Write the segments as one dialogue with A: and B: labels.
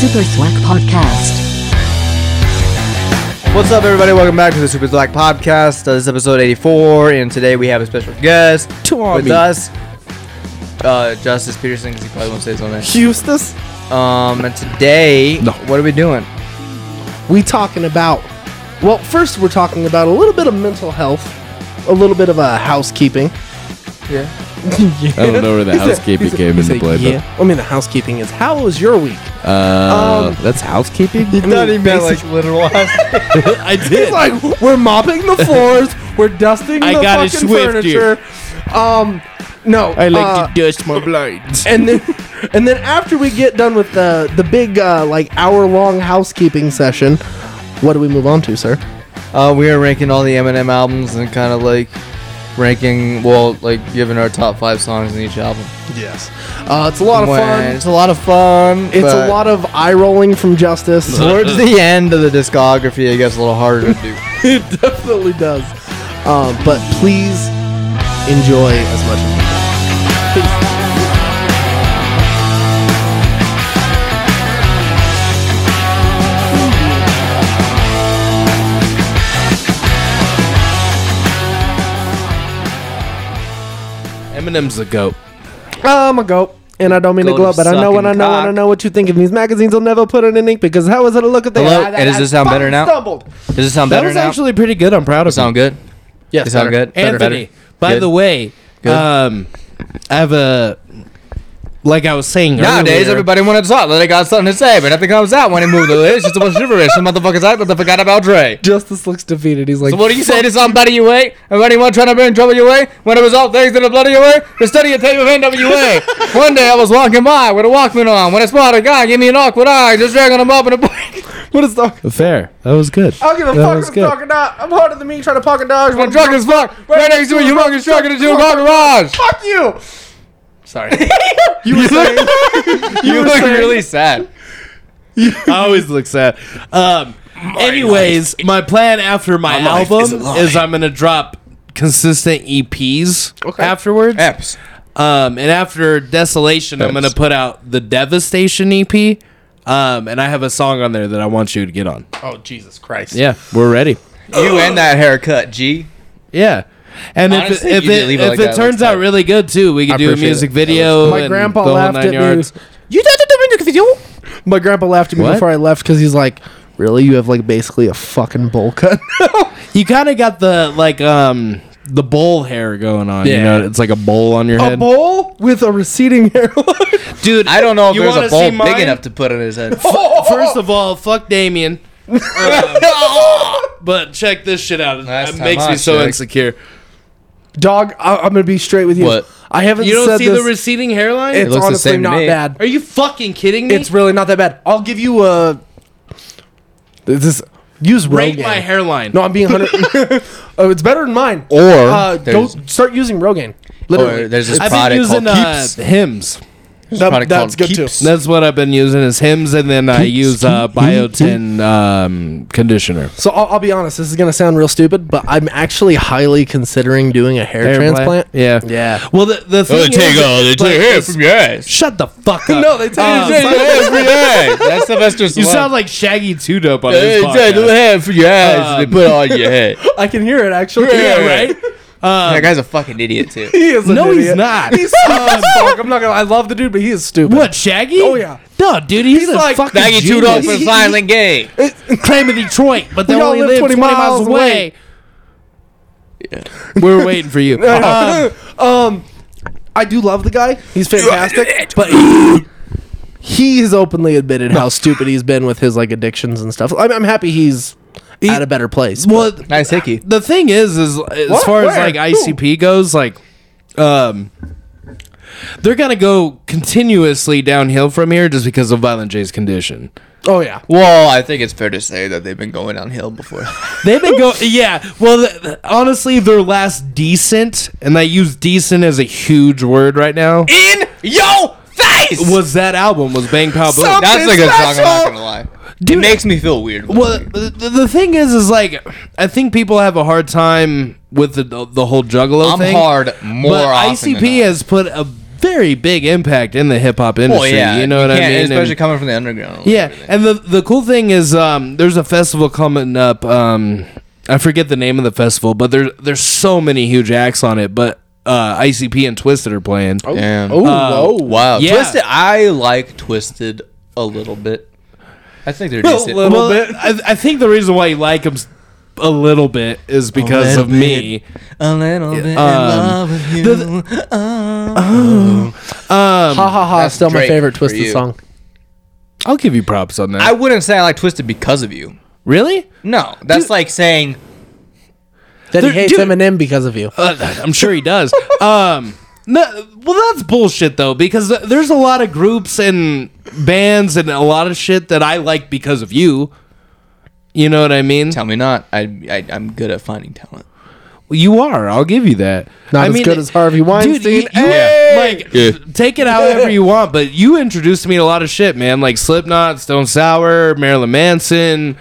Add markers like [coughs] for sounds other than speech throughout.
A: Super Swag Podcast.
B: What's up, everybody? Welcome back to the Super Black Podcast. Uh, this is episode 84, and today we have a special guest with
C: me.
B: us, uh, Justice Peterson, because he probably won't say his own name.
C: Houston,
B: Um, and today,
C: No.
B: what are we doing?
C: we talking about. Well, first we're talking about a little bit of mental health, a little bit of uh, housekeeping.
B: Yeah.
D: I don't know where the
C: He said-
D: housekeeping
C: he said-
D: came
C: he
D: into
C: said,
D: play,
C: yeah. I mean, the housekeeping is how was your week?
D: but uh,
C: Um,
D: that's housekeeping.
C: I
D: [laughs]
C: mean,
B: Not even
C: basic-
B: like literal.
D: I [laughs] did.
C: It's like we're mopping
D: [laughs]
C: the floors, we're dusting
D: I
C: the
D: got it
C: fucking
D: swift here.
C: furniture. Um, no, uh,
D: to dust my blinds.
C: and then [laughs] and then after we get done with the the big uh, like hour long housekeeping session, what do we move on to, sir?
B: [laughs] uh, we are ranking all the Eminem albums and kind of like ranking, well, like giving our top five songs in each album.
C: Yes, uh, it's a lot of
B: When-
C: fun.
B: It's a lot of fun.
C: It's a lot of eye rolling from Justice. [laughs]
B: Towards the end of the discography, it gets a little harder to do.
C: it definitely does. Um, but please enjoy as much as you can.
D: Eminem's the goat.
C: I'm a goat. And I don't mean
B: Go
C: to glow,
B: to
C: but I know and
B: sucking
C: I know
B: cock.
C: and I know what you think. And these magazines will never put it in ink because how is it a look at the
B: Hello?
C: I- I-
B: And does this
C: I
B: sound better
C: fucking
B: now?
C: Stumbled.
B: Does it sound
D: That
B: better
D: was
B: now?
D: actually pretty good. I'm proud of
B: sound good?
C: Yes,
B: It sound
C: better.
B: good? Better,
D: Anthony,
B: better?
D: by
B: Good.
D: the way,
B: Good.
D: um, I have a like I was saying
B: Nowadays,
D: earlier,
B: everybody wanted to talk. They got something to say, but nothing comes out when it moved the list. It's a bunch of gibberish. Some motherfuckers out, but they forgot about Dre.
C: Justice looks defeated. He's like,
B: So what do you say to somebody you hate? And anyone trying to bring trouble your way? When it was all things in the blood of your way? The study of tape of NWA. One day I was walking by with a Walkman on. When I spotted a guy, give me an awkward eye, just dragging him up in a [laughs] break.
C: what is the?
D: fair. That was good.
C: I don't give a
D: That
C: fuck
D: was
C: who's
D: good.
C: talking about. I'm harder than me trying to pocket dogs.
B: I'm drunk as fuck. Right next to a humongous truck in a two-car garage.
C: Fuck you. [laughs]
B: Sorry. you look, you look
C: [laughs]
B: really sad.
D: [laughs] I always look sad. Um, anyways, my plan after my, album is, I'm gonna drop consistent EPs
C: Okay.
D: afterwards.
B: Eps.
D: Um, and after Desolation, I'm
B: Thanks.
D: gonna put out the Devastation EP. Um, and I have a song on there that I want you to get on.
C: Oh Jesus Christ.
D: Yeah, we're ready.
B: You and that haircut, G.
D: Yeah. And
B: Honestly,
D: if it,
B: you did
D: if it,
B: leave it
D: if
B: like
D: it
B: that, it
D: turns
B: looks
D: out
B: tight.
D: really good too, we could
B: I
D: do a
B: appreciate
D: music
B: it.
D: video.
C: My
D: and
C: grandpa
D: the whole
C: laughed
D: nine
C: at
D: yards.
C: me. You did the video. My grandpa laughed at me
D: What?
C: before I left because he's like, "Really, you have like basically a fucking bowl
B: [laughs]
C: cut."
D: You kind of got the like um the bowl hair going on. You
B: Yeah.
D: know, it's like a bowl on your
C: a
D: head,
C: bowl with a receding hairline.
B: [laughs]
D: dude.
B: I don't know if
D: you
B: there's
D: wanna
B: a bowl
D: see
B: big
D: mine?
B: enough to put on his
D: [laughs]
C: [laughs]
B: head.
D: First of all, fuck Damien. But check this shit out. It,
B: Last
D: it
B: time
D: makes
B: I
D: me so
B: checked.
D: insecure.
C: Dog, I- I'm gonna be straight with you.
B: What?
C: I haven't.
D: You don't
C: said
D: see
C: this.
D: the receding hairline?
C: It's
B: looks the
C: honestly
B: same to
C: not
B: me.
C: bad.
D: Are you fucking kidding me?
C: It's really not that bad. I'll give you a. This is- use
D: rate
C: Rogaine.
D: my hairline.
C: No, I'm being
D: [laughs]
C: hundred. [laughs] oh, it's better than mine.
B: Or
C: uh, go
B: there's-
C: start using Rogaine.
B: Or
C: Literally,
B: there's this
D: I've been
B: product called
D: using uh,
B: Keeps.
D: hymns.
C: That-
B: product
C: that's
B: called
C: good too.
B: Keeps.
D: That's what I've been using is hymns, and then I use uh, biotin um, conditioner.
C: So I'll, I'll be honest. This is gonna sound real stupid, but I'm actually highly considering doing a hair, transplant.
D: Yeah.
C: Yeah.
D: Well, the
B: Oh,
D: the thing is, like, it's-
B: your ass.
D: Shut the fuck [laughs] up.
C: No, they take
D: Um,
C: your shit.
D: [laughs]
B: That's Sylvester
D: You sound like Shaggy Two Dope on
B: They
D: this
B: take the
D: podcast.
B: hair from your ass. They
D: Um,
B: put it on your head.
C: I can hear it actually.
B: Yeah,
D: Right? [laughs] Um,
B: That guy's a fucking idiot too.
C: He is. an
D: No, [laughs] he's
C: idiot.
D: not.
C: He's
D: [laughs]
C: stupid as fuck. I'm not gonna. I love the dude, but he is stupid.
D: What Shaggy?
C: Oh, yeah.
D: no, dude, he's, a
C: like-
D: fucking
B: Baggy two dogs for
D: genius.
B: the
D: [laughs]
B: silent gay.
D: Claim of Detroit, but
C: [laughs]
D: they
C: We all
D: only
C: live
D: live
C: 20
D: twenty, miles
C: miles
D: away. We're waiting
C: [laughs]
D: for you. Um,
C: Um, I do love the guy. He's fantastic, but he- he has openly admitted how stupid he's been with his like addictions and stuff. I'm, I'm happy he's at a better place.
D: well,
B: Nice hickey.
D: the thing is, is as
C: What?
D: far as
C: Where?
D: like ICP goes, like, um, they're gonna go continuously downhill from here just because of Violent J's condition.
C: oh yeah,
B: Well, I think it's fair to say that they've been going downhill
D: [laughs]
B: before.
D: They've been going, yeah. Well, th- th- honestly, their last decent, and I use decent as a huge word right now.
B: In yo face.
D: Was that album was Bang Pow Boom?
C: Some-
B: That's a good song. I'm not
C: special.
B: gonna lie. it makes me feel weird.
D: Well, the, the thing is, is like I think people have a hard time with the the whole Juggalo
B: I'm
D: thing.
B: hard more
D: but
B: often
D: ICP
B: than not.
D: has put a very big impact in the hip hop industry. You know what I
B: can't-
D: mean?
B: Especially
D: And-
B: coming from the underground.
D: yeah, and the the cool thing is, um, there's a festival coming up. Um, I forget the name of the festival, but there there's so many huge acts on it. But uh, ICP and Twisted are playing.
B: Damn.
C: Oh,
D: Um,
C: whoa.
B: Wow.
D: Yeah.
B: Twisted. I like Twisted a little bit. I think
D: [laughs]
B: they're decent.
D: Well, I, I think the reason why you like them a little bit is because
B: little
D: of me.
B: a little bit in love with you.
C: Ha ha ha!
B: That's
C: Still my
B: Drake
C: favorite
B: for
C: Twisted
B: you.
C: song.
D: I'll give you props on that.
B: I wouldn't say I like Twisted because of you.
D: really?
B: No, that's like saying
C: That he
D: Dude,
C: hates
D: dude.
C: Eminem because of you.
D: [laughs] Uh, I'm sure he [laughs] does. um, no, well, that's bullshit though, because th- there's a lot of groups and bands and a lot of shit that I like because of you. You know what I mean?
B: tell me not. I, I I'm good at finding talent.
D: Well, You are. I'll give you that.
C: Not
D: I
C: as good as Harvey Weinstein.
D: Dude, you- you-
C: Hey!
D: Like, take it however you want, but you introduced me to a lot of shit, man. Like Slipknot, Stone Sour, Marilyn Manson,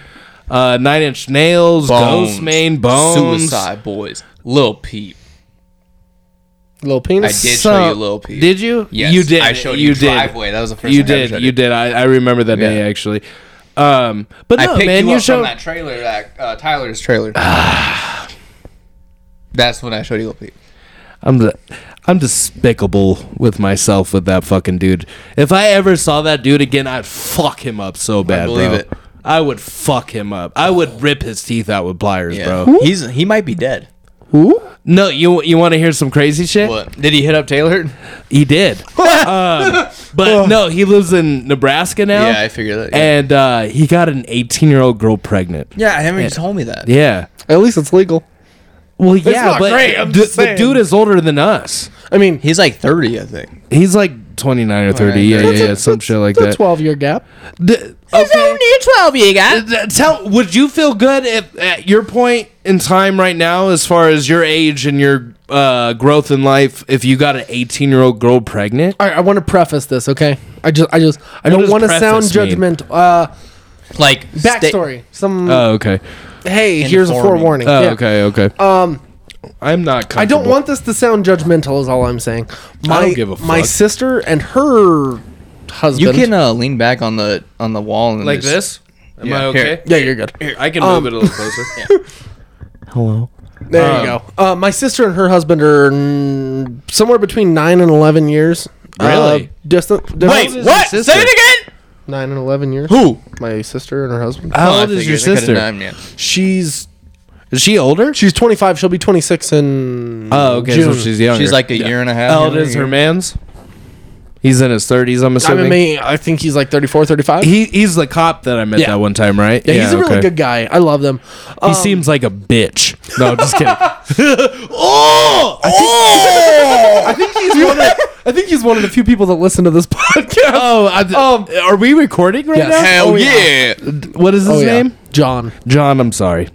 D: uh, Nine Inch Nails, Ghostmane, Bones.
B: Suicide Boys, Lil Peep.
C: Little
B: I
C: penis.
B: did
D: So-
B: show you Lil Peep.
D: Did you?
B: Yes,
D: you did.
B: I showed
D: you
B: you
D: did.
B: Driveway. That was the first
D: You
B: time I ever
D: did.
B: showed
D: You
B: it.
D: did. I, I remember that day
B: Yeah.
D: actually. Um, but
B: I
D: no,
B: picked
D: man,
B: you,
D: you,
B: up
D: showed Ah.
B: from that trailer, that uh, Tyler's trailer. That's when I showed you Lil Peep.
D: I'm the, I'm despicable with myself with that fucking dude. If I ever saw that dude again, I'd fuck him up so bad,
B: believe
D: bro.
B: it.
D: I would fuck him up. I would rip his teeth out with pliers, bro.
B: Bro, he's he might be dead.
C: Who?
D: No, you you want to hear some crazy shit?
B: What did he hit up Taylor? [laughs]
D: He did, um, but no, he lives in Nebraska now.
B: Oh. Yeah, I figured that, yeah.
D: And uh, he got an 18 year old girl pregnant.
B: Yeah, I haven't told me that.
D: Yeah.
C: At least it's legal.
D: Well, yeah,
C: not
D: but
C: great, I'm
D: d-
C: just
D: the
C: saying.
D: dude is older than us.
C: I mean,
B: He's like thirty, I think.
D: He's like 29 or 30. yeah, yeah,
B: That's
D: yeah, some shit like
C: it's a
D: that.
C: twelve-year gap.
D: D- okay. Uh, th- Tell, would you feel good if at your point in time right now, as far as your age and your uh, growth in life, if you got an 18 year old girl pregnant?
C: All right, I want to preface this, okay? I just, I just, I
D: does
C: don't want to
D: preface
C: sound
D: mean?
C: judgmental. Uh,
B: Like
C: backstory. Some
D: Oh, okay.
C: hey, here's a
B: informing.
C: forewarning.
D: Oh,
C: Yeah.
D: okay, okay.
C: Um,
D: I'm not.
C: I don't want this to sound judgmental. Is all I'm saying. My,
D: don't give a
C: My
D: fuck.
C: sister and her husband.
B: You can uh, lean back on the on the wall and
D: like
B: just-
D: this. Am
B: Yeah,
D: I
B: here.
D: okay?
C: Yeah, you're good.
D: Here, I can
C: Um,
D: move it a little closer.
C: There
D: Um,
C: you go. Uh, my sister and her husband are mm, somewhere between nine and eleven years.
D: Really?
C: Uh, distant.
D: Wait,
C: difference.
D: what? Say it
B: again.
C: Nine and eleven years.
D: Who?
C: My sister and her husband.
B: Oh,
D: How old is your sister?
B: Nine,
C: She's
D: Is she older?
C: she's 25. She'll be 26 in.
D: Oh, okay.
C: June.
D: So she's younger.
B: She's like a year and a half.
D: How old is her man's? He's in his thirties. I'm
C: I
D: assuming.
C: mean, I think he's like 34, 35.
D: he he's the cop that I met
C: Yeah.
D: that one time, right?
C: yeah, he's a really
D: okay.
C: good um, guy. I love them. Uh,
D: He seems like a bitch. No, I'm just
C: [laughs]
D: kidding.
B: Oh!
C: I think he's one. Of, [laughs] I think he's one of the few people that listen to this [laughs] podcast.
D: oh, I, um, are we recording right
C: Yes.
D: now?
C: Hell
D: Oh,
B: yeah!
D: What is his
C: Oh, yeah.
D: name?
C: John.
D: John.
C: [laughs]
D: I'm sorry.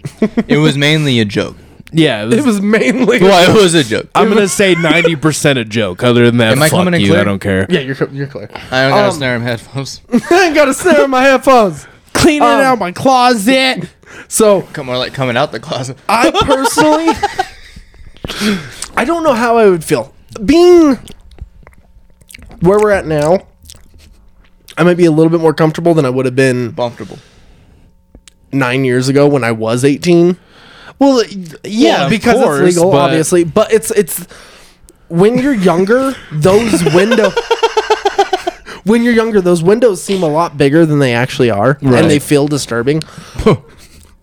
B: it was mainly a [laughs] joke.
D: Yeah, it was,
C: It was mainly.
B: Well, it was a joke.
D: I'm gonna say ninety percent a joke. Other than that,
B: Am I
D: fuck
B: coming in
D: you.
B: clear?
D: I don't care.
C: Yeah, you're you're clear.
B: I don't gotta
C: Um,
B: snare him headphones.
C: [laughs]
B: [laughs]
C: I ain't got a snare in my headphones.
D: Cleaning
C: Um,
D: out my closet.
C: So
B: Come on, like coming out the closet.
C: I personally, I don't know how I would feel being where we're at now. I might be a little bit more comfortable than I would have been
B: Comfortable.
C: nine years ago when I was eighteen.
D: Well, yeah,
C: Well, because it's legal, obviously. But it's it's when you're younger, [laughs] those window when you're younger, those windows seem a lot bigger than they actually are,
D: Right.
C: and they feel [laughs] disturbing.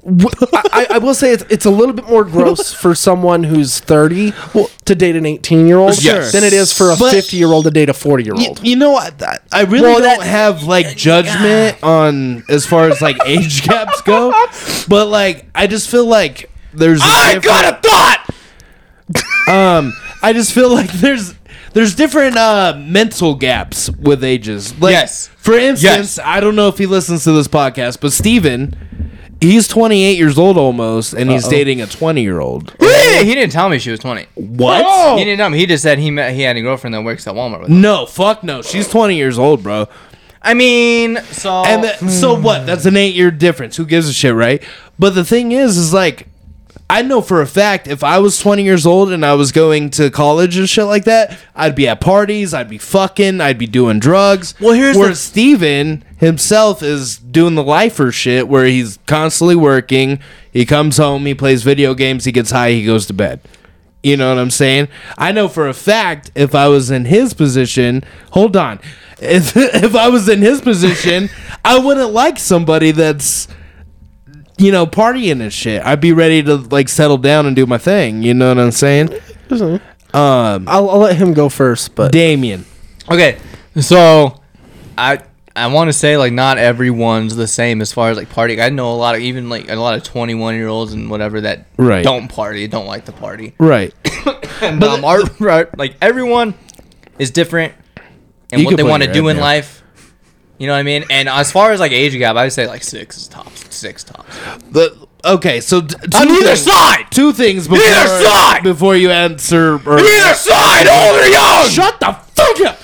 C: W- I, I will say it's, it's a little bit more [laughs] gross for someone who's 30 to date an 18 year old
D: Yes.
C: than it is for a
D: But-
C: 50 year old to date a 40 year
D: You,
C: old.
D: you know what? that- I really
C: Well,
D: don't
C: that-
D: have like judgment on as far as like age gaps go, but like I just feel like there's. I got a thought. um, I just feel like there's there's different uh mental gaps with ages. Like,
B: Yes.
D: For instance, I don't know if he listens to this podcast, but Steven, he's 28 years old almost, and he's dating a 20 year old.
B: he didn't tell me she was 20.
D: What?
B: He didn't tell me. He just said he met he had a girlfriend that works at Walmart with him.
D: No, fuck no. She's 20 years old, bro.
B: I mean, so
D: And the, so what? That's an eight year difference. Who gives a shit, right? But the thing is, is like, I know for a fact if I was 20 years old and I was going to college and shit like that, I'd be at parties, I'd be fucking, I'd be doing drugs.
C: Well, here's the-
D: where Steven himself is doing the lifer shit where he's constantly working. He comes home, he plays video games, he gets high, he goes to bed. You know what I'm saying? I know for a fact if I was in his position, hold on. [laughs] If if I was in his position, I wouldn't like somebody that's you know partying and shit. I'd be ready to like settle down and do my thing, you know what I'm saying? Um
C: I'll, I'll let him go first, but
D: Damien.
B: Okay, so I I want to say like not everyone's the same as far as like partying. I know a lot of even like a lot of twenty one year olds and whatever that
D: Right.
B: don't party, don't like to party.
D: Right.
B: And but um, our, right, like everyone is different and
D: You
B: what
D: can
B: they
D: put
B: want to
D: your
B: do
D: head
B: in
D: down.
B: life. You know what I mean? And as far as like age gap, I would say like six is tops, six tops.
D: The okay, so d- two
B: On either
D: things-
B: side!
D: Two things before
B: side!
D: before you answer or
B: side, old or young.
D: Shut the fuck up.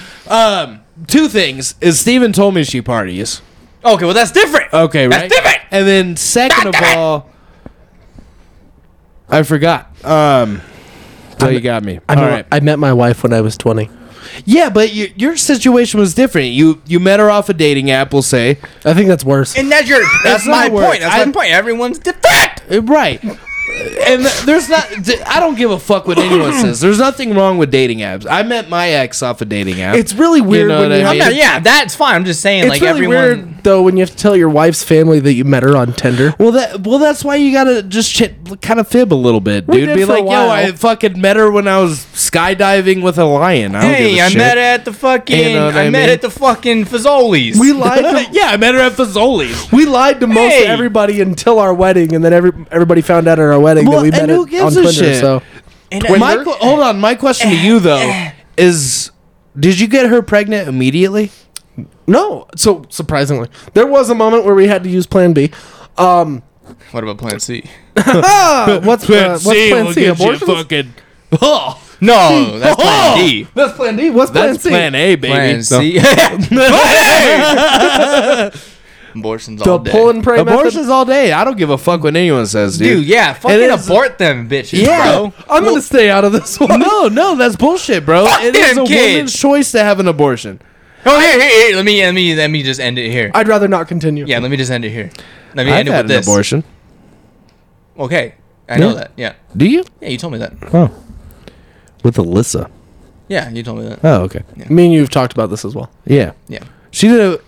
D: Um, two things is Steven told me she parties.
B: Okay, well that's different.
D: Okay,
B: That's
D: right.
B: different.
D: And then second of all, I forgot. Um, so you got me.
C: I,
D: All
C: know,
D: right.
C: I met my wife when I was 20.
D: Yeah, but you, your situation was different. You you met her off a dating app. We'll say
C: I think that's worse.
B: And that's your that's my
D: not worse.
B: point. That's
D: I-
B: my point. Everyone's different.
D: Uh, right. And th- there's not. th- I don't give a fuck what anyone says. There's nothing wrong with dating apps. I met my ex off a dating app.
C: It's really weird
D: know
C: when
D: what
C: you
D: I
C: have
B: I'm
D: mean?
B: not, yeah, that's fine. I'm just saying
C: It's
B: like
C: really
B: everyone.
C: weird though when you have to tell your wife's family that you met her on Tinder.
D: Well, that well, that's why you gotta just ch- kind of fib a little bit,
C: We
D: dude.
C: did
D: Be
C: for a
D: like, yo,
C: while.
D: I fucking met her when I was skydiving with a lion. I don't
B: Hey,
D: give a
B: I
D: shit.
B: met at the fucking.
D: You know what
B: I,
D: I
B: met
D: mean?
B: at the fucking Fazoli's.
C: We
B: [laughs]
C: lied to
D: yeah, I met her at Fazoli's.
C: we lied to most
B: Hey!
C: everybody until our wedding, and then every everybody found out at our wedding that
D: Well,
C: we met
D: and who
C: it
D: gives
C: on
D: a
C: Tinder.
D: shit?
C: So
B: And
D: My, qu- hold on, my question to
C: [clears throat]
D: you though is, did you get her pregnant immediately?
C: no, so surprisingly, there was a moment where we had to use Plan B. Um,
B: what about Plan C?
C: uh, what's uh, what's Plan C? Abortions?
D: fucking. [laughs] Oh,
B: No, that's Plan
D: Oh!
B: D.
C: That's Plan D. What's Plan
D: that's
C: C?
D: Plan A, baby.
B: Plan [laughs]
D: So-
B: C.
C: [laughs]
B: Plan A! Abortions
C: the
B: all day.
C: pull and pray
D: Abortions
C: method.
D: all day. I don't give a fuck what anyone says, dude.
B: Dude,
C: [laughs]
B: yeah, fucking
D: is-
B: abort them bitches,
D: Yeah.
B: bro.
C: I'm gonna stay out of this one.
D: No, no, that's bullshit, bro.
B: Fuck
D: it is
B: them
D: a
B: kids.
D: woman's choice to have an abortion.
B: Oh, here, here, here. Let me, let me, let me just end it here.
C: I'd rather not continue.
B: Yeah, let me just end it here. Let me
D: I've
B: end it
D: had
B: with
D: an
B: this.
D: abortion.
B: Okay, I
D: Yeah.
B: know that. Yeah,
D: Do you?
B: yeah, you told me that.
D: Oh. With Alyssa.
B: Yeah, you told me that.
D: Oh, okay.
C: Me and you've talked about this as well.
D: Yeah.
B: Yeah.
D: She did a.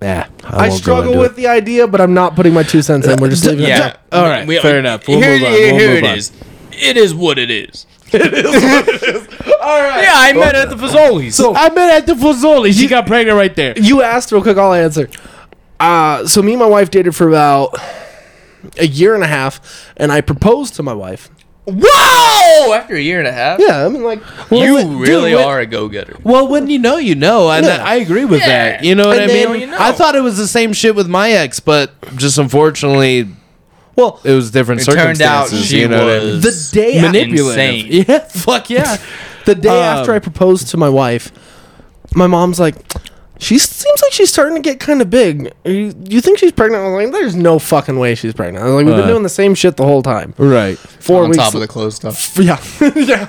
D: Nah,
C: I, struggle with the idea, but I'm not putting my two cents in. We're just leaving it.
B: Yeah.
D: All right, fair enough. We'll
B: here
D: move on,
B: here,
D: we'll
B: here
D: move
B: it
D: on.
B: is. It is what it is. It [laughs] is what it is. All right. Yeah, I met at the Fazoli's.
C: So
D: I met at the Fazoli. She got pregnant right there.
C: you asked real quick, I'll answer. Uh, so me and my wife dated for about a year and a half, and I proposed to my wife.
B: whoa! After a year and a half,
C: Yeah, I mean, like,
B: you
D: Well, dude,
B: really
D: what-
B: are a go getter.
D: Well, when you know, you know, and
C: Yeah.
D: I agree with
B: Yeah.
D: that. You know what
C: And
D: I
C: then-
D: mean?
B: You know.
D: I thought it was the same shit with my ex, but just unfortunately,
C: well,
D: it was different
B: It
D: circumstances.
B: turned out she
D: you know what I mean?
B: was
C: The day-
D: manipulative.
B: Insane.
D: [laughs] Yeah, fuck yeah.
C: the day
D: um,
C: after I proposed to my wife, my mom's like, she seems like she's starting to get kind of big. You, you think she's pregnant? I was like, there's no fucking way she's pregnant. I was like, we've been
D: Uh.
C: doing the same shit the whole time.
D: right.
C: Four
B: on
C: weeks.
B: top of the clothes stuff.
C: [laughs] yeah, yeah.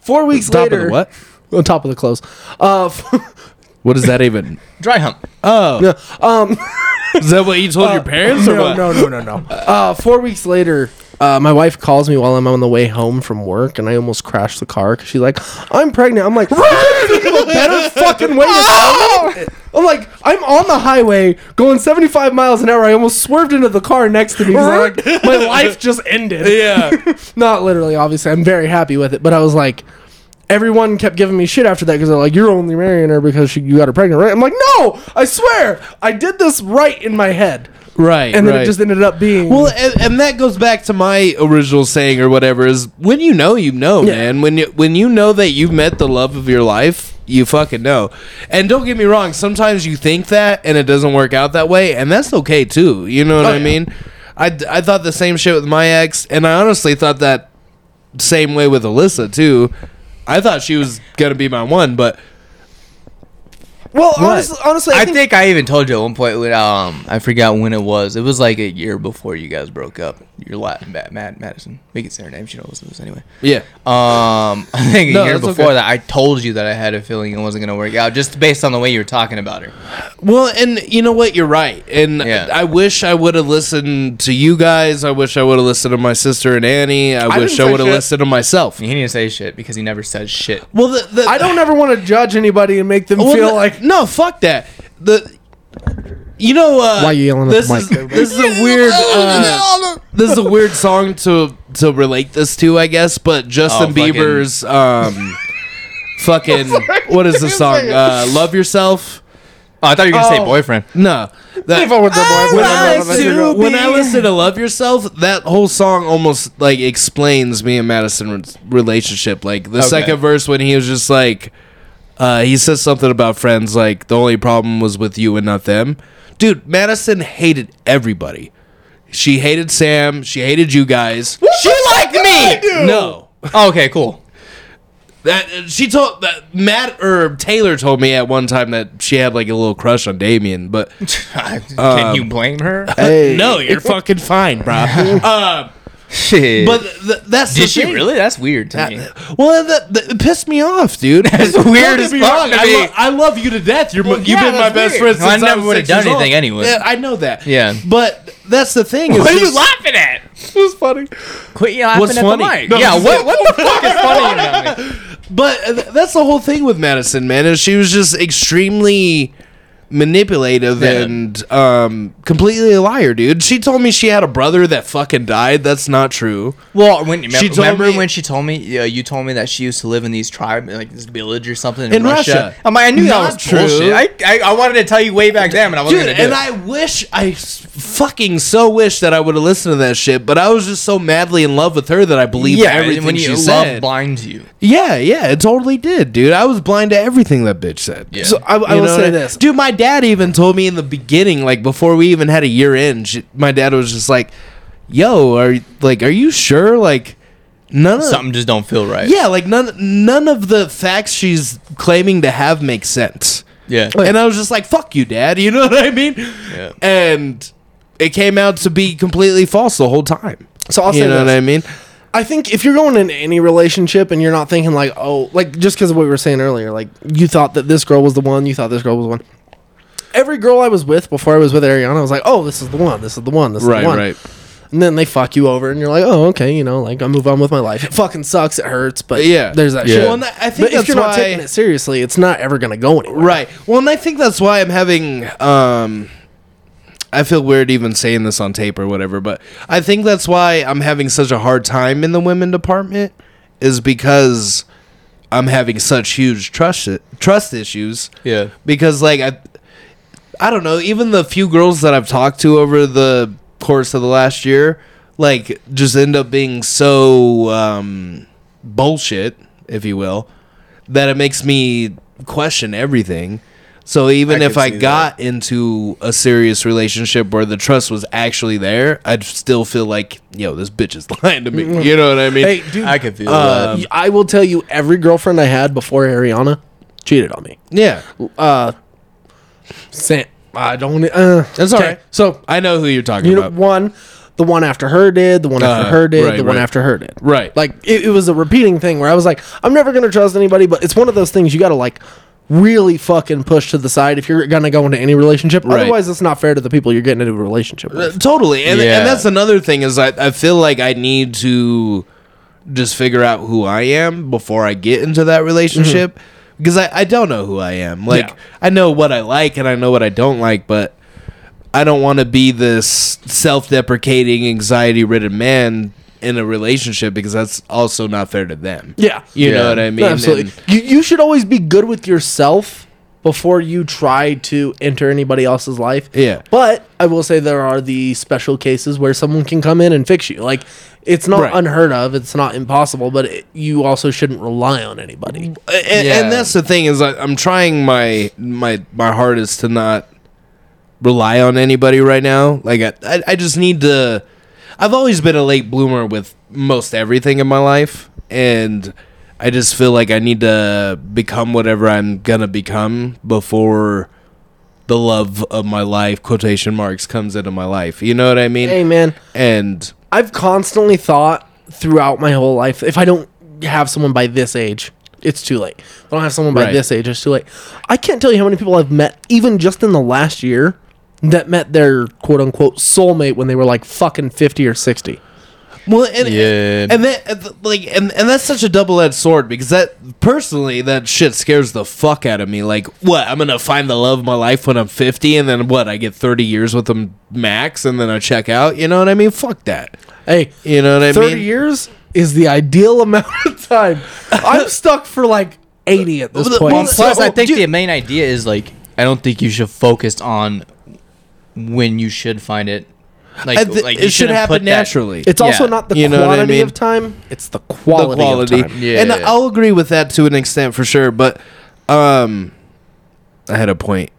C: Four weeks
D: Top
C: later.
D: of the what?
C: On top of the clothes. Uh, [laughs] f-
D: What is that even?
B: Dry hump.
D: [laughs] Oh,
C: yeah, um.
D: is that what you told your parents or
C: no,
D: what?
C: no, no, no, no. [laughs] Uh, four weeks later, uh, my wife calls me while I'm on the way home from work, and I almost crashed the car. Cause she's like, "I'm pregnant." I'm like, "Think of a better fucking way." to tell [laughs] me?" I'm like, I'm on the highway going 75 miles an hour. I almost swerved into the car next to me. 'cause I'm [laughs] like, my life just ended.
D: Yeah.
C: Not literally, obviously. I'm very happy with it, but I was like. Everyone kept giving me shit after that because they're like, "You're only marrying her because she, you got her pregnant, right?" I'm like, "No, I swear, I did this right in my head."
D: Right.
C: and then
D: right.
C: it just ended up being
D: Well, and, and that goes back to my original saying or whatever is when you know, you know,
C: Yeah.
D: man. When you when you know that you've met the love of your life, you fucking know. And don't get me wrong, sometimes you think that and it doesn't work out that way, and that's okay too. You know what
C: Oh,
D: I
C: yeah.
D: mean? I, d- I thought the same shit with my ex, and I honestly thought that same way with Alyssa too. I thought she was gonna be my one, but
C: Well, honestly, honestly,
B: I think I even told you at one point when um I forgot when it was. It was like a year before you guys broke up. Your Latin Matt, Matt Madison. We can say her name. She knows this anyway.
D: Yeah.
B: Um, [laughs] I think a
D: No,
B: year
D: that's
B: before
D: okay.
B: that, I told you that I had a feeling it wasn't gonna work out, just based on the way you were talking about her.
D: Well, and you know what? You're right. And
B: Yeah.
D: I wish I would have listened to you guys. I wish I would have listened to my sister and Annie. I, wish
C: didn't
D: I
C: say
D: would have
C: shit.
D: listened to myself.
B: He didn't say shit because he never says shit.
D: Well, the, the,
C: I don't ever want to judge anybody and make them
D: well,
C: feel
D: the-
C: like
D: no. Fuck that. The you know uh,
C: Why you yelling at
D: this
C: the mic,
D: is this is a weird uh, this is a weird song to to relate this to, I guess. But Justin
B: Oh, fucking-
D: Bieber's um fucking what is the song? Uh, Love yourself.
B: Oh, I thought you were gonna say
C: Oh.
B: [laughs] boyfriend.
D: No. That,
C: If I was the boy,
D: when,
C: when
D: I
C: I
D: listen to, when I listen to Love Yourself, that whole song almost like explains me and Madison's relationship. Like the
B: Okay.
D: second verse when he was just like uh, he says something about friends like the only problem was with you and not them. Dude, Madison hated everybody. She hated Sam, she hated you guys.
B: She liked me.
D: No.
B: Oh, okay, cool.
D: That uh, she told that Matt or Taylor told me at one time that she had like a little crush on Damien, but
B: Can you blame [laughs] her?
D: no,
E: [laughs]
D: you're fucking fine, bro. uh,
B: Shit.
D: but th- that's the
B: did she
D: thing.
B: really? That's weird to me.
D: That- well, that, that, it pissed me off,
B: [laughs]
D: dude. That's
B: weird as fuck to
D: I,
B: me.
D: lo- I love you to death. You're,
B: Well,
D: you've
B: yeah,
D: been my
B: that's
D: best
B: weird.
D: friend since
B: No, I never
D: was
B: would've
D: six
B: done
D: years old.
B: anything anyway.
D: Yeah, I know that.
B: Yeah.
D: but that's
B: [laughs]
D: the thing. Is
B: What are you
D: just-
B: laughing at?
C: was funny.
B: Quit you laughing
D: What's
B: at
D: funny?
B: the mic.
D: No,
B: yeah,
D: I'm
B: what,
D: just
B: what the fuck is funny about [laughs] me?
D: But uh, th- that's the whole thing with Madison, man. Is she was just extremely manipulative
B: Yeah.
D: and um, completely a liar, dude. She told me she had a brother that fucking died. That's not true.
B: Well, when remember,
D: told
B: remember
D: me-
B: when she told me uh, you told me that she used to live in these tribe like this village or something in,
D: In
B: Russia.
D: Russia.
B: I'm like, I knew
D: Not
B: that was
D: true.
B: bullshit. I, I I wanted to tell you way back then, and I wasn't gonna
D: Dude,
B: do
D: and
B: it.
D: I wish, I s- fucking so wish that I would have listened to that shit, but I was just so madly in love with her that I believed
B: yeah,
D: everything
B: everything when
D: she
B: you love
D: said.
B: blinds you.
D: yeah, yeah, it totally did, dude. I was blind to everything that bitch said.
B: Yeah.
C: So I, I
D: You
C: will
D: know
C: say
D: what I-
C: this.
D: dude. My dad even told me in the beginning, like before we even had a year in, sh my dad was just like, "Yo, are you- like, are you sure? Like, none of
B: Something just don't feel right.
D: yeah, like none none of the facts she's claiming to have make sense."
B: yeah.
D: And I was just like, "Fuck you, dad." [laughs] You know what I mean?
B: Yeah.
D: And it came out to be completely false the whole time.
C: So I'll say
D: you know
C: this.
D: what I mean?
C: I think if you're going into any relationship and you're not thinking like, oh, like just because of what we were saying earlier, like you thought that this girl was the one, you thought this girl was the one. Every girl I was with before I was with Ariana, I was like, oh, this is the one, this is the one, this is
D: Right,
C: the one.
D: right.
C: And then they fuck you over, and you're like, oh, okay, you know, like I move on with my life. It fucking sucks, it hurts, but
D: Yeah.
C: yeah, there's that
D: Yeah.
C: shit.
D: Well, and I- I think
C: but if you're
D: that's
C: not
D: why-
C: taking it seriously, it's not ever gonna go anywhere.
D: Right. Well, and I think that's why I'm having. Um, I feel weird even saying this on tape or whatever, but I think that's why I'm having such a hard time in the women department is because I'm having such huge trust trust issues.
B: Yeah.
D: Because like I, I don't know. Even the few girls that I've talked to over the course of the last year, like just end up being so um, bullshit, if you will, that it makes me question everything. So even
B: I
D: if
B: could
D: I
B: see
D: got into a serious relationship where the trust was actually there, I'd still feel like, yo, this bitch is [laughs] lying to me. You know what I mean?
C: Hey, dude,
B: I could feel
C: uh,
D: Um,
B: that.
C: I will tell you, every girlfriend I had before Ariana cheated on me.
D: yeah,
C: Uh, Sam, I don't.
D: e,
C: Uh,
D: that's all
C: okay,
D: right.
C: So
D: I know who you're talking
C: You know,
D: about.
C: one, the one after her did, the one
D: Uh,
C: after her did,
D: right,
C: the one
D: right.
C: after her did.
D: Right.
C: Like it, it was a repeating thing where I was like, I'm never gonna trust anybody, but it's one of those things you gotta like really fucking push to the side if you're gonna go into any relationship.
D: Right.
C: Otherwise it's not fair to the people you're getting into a relationship
D: Uh,
C: with.
D: totally and,
B: Yeah.
D: and that's another thing is I, I feel like i need to just figure out who i am before i get into that relationship because I, I don't know who i am like
C: Mm-hmm. Yeah.
D: i know what i like and i know what i don't like but i don't want to be this self-deprecating anxiety-ridden man in a relationship because that's also not fair to them
C: Yeah.
D: you
B: Yeah.
D: know what i
B: No,
D: mean
C: No, absolutely.
D: And-
C: You you should always be good with yourself before you try to enter anybody else's life.
D: Yeah.
C: But I will say there are the special cases where someone can come in and fix you. Like it's not
D: Right.
C: unheard of, it's not impossible, but it, you also shouldn't rely on
D: Mm.
C: anybody.
D: and,
B: Yeah.
D: and that's the thing is I, I'm trying my my my hardest to not rely on anybody right now. Like I- I, I just need to. I've always been a late bloomer with most everything in my life, and I just feel like I need to become whatever I'm gonna become before the love of my life quotation marks comes into my life. You know what I mean?
C: Hey, man.
D: And
C: I've constantly thought throughout my whole life if I don't have someone by this age, it's too late. If I don't have someone by
D: Right.
C: this age, it's too late. I can't tell you how many people I've met, even just in the last year, that met their quote unquote soulmate when they were like fucking 50 or 60.
D: Well, and
B: Yeah.
D: and that and th- like and and that's such a double edged sword because that personally that shit scares the fuck out of me. Like, what I'm gonna find the love of my life when I'm 50, and then what I get 30 years with them max, and then I check out. You know what I mean? Fuck that.
C: Hey,
D: You know what I
C: 30
D: mean?
C: years is the ideal [laughs] amount of time.
D: [laughs]
C: I'm stuck for like 80 at this
D: Well,
C: point.
D: well,
C: So-
B: Plus,
D: So-
B: I think
D: dude-
B: the main idea is like I don't think you should focus on when you should find it. Like,
D: I thi-
B: like you
D: it should
B: shouldn't put
D: happen
B: that-
D: naturally.
C: it's also
B: yeah,
C: not the
D: you know what I
C: quantity
D: mean?
C: of time, it's the quality,
D: the
C: of time.
D: quality.
B: Yeah.
D: And I'll agree with that to an extent for sure. But um, I had a point,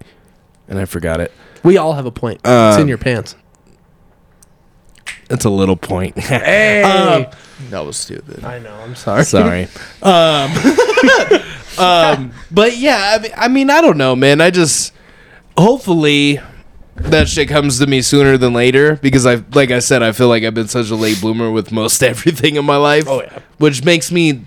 D: and I forgot it.
C: We all have a point.
D: Uh,
C: it's in your pants.
D: It's a little point. [laughs]
C: Hey.
D: uh,
B: that was stupid.
C: I know, I'm sorry.
D: [laughs] Sorry. um, um, but yeah, I mean, I mean, I don't know, man. I just hopefully that shit comes to me sooner than later because I, like I said, I feel like I've been such a late bloomer with most [laughs] everything in my life.
C: Oh, yeah.
D: which makes me.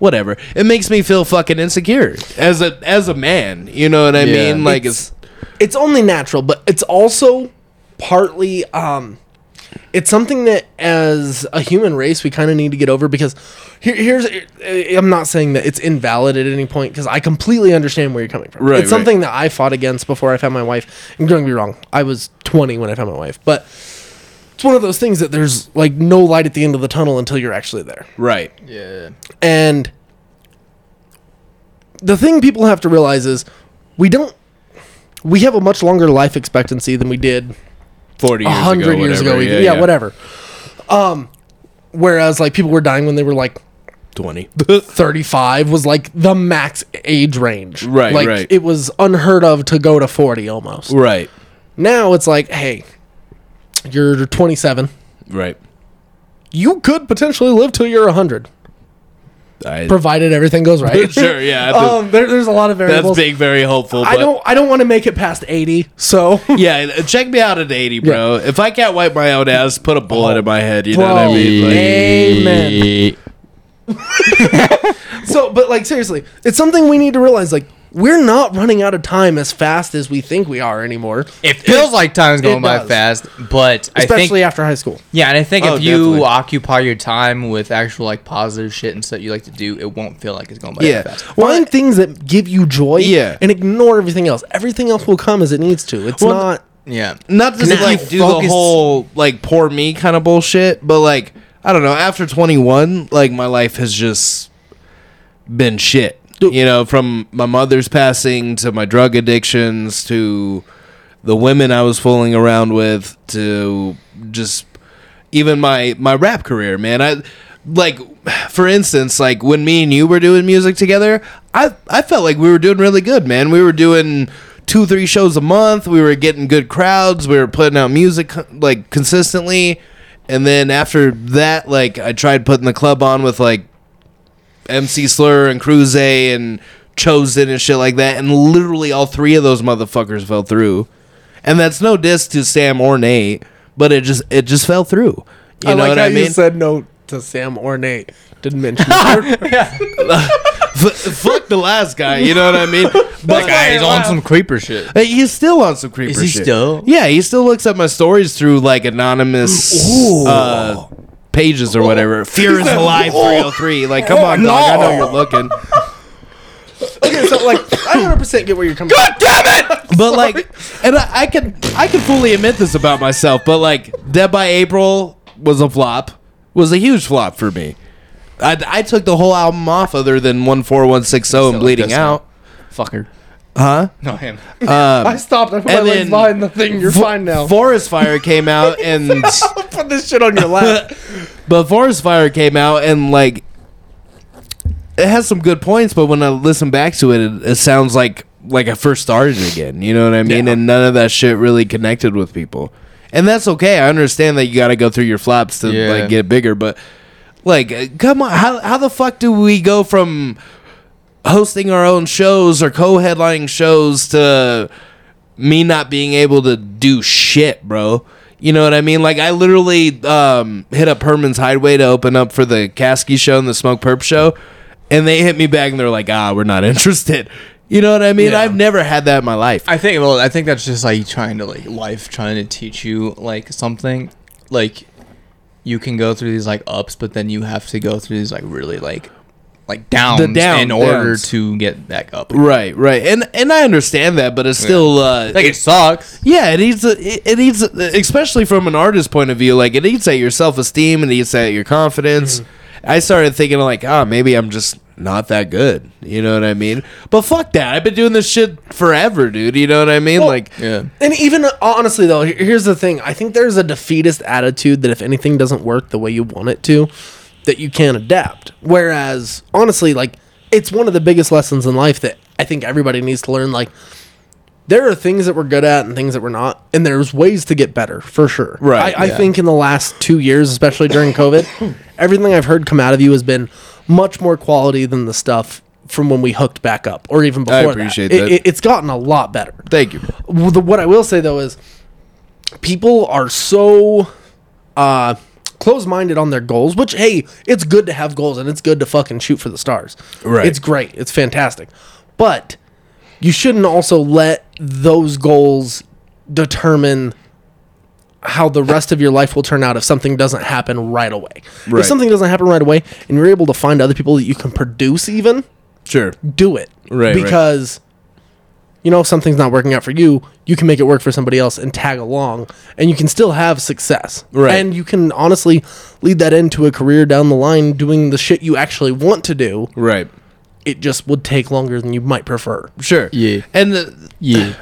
D: Whatever. It makes me feel fucking insecure as a as a man. You know what I
B: Yeah.
D: mean? Like
C: It's-
D: it's,
C: it's only natural, but it's also partly um it's something that as a human race we kind of need to get over because here, here's eh, I'm not saying that it's invalid at any point because I completely understand where you're coming from.
D: Right,
C: it's
D: right.
C: something that I fought against before I found my wife. And don't get me wrong, I was 20 when I found my wife, but it's one of those things that there's like no light at the end of the tunnel until you're actually there.
D: right.
B: Yeah.
C: And the thing people have to realize is we don't we have a much longer life expectancy than we did
D: Forty
C: a
D: years
C: hundred
D: ago,
C: years ago.
D: whatever.
C: even. yeah, whatever. Um, whereas like people were dying when they were like [laughs]
D: Twenty.
C: 35 was like the max age range.
D: Right,
C: like
D: right.
C: it was unheard of to go to 40 almost.
D: right.
C: Now it's like, hey, you're 27.
D: Right.
C: You could potentially live till you're 100,
D: I,
C: provided everything goes right.
D: [laughs] sure.
C: [laughs]
D: Yeah. I think
C: um, there, there's a lot of
D: that's
C: variables.
D: being very hopeful.
C: I
D: but-
C: don't. I don't want to make it past eighty. So, [laughs]
D: Yeah, uh, check me out at 80, bro. If I can't wipe my own ass, put a bullet in my head. You know what I
C: Bro.
D: mean? Like,
C: amen.
B: Eh,
C: So, but like seriously, it's something we need to realize. Like, we're not running out of time as fast as we think we are anymore,
B: It feels like time's going by
C: does.
B: fast, but I
C: especially
B: think
C: after high school.
B: yeah, and I think
D: Oh,
B: if you
D: definitely.
B: occupy your time with actual like positive shit and stuff you like to do, it won't feel like it's going by that
D: Yeah.
B: fast.
C: Find things that give you joy,
D: Yeah.
C: and ignore everything else. Everything else will come as it needs to. It's
D: Well,
C: not.
B: Yeah,
D: not to
B: Now
D: like
B: you
D: do the
B: focus-
D: whole like poor me kind of bullshit, but like I don't know. After 21, like my life has just been shit.
C: Dude.
D: You know, from my mother's passing to my drug addictions to the women I was fooling around with to just even my my rap career, man. I like for instance, like when me and you were doing music together, I I felt like we were doing really good, man. We were doing two three shows a month. We were getting good crowds. We were putting out music like consistently. And then after that, like I tried putting the club on with like MC Slur and Cruze and Chosen and shit like that, and literally all three of those motherfuckers fell through. And that's no diss to Sam or Nate, but it just it just fell through. You know what I mean?
C: said no to Sam or Nate. Didn't [laughs] mention. the third-
D: F- fuck the last guy. You know what I mean?
B: that
D: But
B: guy is on some creeper shit.
D: Hey, he's still on some creeper.
B: Is he
D: shit.
B: still?
D: Yeah, he still looks at my stories through like anonymous uh, pages or whatever. Fear is alive. Three hundred three. Like, come on, dog. I know you're looking.
C: okay, so like, I 100 percent get where you're coming. from.
D: but
C: [laughs]
D: like and I, I can i can fully admit this about myself but like dead by april was a flop was a huge flop for me i, I took the whole album off other than 14160 and
B: like
D: bleeding
B: this
D: out
B: Fucker.
D: huh
B: No him.
C: I stopped. I put my
D: and
C: legs
D: then-
C: behind the thing. You're fine now.
D: forest fire came out and
C: [laughs] put this shit on your lap.
D: but forest fire came out and like it has some good points but when i listen back to it it, it sounds like like i first started again you know what i mean
B: Yeah.
D: and none of that shit really connected with people and that's okay i understand that you got to go through your flops to
B: Yeah.
D: like get bigger but Like, uh, come on, how how the fuck do we go from hosting our own shows or co-headlining shows to me not being able to do shit, bro? You know what I mean? Like, I literally um, hit up Herman's Hideaway to open up for the Kasky show and the Smoke Perp show, and they hit me back and they're like, "Ah, we're not [laughs] interested." You know what I mean?
B: Yeah.
D: I've never had that in my life.
B: I think well, I think that's just like trying to like life trying to teach you like something. Like you can go through these like ups, but then you have to go through these like really like like downs
D: down-
B: in order
D: downs.
B: to get back up.
D: Right, right, and and I understand that, but it's still uh,
B: Like it sucks.
D: yeah, it eats it, it eats especially from an artist's point of view. Like it eats at your self esteem, it eats at your confidence.
B: Mm-hmm.
D: I started thinking like, ah, maybe I'm just not that good. You know what I mean? But fuck that. I've been doing this shit forever, dude. You know what I mean?
C: Well-
D: like,
B: Yeah.
C: And even honestly, though, here- here's the thing. I think there's a defeatist attitude that if anything doesn't work the way you want it to, that you can't adapt. Whereas, honestly, like, it's one of the biggest lessons in life that I think everybody needs to learn. Like, there are things that we're good at and things that we're not, and there's ways to get better for sure.
D: Right,
C: I, I
B: yeah.
C: think in the last two years, especially during
D: [coughs]
C: COVID, everything I've heard come out of you has been much more quality than the stuff from when we hooked back up or even before.
D: I
C: that.
D: appreciate
C: It-
D: that.
C: it- it's gotten a lot better
D: thank you.
C: well, the, what I will say though is people are so uh close-minded on their goals which hey it's good to have goals and it's good to fucking shoot for the stars
D: Right.
C: it's great it's fantastic but you shouldn't also let those goals determine how the rest of your life will turn out if something doesn't happen right away
D: Right.
C: if something doesn't happen right away and you're able to find other people that you can produce even
D: Sure.
C: do it.
D: Right, right.
C: Because you know if something's not working out for you, you can make it work for somebody else and tag along and you can still have success.
D: Right.
C: And you can honestly lead that into a career down the line doing the shit you actually want to do.
D: Right.
C: It just would take longer than you might prefer.
D: Sure.
B: Yeah.
D: And the,
B: Yeah.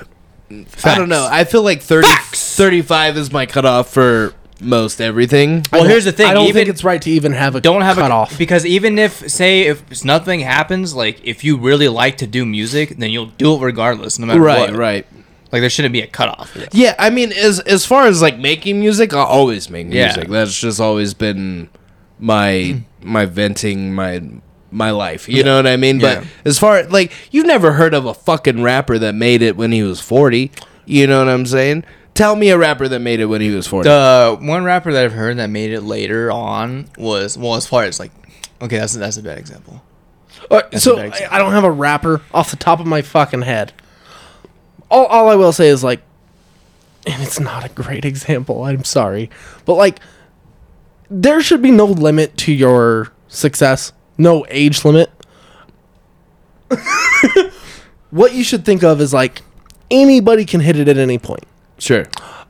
D: I don't know. I feel like 30, 35 is my cutoff for most everything.
B: Well, here's the thing.
C: I don't
B: even
C: think it's right to even have a
B: don't have
C: cut
B: a
C: off.
B: because even if say if nothing happens, like if you really like to do music, then you'll do it regardless, no matter
D: right,
B: what.
D: right.
B: Like there shouldn't be a cutoff.
D: Yeah, I mean, as as far as like making music, I'll always make
B: Yeah.
D: music. That's just always been my my venting my my life. You know what I mean? But
B: Yeah.
D: as far like you've never heard of a fucking rapper that made it when he was forty. You know what I'm saying? Tell me a rapper that made it when he was forty.
B: The one rapper that I've heard that made it later on was well, as far as like, okay, that's that's a bad example.
C: Uh, so
B: a bad
C: I, I don't have a rapper off the top of my fucking head. All, all I will say is like, and it's not a great [laughs] example. I'm sorry, but like, there should be no limit to your success. No age limit. [laughs] what you should think of is like anybody can hit it at any point.
D: Sure,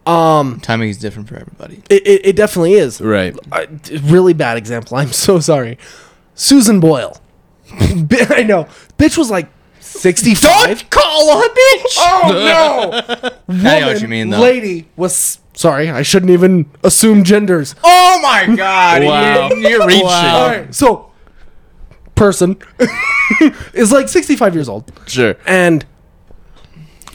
B: Timing is different for everybody.
C: It, it, it definitely is.
D: right.
C: I- t- really bad example. I'm so sorry. Susan Boyle. [laughs] Bi- I know. Bitch was like 65. Don't call her bitch. [laughs] Oh no. Woman,
B: I know what you mean, though.
C: Lady was sorry. I shouldn't even assume genders.
B: Oh my god!
D: Wow.
B: You're, you're reaching.
C: All right. So, person [laughs] is like 65 years old
D: Sure,
C: and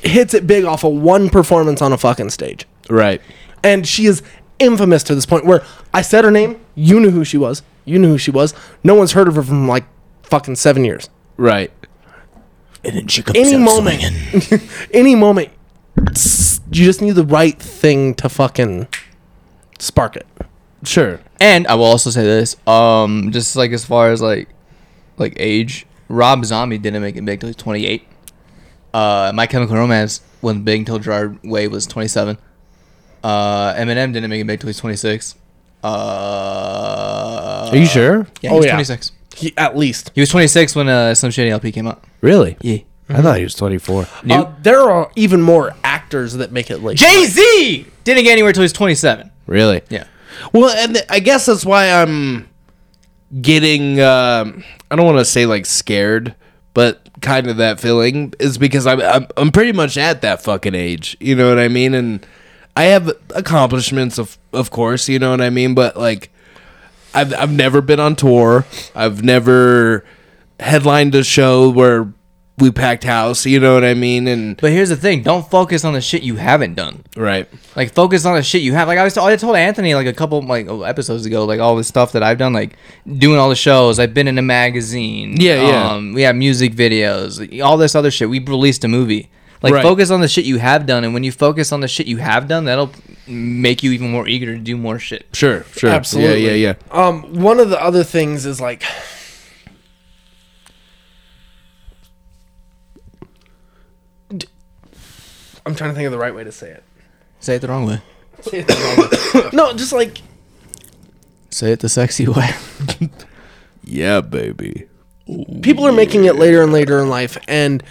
C: hits it big off of one performance on a fucking stage
D: right.
C: and she is infamous to this point where I said her name, you knew who she was, you knew who she was. No one's heard of her from like fucking seven years.
D: Right.
C: Any moment, [laughs] any moment, s- you just need the right thing to fucking spark it.
D: Sure.
B: And I will also say this, um, just like as far as like, like age, Rob Zombie didn't make it big till he was 28. Uh, My Chemical Romance wasn't big until Gerard Way was 27. Uh, Eminem didn't make it big till he was 26. Uh,
D: Are you sure?
B: Yeah, he was
C: Oh, yeah.
B: 26.
C: He, at least
B: He was 26 when uh, Slim Shady LP came out.
D: Really?
B: Yeah.
D: I thought he was 24.
C: uh, there are even more actors that make it late.
B: Jay Z didn't get anywhere till he was 27.
D: Really?
B: Yeah.
D: Well, and th- I guess that's why I'm getting. um I don't want to say like scared, but kind of that feeling is because I'm, I'm I'm pretty much at that fucking age. You know what I mean? And I have accomplishments, of of course. You know what I mean? But like, I've I've never been on tour. I've never headlined a show where we packed house. You know what I mean? And
B: But here's the thing: don't focus on the shit you haven't done.
D: right,
B: Like focus on the shit you have. Like I was, I told Anthony like a couple like oh, episodes ago, like all the stuff that I've done, like doing all the shows. I've been in a magazine.
D: Yeah, yeah.
B: Um, we have music videos, like, all this other shit. We released a movie. Like
D: Right.
B: focus on the shit you have done, and when you focus on the shit you have done, that'll make you even more eager to do more shit.
D: sure, sure,
C: Absolutely.
D: yeah, yeah, yeah.
C: Um, one of the other things is like [sighs] D- I'm trying to think of the right way to say it.
B: Say it the wrong way.
C: No, just like
B: Say it the sexy way.
D: Yeah, baby.
C: people are making it later and later in life and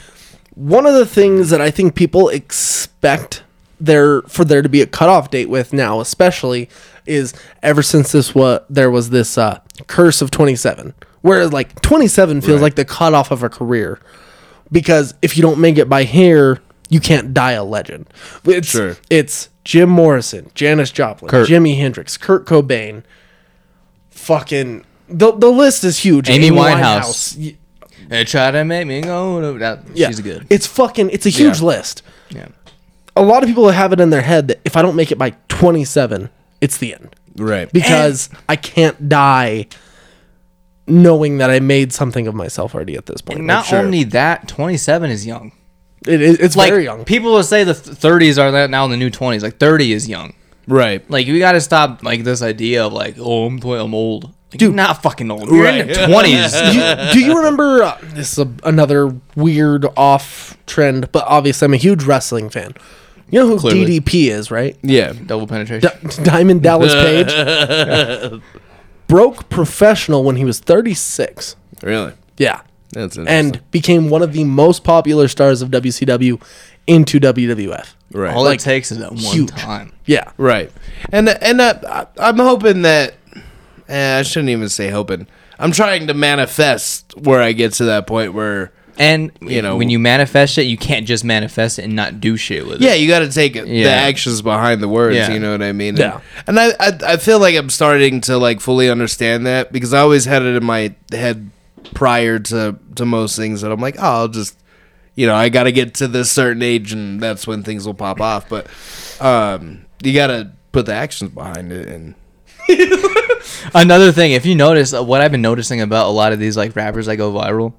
C: one of the things that i think people expect there for there to be a cutoff date with now especially is ever since this what there was this uh, curse of 27 whereas like 27 feels like the cutoff of a career because if you don't make it by here you can't die a legend it's,
D: Sure.
C: it's jim morrison janis joplin
B: Kurt.
C: jimi hendrix kurt cobain fucking the, the list is huge
B: Amy
C: Winehouse.
B: Winehouse. They try to make me go. to- That,
C: Yeah.
B: She's good.
C: It's fucking it's a huge list.
B: Yeah.
C: A lot of people have it in their head that if I don't make it by 27, it's the end
D: Right.
C: because I can't die knowing that I made something of myself already at this point.
B: Not
C: Like, sure.
B: only that, 27 is young.
C: it, it- it's
B: like
C: very
B: [laughs]
C: young.
B: people will say the th- 30s are that now in the new 20s like 30 is young
D: right.
B: like you gotta stop like this idea of like oh i'm, tw- I'm old like, you're not fucking old you're in
D: Right.
B: the 20s
C: you, do you remember uh, this is a, another weird off trend, but obviously I'm a huge wrestling fan. You know who
D: Clearly.
C: DDP is, right?
D: Yeah.
B: [laughs] double penetration
C: D- Diamond
B: [laughs]
C: Dallas Page broke professional when he was 36.
D: Really.
C: Yeah.
D: That's interesting.
C: and became one of the most popular stars of WCW into WWF.
D: right.
B: all
C: like,
B: it takes is that one
C: huge.
B: time
C: Yeah.
D: Right. And and uh, I- I'm hoping that eh, I shouldn't even say hoping. I'm trying to manifest where I get to that point where
B: and
D: You
B: you
D: know-
B: know when you manifest it you can't just manifest it and not do shit with it
D: yeah, you got to take the
B: Yeah.
D: actions behind the words.
B: Yeah.
D: You know what I mean?
C: Yeah.
D: And, and I, I I feel like I'm starting to like fully understand that because I always had it in my head prior to to most things that I'm like, oh, I'll just you know I got to get to this certain age and that's when things will pop off. But um, you got to put the actions behind it and
B: another thing if you notice uh, what i've been noticing about a lot of these like rappers that go viral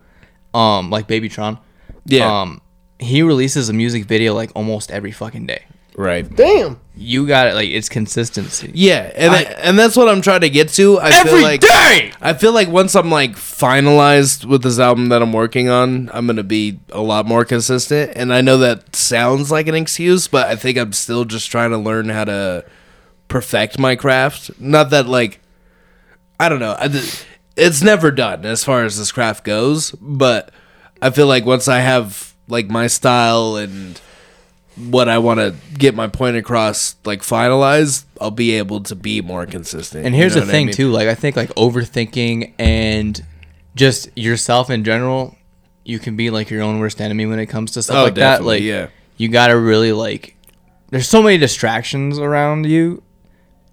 B: um like baby tron
D: Yeah.
B: um he releases a music video like almost every fucking day
D: right.
C: Damn.
B: you got it like it's consistency
D: Yeah, and I, and that's what I'm trying to get to. I feel
B: Every
D: like
B: day!
D: I feel like once I'm like finalized with this album that I'm working on, I'm gonna be a lot more consistent. And I know that sounds like an excuse, but I think I'm still just trying to learn how to perfect my craft. Not that like I don't know. I just- it's never done as far as this craft goes, but I feel like once I have like my style and what I want to get my point across like finalized, I'll be able to be more consistent.
B: And
D: you
B: here's
D: know
B: the
D: what I
B: thing
D: mean?
B: too, like I think like overthinking and just yourself in general, you can be like your own worst enemy when it comes to stuff
D: Oh,
B: like that.
D: definitely,
B: Like
D: yeah.
B: you gotta really like there's so many distractions around you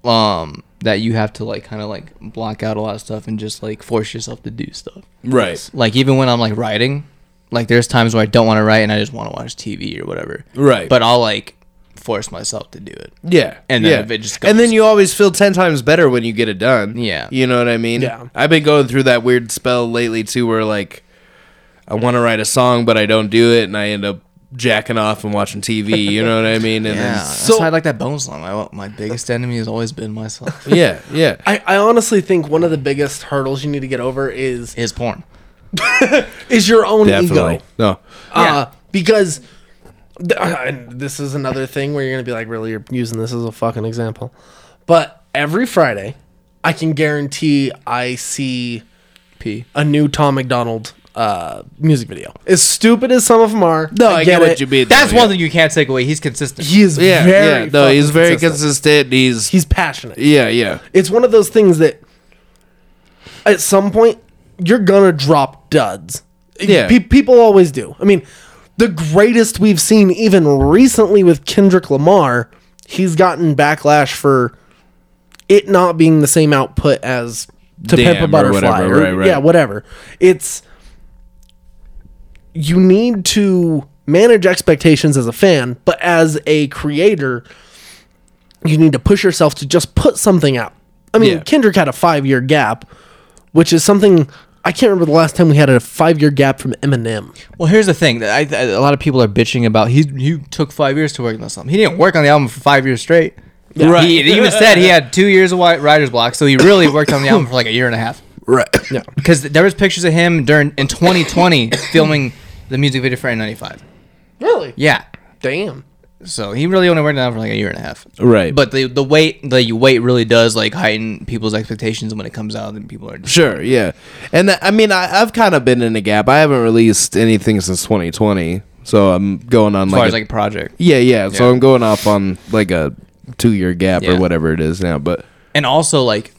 B: um that you have to like kinda like block out a lot of stuff and just like force yourself to do stuff.
D: Right.
B: Like even when I'm like writing, like there's times where I don't want to write and I just want to watch TV or whatever.
D: Right.
B: But I'll like force myself to do it.
D: Yeah.
B: And then
D: yeah.
B: if it just
D: And then
B: goes-
D: you always feel 10 times better when you get it done.
B: Yeah.
D: You know what I mean?
C: Yeah.
D: I've been going through that weird spell lately too where like I want to write a song but I don't do it and I end up jacking off and watching TV, you know what I mean? And
B: Yeah,
D: then
B: so I like that bone slam. I, my biggest enemy has always been [laughs] myself.
D: yeah, [laughs] yeah.
C: I, I honestly think one of the biggest hurdles you need to get over is
B: Is porn.
C: is your own
D: Definitely.
C: ego.
D: No.
C: Uh, because th- uh, and this is another thing where you're going to be like, really, you're using this as a fucking example. But every Friday, I can guarantee I see
B: P.
C: a new Tom McDonald uh, music video. As stupid as some of them are,
D: No, I, get,
C: it.
D: what you mean.
B: That's
D: though,
B: one
D: yeah.
B: thing you can't take away. He's consistent.
C: He is
D: Yeah,
C: very
D: yeah. No, he's
C: fucking
D: very
C: consistent.
D: consistent. He's,
C: He's passionate.
D: yeah, yeah.
C: It's one of those things that at some point you're gonna drop duds.
D: Yeah.
C: Pe- people always do. I mean, the greatest we've seen even recently with Kendrick Lamar, he's gotten backlash for it not being the same output as to
D: Damn,
C: Pimp a
D: or
C: Butterfly.
D: whatever,
C: or-
D: right, right.
C: Yeah, whatever. It's you need to manage expectations as a fan, but as a creator, you need to push yourself to just put something out. I mean,
D: Yeah.
C: Kendrick had a five year gap, which is something I can't remember the last time we had a five year gap from Eminem.
B: Well, here's the thing that I, I a lot of people are bitching about. He he took five years to work on this album. He didn't work on the album for five years straight.
D: Right.
B: He even said he [laughs] had two years of wi- writer's block, so he [laughs] really worked on the album for like a year and a half.
C: Right. Yeah.
B: Because there was pictures of him during in [coughs] 2020 filming the music video for N95.
C: Really?
B: Yeah.
C: Damn.
B: So he really only worked on it for like a year and a half.
D: Right.
B: But the the weight the weight really does like heighten people's expectations when it comes out and people are just
D: [laughs] Sure, yeah. And that, I mean, I, I've kind of been in a gap. I haven't released anything since 2020, so I'm going on
B: as
D: like,
B: far as
D: a-
B: like a project.
D: yeah, yeah, So
B: Yeah.
D: I'm going off on like a two year gap
B: Yeah.
D: or whatever it is now. But
B: And also like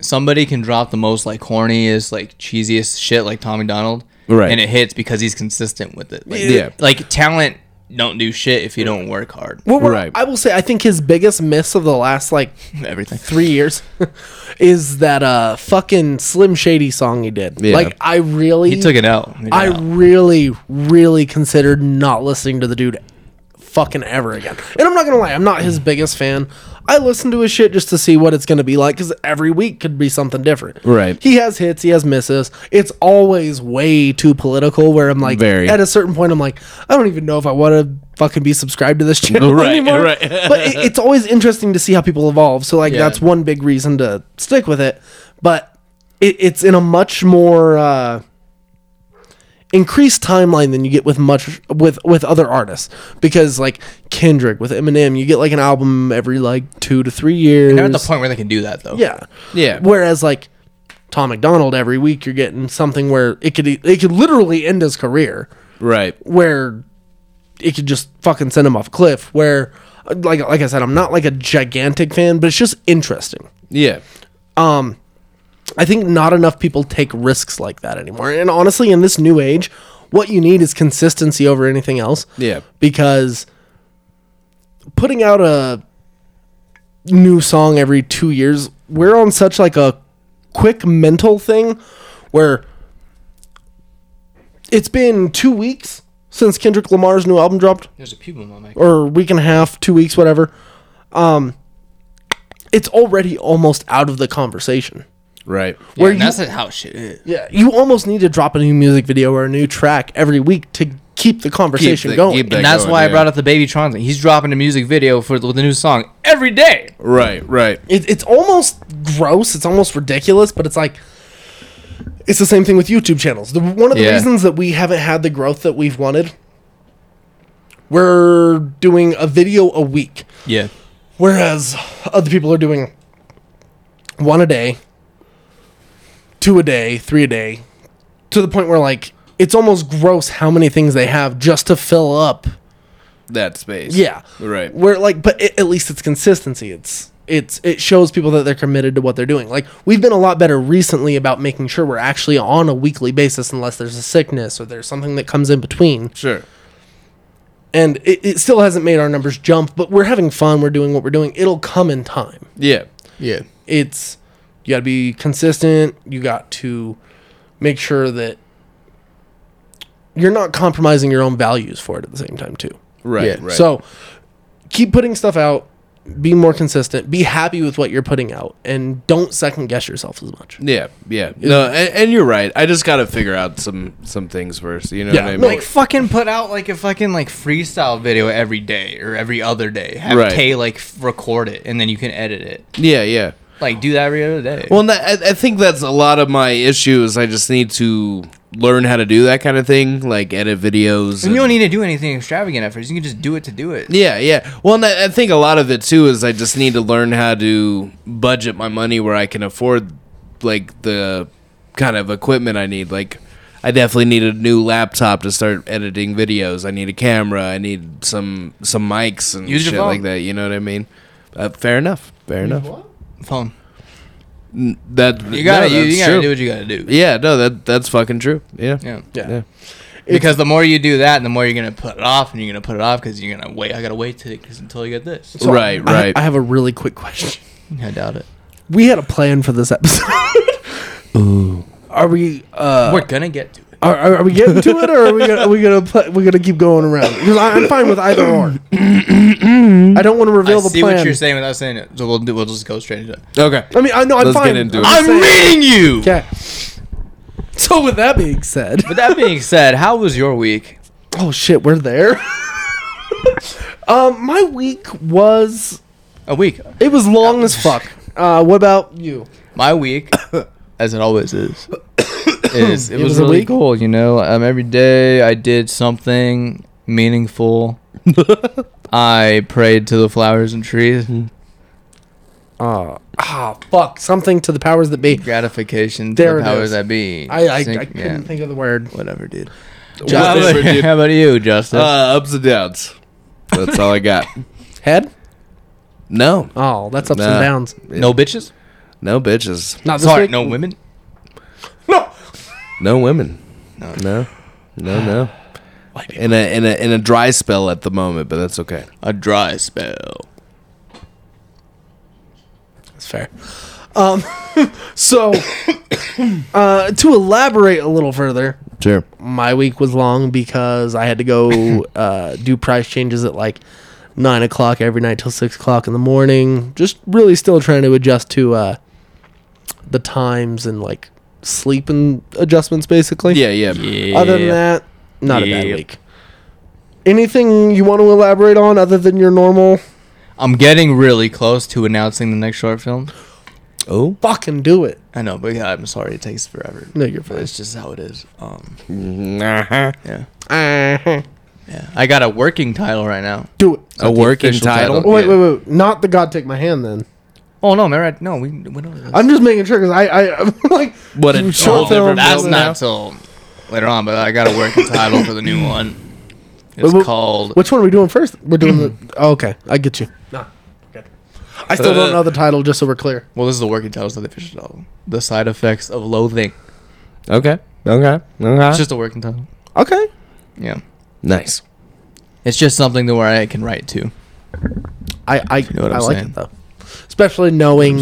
B: somebody can drop the most like corniest like cheesiest shit like Tommy Donald,
D: Right.
B: And it hits because he's consistent with it. Like,
D: Yeah.
B: Like talent don't do shit if you don't work hard.
C: Well, we're-
D: Right.
C: I will say, I think his biggest miss of the last like
B: [laughs] Everything.
C: three years [laughs] is that uh fucking Slim Shady song he did.
D: Yeah.
C: Like, I really
B: He took it out.
C: I really, really considered not listening to the dude fucking ever again. And I'm not gonna lie, I'm not his biggest fan. I listen to his shit just to see what it's gonna be like because every week could be something different.
D: Right.
C: He has hits, he has misses. It's always way too political where I'm like
D: Very.
C: at a certain point I'm like, I don't even know if I wanna fucking be subscribed to this [laughs] channel
D: Right,
C: anymore.
D: right.
C: but it, it's always interesting to see how people evolve. So like
B: Yeah.
C: that's one big reason to stick with it. But it, it's in a much more uh increased timeline than you get with much with with other artists because like Kendrick with Eminem you get like an album every like 2 to 3 years
B: They're at the point where they can do that though.
C: yeah
D: Yeah.
C: whereas like Tom McDonald every week you're getting something where it could it could literally end his career
D: right,
C: where it could just fucking send him off a cliff where like like I said I'm not like a gigantic fan but it's just interesting
D: yeah,
C: I think not enough people take risks like that anymore. And honestly, in this new age, what you need is consistency over anything else.
D: Yeah.
C: Because putting out a new song every 2 years, we're on such like a quick mental thing where it's been 2 weeks since Kendrick Lamar's new album dropped
B: There's a pube on my mic.
C: or week and a half, two weeks, whatever. Um, it's already almost out of the conversation.
D: right.
B: Where
C: you-
B: that's how shit is.
C: Yeah, you almost need to drop a new music video or a new track every week to keep the conversation
D: the-
C: going.
D: keep the-
B: And
D: That
B: that's
D: going,
B: why I
D: yeah.
B: brought up the Baby Tron thing. He's dropping a music video for with a new song every day.
D: Right, right.
C: It, it's almost gross. It's almost ridiculous, but it's like it's the same thing with YouTube channels. The, one of the
D: Yeah.
C: reasons that we haven't had the growth that we've wanted, we're doing a video a week,
B: Yeah.
C: whereas other people are doing one a day, two a day, three a day, to the point where like it's almost gross how many things they have just to fill up
D: That space.
C: Yeah.
D: Right.
C: Where like, but it, at least it's consistency. It's it's it shows people that they're committed to what they're doing. Like we've been a lot better recently about making sure we're actually on a weekly basis, unless there's a sickness or there's something that comes in between.
D: Sure.
C: And it, it still hasn't made our numbers jump, but we're having fun. We're doing what we're doing. It'll come in time.
D: Yeah.
B: Yeah.
C: It's you got to be consistent. You got to make sure that you're not compromising your own values for it at the same time too.
D: Right.
B: Yeah.
D: Right.
C: So keep putting stuff out, be more consistent, be happy with what you're putting out, and don't second guess yourself as much.
D: yeah, yeah. No, and, and you're right. I just got to figure out some some things first. You know
C: Yeah,
D: what I mean?
C: no,
B: Like fucking put out like a fucking like freestyle video every day or every other day. Have
D: Right.
B: Tay like f- record it and then you can edit it.
D: yeah, yeah.
B: Like do that every other day.
D: Well, and that, I, I think that's a lot of my issue is I just need to learn how to do that kind of thing, like edit videos.
B: and you don't need to do anything extravagant at first. You can just do it to do it.
D: yeah, yeah. Well, and I, I think a lot of it too is I just need to learn how to budget my money where I can afford like the kind of equipment I need. Like, I definitely need a new laptop to start editing videos. I need a camera. I need some some mics and
B: Use your
D: shit
B: phone.
D: like that. You know what I mean? Uh, fair enough. Fair enough.
B: Phone.
D: That
B: You gotta
D: no,
B: you,
D: that's
B: you gotta
D: true.
B: do what you gotta do.
D: Yeah, no, that that's fucking true. Yeah.
B: Yeah.
D: Yeah.
B: Because the more you do that, the more you're gonna put it off, and you're gonna put it off because you're gonna wait. I gotta wait to, cause until you get this.
D: right,
C: I-
D: right.
C: I, have a really quick question.
B: I doubt it.
C: [laughs] We had a plan for this episode. Ooh. Are we uh
B: We're gonna get to it.
C: Are, are, are we getting to it, or are we gonna, are we gonna play, we're gonna keep going around? 'Cause I, I'm fine with either or. I don't want to
B: I
C: reveal the
B: see
C: plan.
B: what you're saying without saying it, so we'll do, we'll just go straight into it.
D: Okay.
C: I mean, I know I'm
D: Let's
C: fine.
D: get into it.
B: I'm reading you.
C: Okay. So with that being said,
B: With that being said, how was your week?
C: oh shit, we're there. [laughs] um, my week was
B: A week.
C: it was long as fuck. Uh, what about you?
B: My week, [coughs] as it always is, is it, was,
C: was a
B: really
C: week?
B: cool. You know, um, every day I did something
C: [laughs]
B: meaningful. I prayed to the flowers and trees.
C: Hmm. Uh, ah, fuck, something to the powers that be.
B: Gratification
C: There
B: to the
C: it
B: powers
C: is.
B: that be.
C: I I, I
B: Think-
C: couldn't
B: yeah,
C: think of the word.
B: Whatever, dude.
D: Justin,
B: How about- [laughs]
D: dude.
B: How about you, Justin?
D: Uh, ups and downs. That's all
B: [laughs]
D: I got.
C: Head?
D: No,
C: Oh, that's ups and
D: Nah.
C: downs.
B: no bitches.
D: no bitches,
C: Not this
B: Sorry,
C: week?
B: no women.
D: no women, no, no, no. no. In a in a in a dry spell at the moment, but that's okay.
B: A dry spell.
C: That's fair. Um, [laughs] so [coughs] uh, to elaborate a little further,
D: Sure.
C: my week was long because I had to go uh, do price changes at like nine o'clock every night till six o'clock in the morning. Just really still trying to adjust to uh, the times and like sleep and adjustments, basically.
D: Yeah, yeah.
C: Other than that, not a
B: Yeah.
C: bad week. Anything you want to elaborate on other than your normal?
B: I'm getting really close to announcing the next short film.
D: Oh,
C: Fucking do it.
B: I know, but yeah, I'm sorry. It takes forever.
C: No, you're fine.
B: It's just how it is. Um,
D: uh
B: yeah,
C: Uh-huh.
B: yeah. I got a working title right now.
C: Do it.
D: a
B: the
D: working
B: official
D: title.
B: title.
C: Oh, Wait,
B: Yeah.
C: wait, wait. Not the God take my hand then.
B: Oh no, man! I, no, we we don't.
C: I'm just making sure because I, I, [laughs] I'm like,
D: What a
C: Short
D: short
C: film.
D: film.
B: That's
C: Well, now-
B: not till later on, but I got a working title for the [clears throat] new one. It's
C: Wait, wait,
B: called.
C: which one are we doing first? We're doing
B: [clears throat]
C: the. oh, okay, I get you. Nah, I still don't know the title, just so we're clear.
B: Well, this is the working title, it's not the official title. The side effects of loathing.
D: Okay. Okay.
B: It's
D: Okay.
B: just a working title.
C: Okay.
B: Yeah,
D: nice.
B: it's just something to where I can write to.
C: I, I,
B: know what
C: I
B: I'm
C: like
B: saying.
C: it though, especially knowing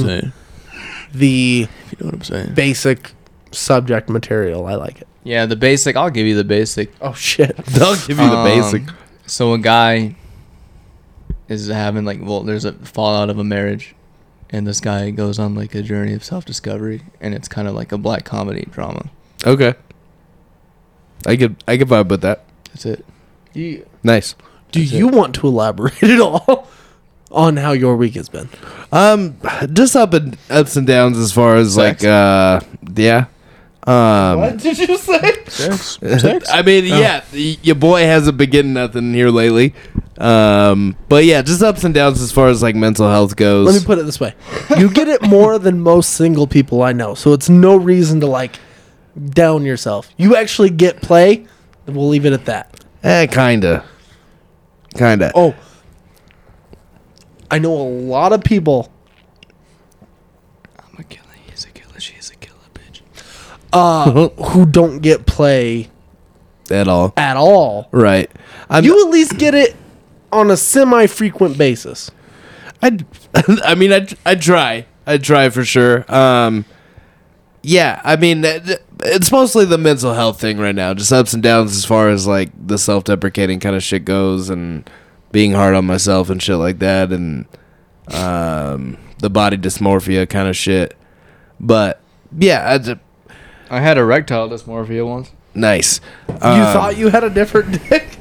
C: the
B: If you know what I'm saying.
C: basic subject material. I like it.
B: Yeah, the basic. I'll give you the basic.
C: Oh shit.
D: They'll give you the
B: Um,
D: basic.
B: So a guy is having like well, there's a fallout of a marriage, and this guy goes on like a journey of self discovery, and it's kind of like a black comedy drama.
D: Okay. I could I could vibe with that.
B: That's it.
C: You,
D: Nice.
C: do you want to elaborate at all on how your week has been?
D: Um, just up and ups and downs as far as like uh yeah.
C: [laughs]
D: Um,
C: did you say?
D: I mean,
C: Oh.
D: yeah, y- your boy hasn't been getting nothing here lately. Um, but yeah, just ups and downs as far as like mental health goes.
C: Let me put it this way: you get it more than most single people I know, so it's no reason to like down yourself. You actually get play. and We'll leave it at that.
D: eh, kinda, kinda.
C: Oh, I know a lot of people.
B: I'm a killer. He's a killer. She's a killer, bitch.
C: Uh, who don't get play
D: at all.
C: at all.
D: Right. I'm,
C: You at least get it on a semi-frequent basis.
D: I, [laughs] I mean, I, I try, I try for sure. Um, yeah, I mean, it- it's mostly the mental health thing right now, just ups and downs as far as like the self-deprecating kind of shit goes, and being hard on myself and shit like that, and um, the body dysmorphia kind of shit. But yeah, I ju-
B: I had erectile dysmorphia once.
D: nice. Um, You
C: you thought you had a different [laughs] dick?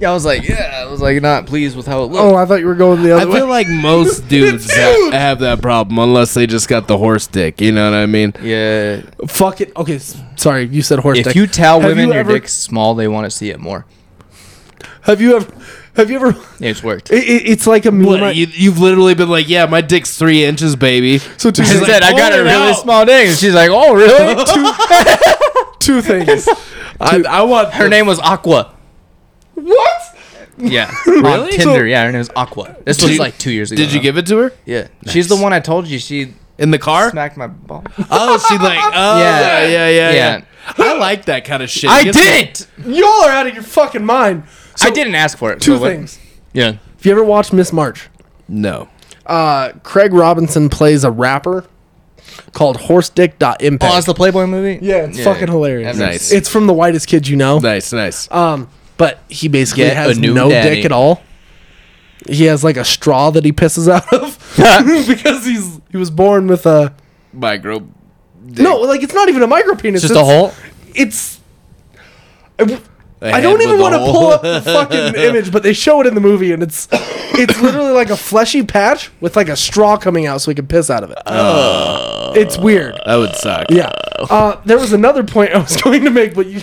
B: Yeah, I was like, yeah, I was like not pleased with how it
C: Oh,
B: looked.
C: I thought you were going the other
D: I
C: way.
D: feel
C: [laughs]
D: like most dudes ha- have that problem unless they just got the horse dick. You know what I mean?
B: yeah.
C: Fuck it. Okay, s- sorry. You said horse
B: If
C: dick.
B: you tell
C: Have
B: women
C: you
B: your
C: ever-
B: dick's small, they want to see it more.
C: have you ever? Have you ever?
B: It's worked.
C: It, it, it's like a meme.
D: What,
C: I-
D: you, you've literally been like, yeah, my dick's three inches, baby.
C: so two,
B: She
C: things-
B: said, I got
D: "Pull
B: a
D: it
B: really
D: out."
B: small dick. And she's like, oh, really? [laughs]
C: two things.
D: I, I want
B: Her name was Aqua.
C: what?
B: Yeah. On
D: Really?
B: Tinder.
D: So-
B: yeah, her name was Aqua. This
D: Did
B: was
D: you-
B: like two years ago.
D: Did you
B: now.
D: give it to her
B: Yeah. She's the one I told you she
D: in the car?
B: smacked my ball.
D: Oh, she
C: [laughs]
D: like, oh
B: Yeah.
D: yeah, yeah, yeah,
B: Yeah.
D: yeah. I like that kind of shit.
B: I
D: Gets me-
B: didn't.
C: Y'all are out of your fucking mind.
B: I didn't ask for it.
C: Two
B: so what-
C: things.
B: Yeah.
C: If you ever watched Miss March,
D: No.
C: uh, Craig Robinson plays a rapper called Horse Dick Dot Impact.
B: Oh, it's the Playboy movie.
C: yeah, it's
B: Yeah,
C: fucking
B: yeah.
C: hilarious.
B: I've never
D: Nice.
B: seen it.
C: It's from the whitest kid you know.
D: Nice, nice.
C: Um, but he basically
B: Get
C: has
B: a new
C: no
B: daddy.
C: dick at all. He has like a straw that he pisses out
B: [laughs]
C: of [laughs] because he's he was born with a
D: Micro.
C: no, like it's not even a micro penis.
B: It's just a hole.
C: It's. I- I don't even want to pull up the fucking image, but they show it in the movie, and
B: [coughs]
C: it's it's literally like a fleshy patch with like a straw coming out, so he can piss out of it.
B: Uh.
C: it's weird.
D: That would suck.
C: Yeah. Uh, there was another point I was [laughs] going to make, but you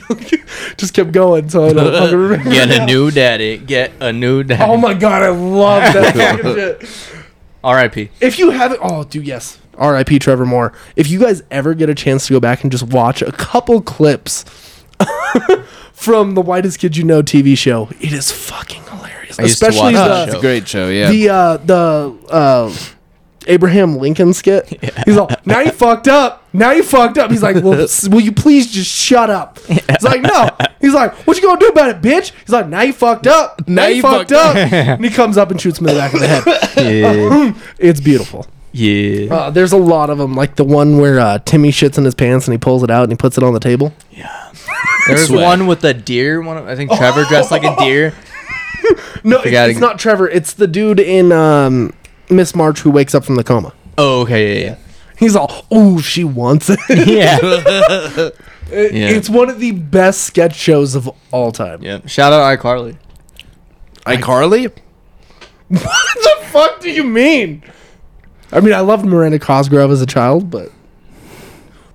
C: just kept going, so I don't fucking remember.
B: [laughs] Get
C: now.
B: a new daddy. Get a new daddy.
C: Oh my god, I love
B: [laughs]
C: that fucking shit.
B: R.I.P.
C: If you haven't, oh, dude, yes. R.I.P. Trevor Moore. If you guys ever get a chance to go back and just watch a couple clips [laughs] from the Whitest Kid You Know TV show, it is fucking hilarious.
B: used to
C: Especially
B: watch
C: the
B: that
D: It's a
B: show.
D: great show, yeah.
C: the uh, the uh, Abraham Lincoln [laughs] skit. He's all, now you fucked up. Now you fucked up. He's like, [laughs] well, s- will you please just shut up? He's like, no. He's like, what you gonna do about it, bitch? He's like, now you fucked up. [laughs] Now, you, fucked up. [laughs] and he comes up and shoots him in the back of the head.
B: Yeah.
C: It's beautiful.
B: yeah.
C: Uh, there's a lot of them, like the one where uh, Timmy shits in his pants and he pulls it out and he puts it on the table.
B: There's
D: Sweat.
B: one with a deer. One, of- I think Trevor dressed like a deer.
C: No, it's,
B: gotta-
C: it's not Trevor. It's the dude in um, Miss March who wakes up from the coma.
B: [laughs] Oh, okay, yeah,
C: He's all, "Ooh, she wants [laughs] it."
B: yeah, [laughs] yeah.
C: It-
B: Yeah.
C: It's one of the best sketch shows of all time.
B: yeah. Shout out iCarly.
D: iCarly?
C: [laughs] What the fuck do you mean? I mean, I loved Miranda Cosgrove as a child, but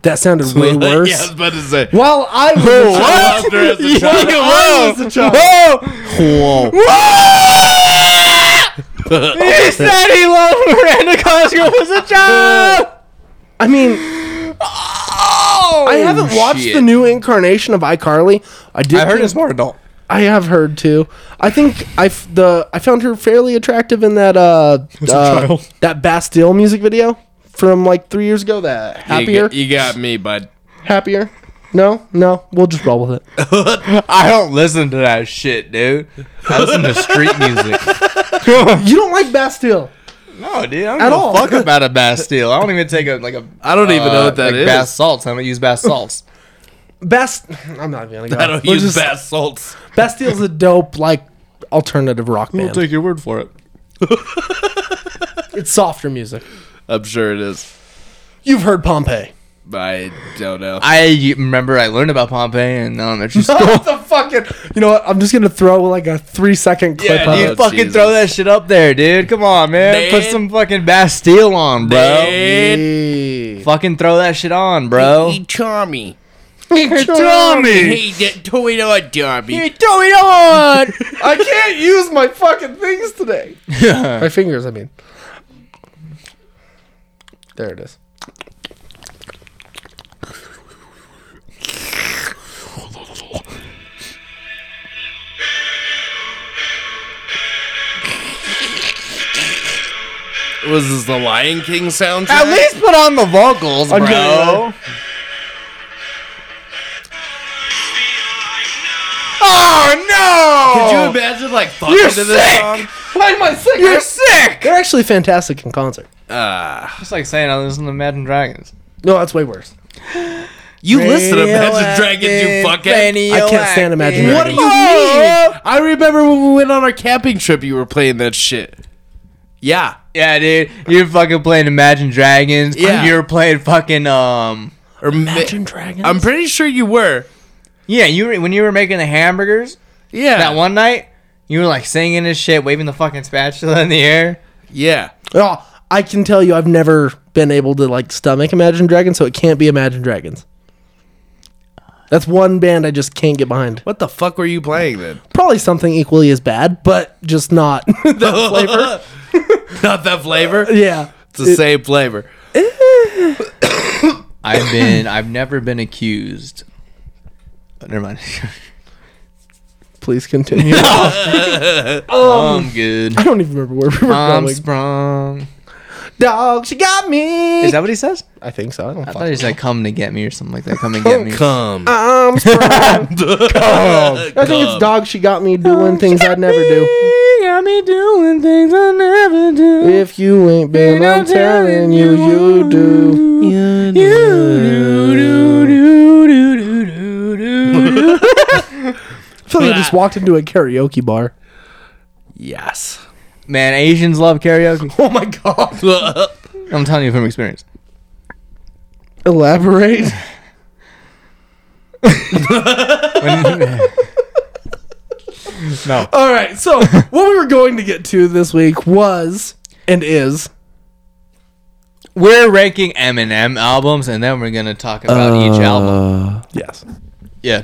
C: that
B: [laughs]
C: sounded way worse.
D: yeah, I was about to say.
C: While I was a child, [laughs]
D: After as a
C: while
D: child. Oh,
C: I was a child,
D: Whoa.
B: He said he loved Miranda Cosgrove as [laughs] a child.
C: I mean,
B: Oh,
C: I haven't watched the new incarnation of iCarly. I did.
B: I heard
C: think-
B: it's more adult.
C: I have heard too. I think I f- the I found her fairly attractive in that uh, uh,
B: child.
C: that Bastille music video from like three years ago. That happier.
D: You, got me, bud.
C: happier. No, no, we'll just roll with
B: [laughs]
C: it.
B: I don't listen to that shit, dude. I listen to [laughs] street music.
C: You don't like Bastille.
B: No, dude, I don't
C: At
B: give
C: all.
B: a fuck about a Bastille. I don't even take a like a.
D: I don't even know what that
B: Uh, like
D: is.
B: Bath salts. I don't use [laughs] bath salts.
C: Bast I'm not even gonna go.
D: I
C: [laughs]
D: don't
C: We'll
D: use
C: just-
D: bath salts.
C: Bastille's a dope like alternative rock band.
B: your word for it.
C: it's softer music.
D: I'm sure it is.
C: You've heard
B: [laughs]
C: Pompeii. [laughs]
D: I don't know.
B: I remember I learned about Pompeii and um, elementary [laughs] school.
C: What the fucking You know what? I'm just gonna throw like a three second clip
D: Yeah,
C: up.
D: dude.
B: [laughs] You
D: Oh,
B: fucking
D: Jesus.
B: throw that shit up there, dude. Come on, man.
D: Man.
B: Put some fucking Bastille on, bro.
D: Man.
B: Fucking throw that shit on, bro.
D: Tommy.
B: Tommy,
D: Hey, that toy on Tommy.
B: throw it on.
C: I can't use my fucking things today. my fingers, I mean. There it is.
D: Was this the Lion King
B: [laughs]
D: soundtrack?
B: At least put on the vocals, bro.
C: I'm gonna-
B: Oh no!
D: oh, Could you imagine like fucking
B: You're
D: to this
B: sick!
D: song?
C: Why am I sick?
B: You're sick.
C: They're actually fantastic in concert.
D: Ah,
B: It's like saying "Oh, I listen to Imagine Dragons.
C: No, that's way worse.
D: you listen to Imagine Dragons, you fucking.
C: I can't stand Imagine
D: What do
C: Dragons.
D: you mean? I remember when we went on our camping trip, you were playing that shit. Yeah.
B: Yeah, dude, you're fucking playing Imagine Dragons.
D: Yeah.
B: you're playing fucking um.
D: Or
C: Imagine
D: Imagine
C: Dragons.
D: I'm pretty sure you were.
B: Yeah, you were, when you were making the hamburgers
D: Yeah.
B: that one night, you were like singing this shit, waving the fucking spatula in the air.
D: Yeah.
C: Oh, I can tell you, I've never been able to like stomach Imagine Dragons, so it can't be Imagine Dragons. That's one band I just can't get behind.
D: What the fuck were you playing [laughs] then?
C: Probably something equally as bad, but just not [laughs] that flavor.
D: [laughs] Not that flavor.
C: Yeah,
D: It's the same flavor.
B: I've been, I've never been accused. Oh, never mind.
C: please continue.
B: [laughs] I'm
C: [laughs]
B: good.
C: I don't even remember where we were
B: I'm
C: going.
B: sprung.
C: Dog, she got me.
B: Is that what he says?
C: I think so. I don't.
B: I
C: fuck-
B: thought he said, "Come to get me" or something like that. Come and get me.
D: Come.
C: I'm [laughs] sprung. I think it's dog. She got me doing things I'd never do.
B: Got me doing things I never do.
C: If you ain't been, I'm telling you, you do. You just walked into a karaoke bar.
D: Yes.
B: Man, Asians love karaoke.
C: Oh my god!
B: I'm telling you from experience.
C: [laughs] [laughs] Elaborate.
B: No.
C: All right. So what we were going to get to this week was and is
B: We're ranking Eminem albums, and then we're gonna talk about
D: Uh,
B: each album.
C: yes,
B: Yeah,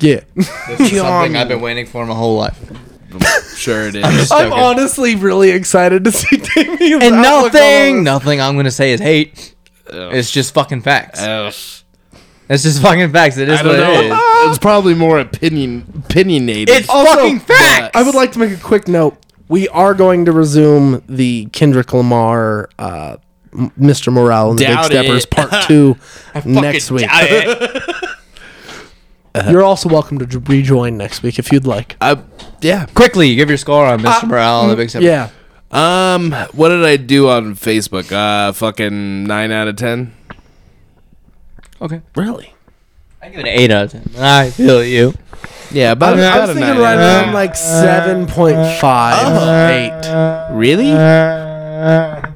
C: yeah.
B: this is something I've been waiting for my whole life.
D: Sure it is.
C: I'm honestly really excited to see [laughs] Damien's
B: And
C: outlook on all
B: nothing, nothing I'm gonna say is hate. It's just fucking facts.
D: Ugh.
B: It's just fucking facts. It is
D: Uh, I don't
B: what it is.
D: know. Ah. It's probably more opinion opinionated.
B: It's fucking facts.
C: I would like to make a quick note. We are going to resume the Kendrick Lamar, uh, M- Mr. Morale, and the
D: Doubt
C: Big Steppers
B: [laughs]
D: it.
C: Part Two next
D: [laughs]
C: week. You're also welcome to j- rejoin next week if you'd like.
D: I, yeah.
B: Quickly, give your score on Mr. Morale and the Big Seven.
C: Yeah,
D: Um, what did I do on Facebook? Uh, fucking nine out of ten.
B: Okay.
C: really.
B: I give it an eight out of ten. I feel you.
D: Yeah, about,
C: I, mean, I
D: about
C: was
D: a
C: thinking
D: nine
C: right
D: out of
C: around like seven point five, eight.
B: uh,
D: ten. Uh, Really?
C: Yeah,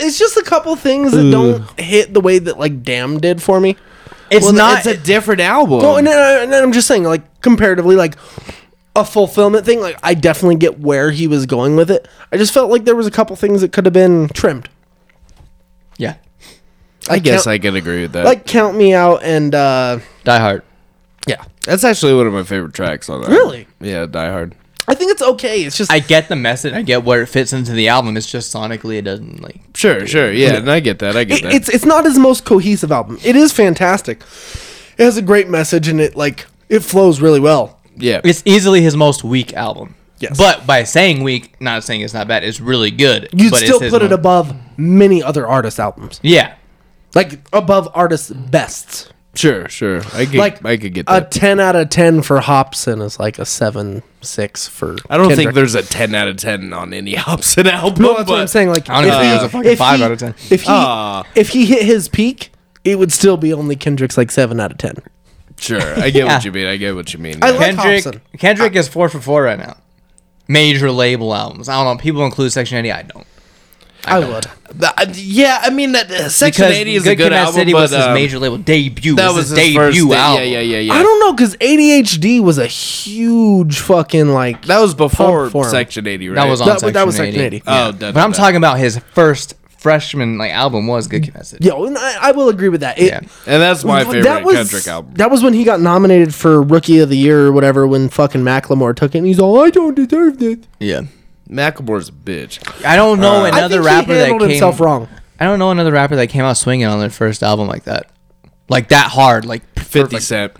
C: it's just a couple things that don't hit the way that like Damn did for me.
B: It's
C: Well,
B: not.
D: It's a different album.
C: Oh, and then, I- and then I'm just saying, like comparatively, like a fulfillment thing. Like I definitely get where he was going with it. I just felt like there was a couple things that could have been trimmed.
B: yeah.
D: I guess
C: count-
D: I can agree with that.
C: like count me out and uh
B: Die Hard.
C: yeah.
D: that's actually one of my favorite tracks on that.
C: Really?
D: Yeah, Die Hard.
C: I think it's okay. It's just
B: I get the message. I get where it fits into the album. It's just sonically, it doesn't like.
D: Sure, sure. Yeah, and I get that. I get
C: it-
D: that.
C: it's it's not his most cohesive album. It is fantastic. It has a great message and it like it flows really well.
D: yeah.
B: It's easily his most weak album.
C: Yes.
B: But by saying weak, not saying it's not bad. It's really good.
C: You'd
B: but
C: still
B: it's his
C: put it
B: most-
C: above many other artists' albums,
B: Yeah.
C: like above artists' bests.
D: sure, sure. I could,
C: Like
D: I could get
C: a
D: that.
C: ten out of ten for Hobson is like a seven six for.
D: I don't
C: Kendrick.
D: think there's a ten out of ten on any [laughs] Hobson album.
C: No, that's
D: but
C: what I'm saying. Like,
B: I don't
C: if
B: even think
C: he-
B: it was a fucking
C: if
B: five
C: he-
B: out of 10.
C: If he
D: Ah.
C: if he hit his peak, it would still be only Kendrick's like seven out of ten.
D: Sure, I get
B: Yeah.
D: what you mean. I get what you mean.
C: I
D: yeah.
C: like-
B: Kendrick.
C: Hobson.
B: Kendrick is four for four right now. Major label albums. I don't know. People include Section 80. I don't.
C: I, would.
D: Uh, yeah, I mean that uh, Section
B: Because
D: Eighty is a good
B: Kid, Mad
D: album,
B: City
D: but
B: was his
D: um,
B: major label debut.
D: that was his
B: debut
D: first thing.
B: album.
D: Yeah, yeah, yeah, yeah.
C: I don't know because ADHD was a huge fucking like
D: that was
C: Pump for
D: before
C: him.
D: Section Eighty, right?
B: That was on
C: That-
B: Section
C: that was
B: 80.
C: Section 80.
D: Oh,
B: Yeah.
D: duh,
B: but
D: duh,
B: I'm
D: duh.
B: talking about his first freshman like album was Good Kid, Mad City.
C: yo. And I, I will agree with that. It,
B: Yeah.
D: and that's my
C: Well,
D: favorite
C: was,
D: Kendrick album.
C: That was when he got nominated for Rookie of the Year or whatever when fucking Macklemore took it and he's all, I don't deserve this.
B: Yeah.
D: Macklemore's a bitch.
B: I don't know
C: I
B: another
C: think
B: rapper
C: he
B: that
C: handled
B: came.
C: himself wrong.
B: I don't know another rapper that came out swinging on their first album like that, like that hard. Like
D: Fifty
B: perfect.
D: Cent.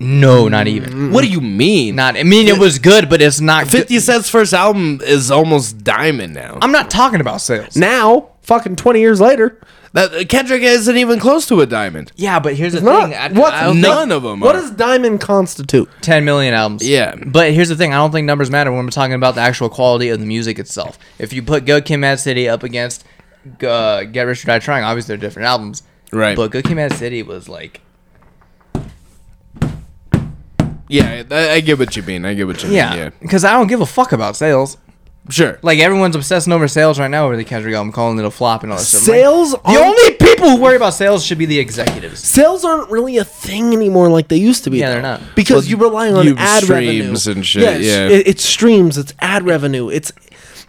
B: No, not even.
D: What do you mean?
B: Not. I mean, it was good, but it's not. good.
D: Mm. Fifty Cent's first album is almost diamond now.
B: I'm not talking about sales.
C: Now, fucking 20 years later,
D: That uh, Kendrick isn't even close to a diamond.
B: Yeah, but here's the
C: not,
B: thing. I,
C: what,
B: I don't
D: None
B: think
D: of them.
C: what
D: are.
C: does Diamond constitute?
B: ten million albums.
D: Yeah.
B: But here's the thing. I don't think numbers matter when we're talking about the actual quality of the music itself. If you put Good Kid, Mad City up against uh, Get Rich or Die Trying, obviously they're different albums.
D: Right.
B: But Good Kid, Mad City was like.
D: Yeah, I, I get what you mean. I get what you mean.
B: Yeah.
D: Yeah,
B: Because I don't give a fuck about sales.
D: sure.
B: Like everyone's obsessing over sales right now over the Kendrick album, calling it a flop and all that stuff. I'm like,
C: Sales
B: the
C: aren't-
B: only people who worry about sales should be the executives.
C: Sales aren't really a thing anymore like they used to be.
B: Yeah,
C: though.
B: they're not.
C: Because you rely on
D: you-
C: ad
D: streams
C: revenue.
D: and shit,
C: Yes,
D: yeah.
C: It, it's streams, it's ad revenue, it's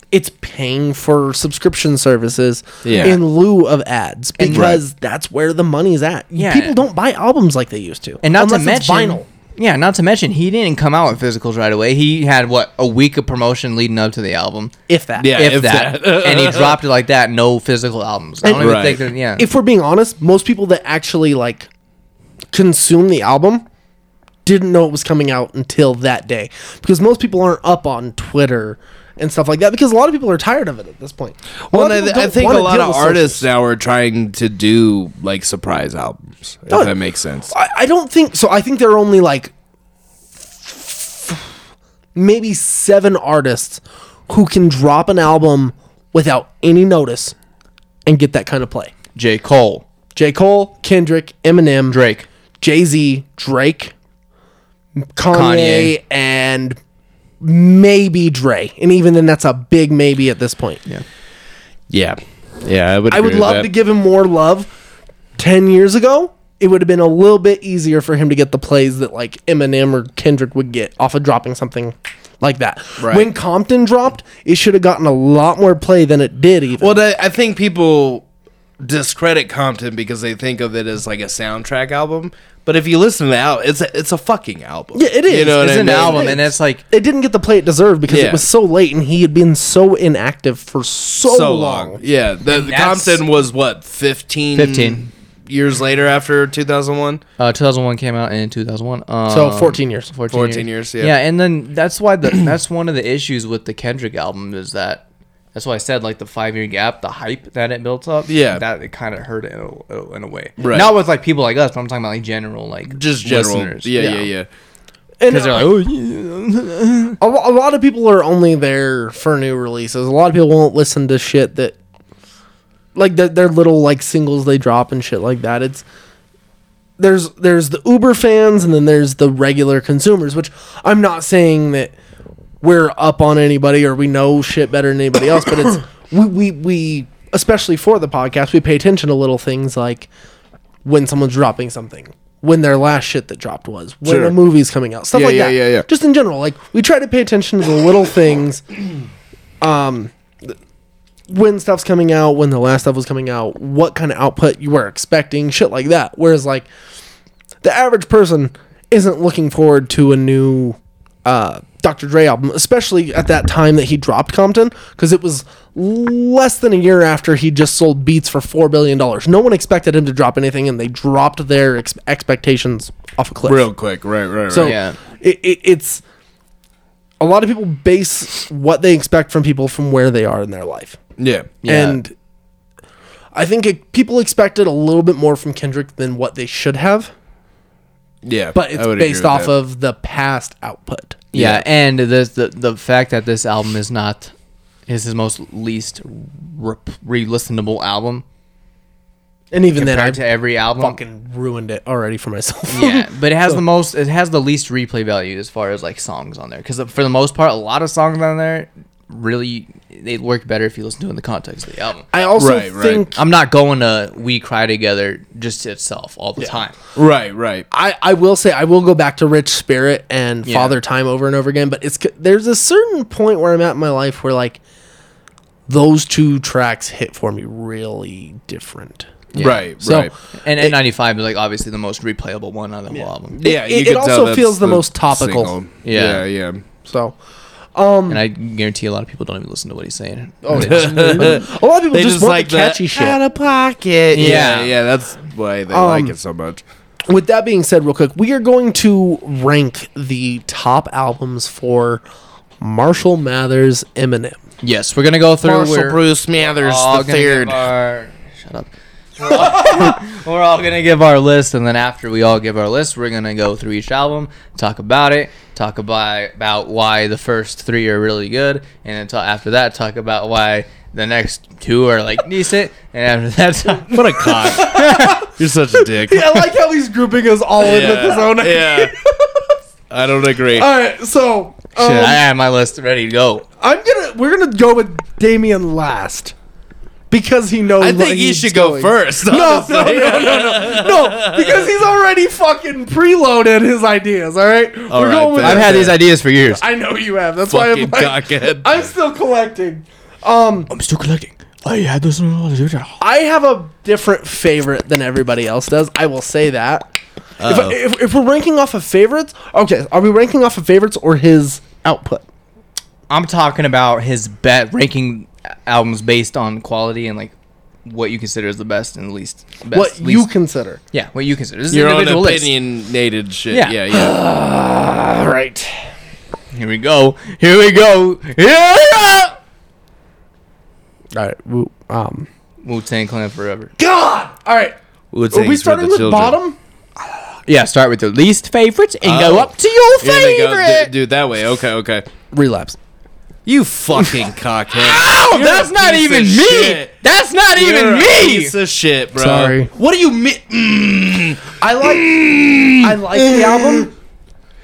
C: it's paying for subscription services
D: Yeah.
C: in lieu of ads
B: And-
C: because that's where the money's at.
B: Yeah.
C: People don't buy albums like they used to.
B: And not to
C: unless it's
B: mention Yeah, not to mention he didn't come out with physicals right away. He had what a week of promotion leading up to the album.
C: if that.
D: Yeah.
B: if,
D: if
B: that.
D: that.
B: and he dropped it like that, no physical albums. I don't
C: And-
B: even
D: Right.
B: think that yeah.
C: If we're being honest, most people that actually like consume the album didn't know it was coming out until that day because most people aren't up on Twitter and stuff like that because a lot of people are tired of it at this point. A
D: Well,
C: lot of
D: and I,
C: people
D: I
C: don't
D: think
C: wanna
D: a lot
C: deal
D: of
C: with social-
D: artists now are trying to do like surprise albums, if
C: Oh.
D: that makes sense.
C: I, I don't think so. I think there are only like maybe seven artists who can drop an album without any notice and get that kind of play.
B: J. Cole,
C: J. Cole, Kendrick, Eminem,
B: Drake.
C: Jay Z, Drake, Kanye,
B: Kanye.
C: and maybe Dre. And even then, that's a big maybe at this point.
D: Yeah, yeah. I would.
C: I would
D: agree with
C: love
D: that.
C: to give him more love. Ten years ago, it would have been a little bit easier for him to get the plays that like Eminem or Kendrick would get off of dropping something like that. When Compton dropped, it should have gotten a lot more play than it did. Even
D: Well, that, I think people discredit Compton because they think of it as like a soundtrack album. But if you listen to the album, it's a, it's a fucking album.
C: Yeah, it is.
D: You know what
C: It's
B: It's
D: I
B: an
D: mean?
B: album, and it's like
C: it didn't get the play it deserved because
D: Yeah.
C: it was so late and he had been so inactive for so,
D: so
C: long.
D: long. Yeah, the, the
B: that's-
D: Compton was what 15,
B: 15.
D: years later after two thousand one.
B: uh, 2001 came out in 2001. Um,
C: So 14 years.
B: 14,
D: 14 years, yeah.
B: yeah, and then that's why the [clears throat] that's one of the issues with the Kendrick album is that that's why I said like the five year gap, the hype that it built up.
D: Yeah.
B: that it kind of hurt it in a, in a way.
D: Right.
B: Not with like people like us, but I'm talking about like general like
D: Just general.
B: listeners.
D: Yeah, yeah, yeah.
C: And
B: Because they're like,
C: a,
B: oh, yeah.
C: a lot of people are only there for new releases. A lot of people won't listen to shit that like their, their little like singles they drop and shit like that. It's there's there's the Uber fans and then there's the regular consumers, which I'm not saying that we're up on anybody or we know shit better than anybody else, but
D: [coughs]
C: it's we, we we especially for the podcast, we pay attention to little things like when someone's dropping something, when their last shit that dropped was, when
D: Sure.
C: a movie's coming out, stuff
D: Yeah,
C: like
D: yeah,
C: that.
D: yeah, yeah.
C: Just in general, like we try to pay attention to the little
D: [coughs]
C: things um, when stuff's coming out, when the last stuff was coming out, what kind of output you were expecting, shit like that. Whereas like the average person isn't looking forward to a new uh, Dr. Dre album, especially at that time that he dropped Compton, because it was less than a year after he just sold Beats for four billion dollars. No one expected him to drop anything, and they dropped their ex- expectations off a cliff.
D: Real quick, right, right, right.
C: So
B: Yeah.
C: it, it, it's a lot of people base what they expect from people from where they are in their life.
D: yeah,
B: Yeah.
C: And I think it, people expected a little bit more from Kendrick than what they should have,
D: yeah.
C: but
D: I
C: it's
D: would agree
C: based
D: with
C: off
D: that.
C: of the past output.
B: yeah, and the, the the fact that this album is not is his most least re listenable album
C: And even then, I
B: compared to every album.
C: fucking ruined it already for myself.
D: [laughs]
B: yeah, but it has the most. It has the least replay value as far as like songs on there, because for the most part, a lot of songs on there really they work better if you listen to it in the context of the album.
C: [laughs] I also
D: Right, right.
C: think
B: I'm not going to "We Cry Together" just to itself all the time.
D: right, right.
C: I, I will say I will go back to Rich Spirit and
B: Yeah.
C: Father Time over and over again, but it's c- there's a certain point where I'm at in my life where like those two tracks hit for me really different.
D: Right,
C: So
D: right.
B: And and '95 is like obviously the most replayable one on the whole album.
D: Yeah,
C: it- it
D: could
C: also
D: that's
C: feels the most topical.
B: Yeah.
D: yeah, yeah. [laughs]
C: so
B: and I guarantee a lot of people don't even listen to what he's saying.
C: Mm. oh, it's- a lot of people
D: They
C: just,
D: just
C: want
D: like
C: the
D: the
C: catchy shit.
D: out of pocket.
B: Yeah.
D: Yeah, yeah. That's why they
C: Um,
D: like it so much.
C: with that being said, real quick, we are going to rank the top albums for Marshall Mathers Eminem.
B: Yes, we're gonna go through. we're
D: Bruce Mathers
B: all gonna give our- shut up. [laughs] We're all, we're all gonna give our list, and then after we all give our list, we're gonna go through each album, talk about it, talk about about why the first three are really good, and then ta- after that, talk about why the next two are like decent, and after that, [laughs] talk-
D: [laughs] What a
C: [laughs]
D: cock! You're such a dick.
C: I like how he's grouping us all in with his own. [laughs]
D: yeah. I don't agree.
C: All right, so um,
B: Shit, I had my list ready to go.
C: I'm gonna we're gonna go with Damien last because he knows.
D: I think he should go first.
C: No, no, no, no, no, [laughs] no, because he's already fucking preloaded his ideas. All right,
D: All
C: we're
D: right,
C: going with.
D: fair.
B: I've had these ideas for years.
D: [laughs]
C: I know you have. That's why
D: Fucking
C: I'm like,
D: cockhead.
C: [laughs]
D: [laughs]
C: I'm still collecting. Um,
B: I'm still collecting. I had this.
C: I have a different favorite than everybody else does. I will say that. If, I- if, if we're ranking off of favorites, okay, are we ranking off of favorites or his output?
B: I'm talking about his bet ranking albums based on quality and like what you consider as the best and least. Best,
C: what you
B: least-
C: consider?
B: Yeah, what you consider. This is
D: Your
B: an
D: own
B: individual list.
D: opinionated shit.
B: Yeah.
D: Yeah,
C: [gasps]
D: yeah. yeah.
C: All right.
B: Here we go. Here we go. Here we go.
C: All right. wo- Um.
B: Wu Tang Clan forever.
C: God. All right. Are we starting with bottom?
B: Yeah, start with your least favorites and go
D: Oh.
B: up to your
D: Here they go.
B: favorite.
D: D- dude, that way. Okay, okay.
C: Relapse. [laughs]
D: You fucking cockhead.
B: Ow,
D: You're
B: that's
D: a
B: not
D: piece
B: even
D: of
B: me.
D: shit.
B: That's not
D: You're
B: even
D: a
B: me.
D: Piece of shit, bro.
C: Sorry.
D: mm, What do you mean?
C: I like. I like the album.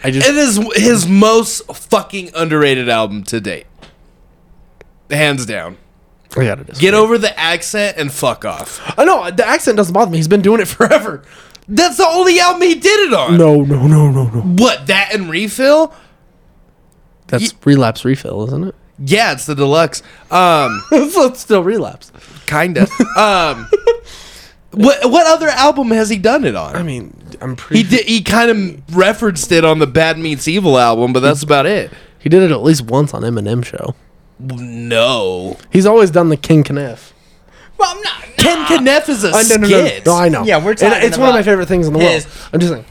C: I just
D: It is his most fucking underrated album to date. Hands down.
C: I got it.
D: Get over the accent and fuck off.
C: I know the accent doesn't bother me. He's been doing it [laughs] forever.
D: That's the only album he did it on.
C: No, no, no, no, no.
D: What, that and refill?
C: That's relapse refill, isn't it?
D: Yeah, it's the deluxe. Um
C: [laughs] so it's still relapse.
D: kinda. um What what other album has he done it on?
C: I mean, I'm pretty.
D: he did he kind of referenced it on the Bad Meets Evil album, but that's about it.
C: He did it at least once on Eminem show.
D: No.
C: He's always done the King Kniff.
B: Well, I'm not.
D: Ken Kneff is a
C: no,
D: skit.
C: no, no, no, I know.
B: Yeah, we're
C: And
B: talking
C: It's one of my
B: about
C: favorite things in the world.
B: his-
C: I'm just saying.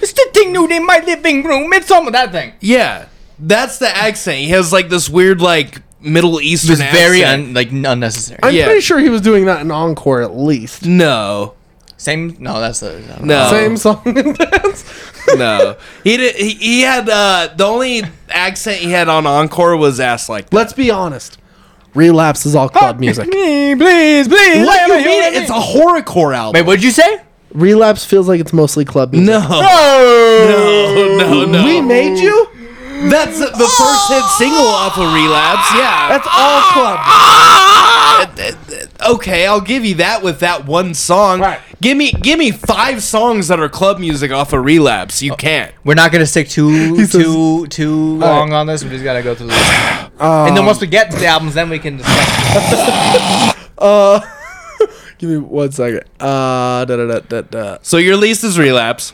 B: It's the thing nude in my living room. It's some of that thing.
D: Yeah, that's the accent. He has like this weird like Middle Eastern.
B: It's very
D: accent.
B: un, like unnecessary.
C: I'm
D: Yeah.
C: pretty sure he was doing that in Encore at least.
D: no,
B: Same. No, that's the. No.
D: No.
C: Same song [laughs] and dance.
D: no. he did. He, he had uh, the only accent he had on Encore was ass like. That.
C: Let's be honest. Relapse is all club music.
F: Me, please, please. let
D: What you
F: me hear
D: mean?
F: it.
D: It's a horrorcore album.
B: Wait, what'd you say?
C: Relapse feels like it's mostly club music.
D: no, no, no, no.
C: We made you?
D: that's the first hit single off of Relapse. Yeah. Uh,
C: That's all club.
D: okay, I'll give you that with that one song.
C: Right.
D: Give me, give me five songs that are club music off of Relapse. You can't.
B: We're not gonna stick [laughs] too
C: He says-
B: too too long on this. We just gotta go through the [sighs] list. and then once we get to the albums, then we can discuss.
C: Give me one second. Uh, da, da, da, da, da.
D: So your least is Relapse.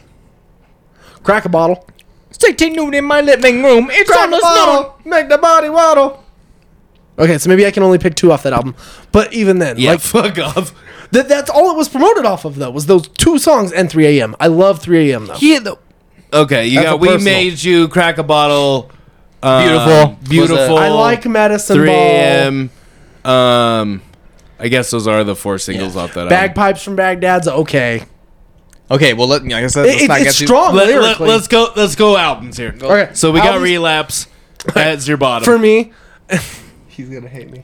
C: Crack a bottle.
B: Sitting nude in my living room. It's on the snow.
C: Make the body waddle. Okay, so maybe I can only pick two off that album. But even then,
D: Yeah,
C: like
D: fuck off.
C: That that's all it was promoted off of though was those two songs and 3 a.m. I love 3 a.m. though.
D: He the okay. You
C: That's a
D: got we
C: personal.
D: made you crack a bottle. um,
B: Beautiful.
D: beautiful.
B: Was
C: I like Madison
D: Oh, three
C: Ball.
D: a.m. Um, I guess those are the four singles
B: Yeah.
D: off that. album.
C: Bagpipes from Baghdad's okay.
B: Okay, well let. Like I said, let's
C: It,
B: not
C: it's
B: get too-
C: strong
D: Let, let,
C: Oh, lyrically
D: let's go. Let's go albums here.
C: Okay.
D: So we got
C: Albums-
D: relapse. That's your bottom.
C: for me. He's gonna hate me.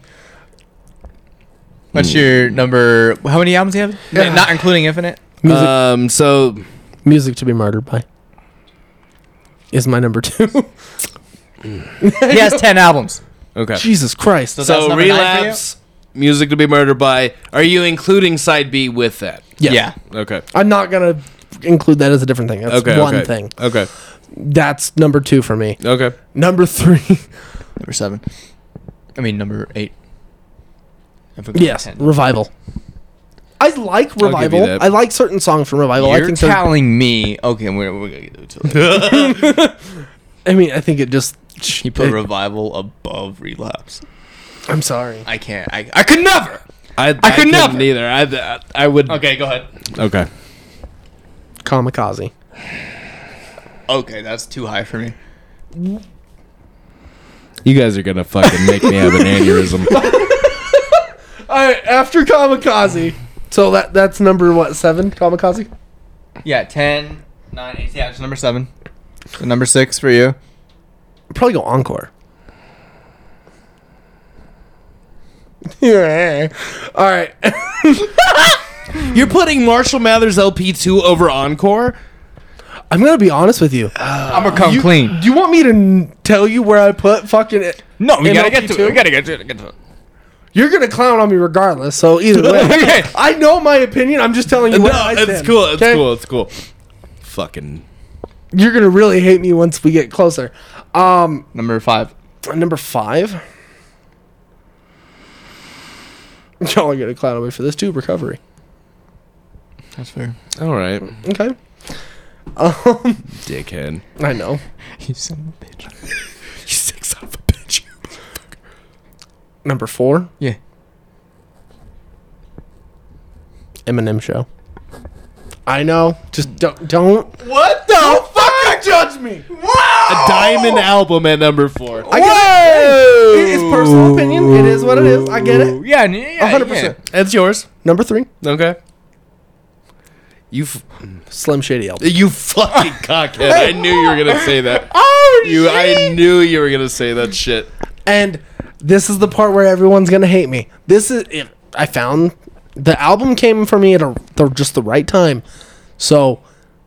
B: What's your number? How many albums do you have? Not including [laughs] Infinite.
C: Music,
D: um. So
C: music to be martyred by is my number two.
B: He has ten albums.
D: okay.
C: Jesus Christ.
B: So that's
D: so
B: number nine for you?
D: relapse. Music to be murdered by. Are you including side B with that?
C: Yeah.
D: Okay.
C: I'm not gonna include that as a different thing. That's
D: Okay.
C: one
D: okay.
C: thing.
D: Okay.
C: That's number two for me.
D: Okay.
C: Number three. [laughs]
B: Number seven. I mean, number eight. I forgot
C: Yes,
B: ten.
C: revival. I like
D: you
C: revival.
D: that.
C: I like certain songs from revival. I
B: You're
C: think they're-
B: telling me. Okay, we're, we're gonna do it. Till later. [laughs]
C: I mean, I think it just.
B: you put
C: it-
B: revival above relapse.
C: I'm sorry.
B: I can't. I, I could never.
D: I, I,
B: could
D: couldn't
B: never.
D: either. I, I I
B: [laughs]
D: would.
B: Okay, go ahead.
D: Okay.
C: Kamikaze.
B: Okay, that's too high for me.
D: You guys are gonna fucking make me have an aneurysm.
C: All right, after Kamikaze. So that that's number what seven? Kamikaze.
B: Yeah, 10, 9, 8. Yeah, it's number 7. So number 6 for you.
C: Probably go encore. [laughs] Yeah. All right. [laughs]
D: You're putting Marshall Mathers LP2 over Encore?
C: I'm gonna be honest with you.
B: I'm going to come
C: You-
B: clean.
C: Do you want me to n- tell you where I put fucking it?
B: No, we got to
C: MLP
B: get to
C: two?
B: it. We got to get to it. Get to it.
C: You're gonna clown on me regardless. So either [laughs] way, Uh,
B: Okay.
C: I know my opinion. I'm just telling you.
D: No,
C: where I
D: it's
C: stand,
D: cool. It's
C: 'kay?
D: cool. It's cool. Fucking.
C: You're gonna really hate me once we get closer. Um,
B: Number 5.
C: number five. [laughs] Y'all are gonna clown on me for this too. Recovery.
B: That's fair.
D: All right.
C: Okay. Um,
D: Dickhead.
C: I know.
B: [laughs] You son of a bitch.
D: You sick son of a bitch.
C: Number four,
B: Yeah.
C: Eminem show. I know. Just don't don't.
D: What the fuck?
C: Judge me.
D: A
B: Oh!
D: diamond album at number four.
C: I get it. Hey, It's personal opinion. It is what it is. I get it.
B: Yeah, yeah, yeah.
C: A hundred percent.
D: That's yours.
C: Number three,
D: Okay. You f-
C: Slim Shady album.
B: [laughs]
D: you fucking cockhead. I knew you were gonna say that.
C: Oh,
D: You I knew you were gonna say that shit.
C: And this is the part where everyone's gonna hate me. This is it, I found the album came for me at a, the, just the right time. So,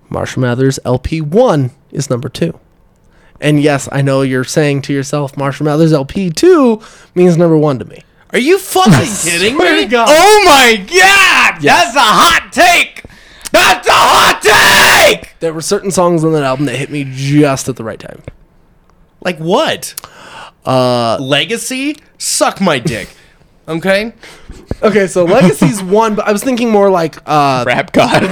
C: Marshall Mathers LP one is number two. And yes, I know you're saying to yourself, Marshall Mathers LP two means number one to me.
D: Are
C: [laughs]
D: you fucking kidding
C: Swear
D: me?
C: to God.
B: Oh my god! That's a hot take! That's a hot take!
C: There were certain songs on that album that hit me just at the right time.
D: Like what? Uh, Legacy? Suck my dick. okay.
C: Okay, so
D: [laughs]
C: Legacy's one, but I was thinking more like uh,
B: Rap God.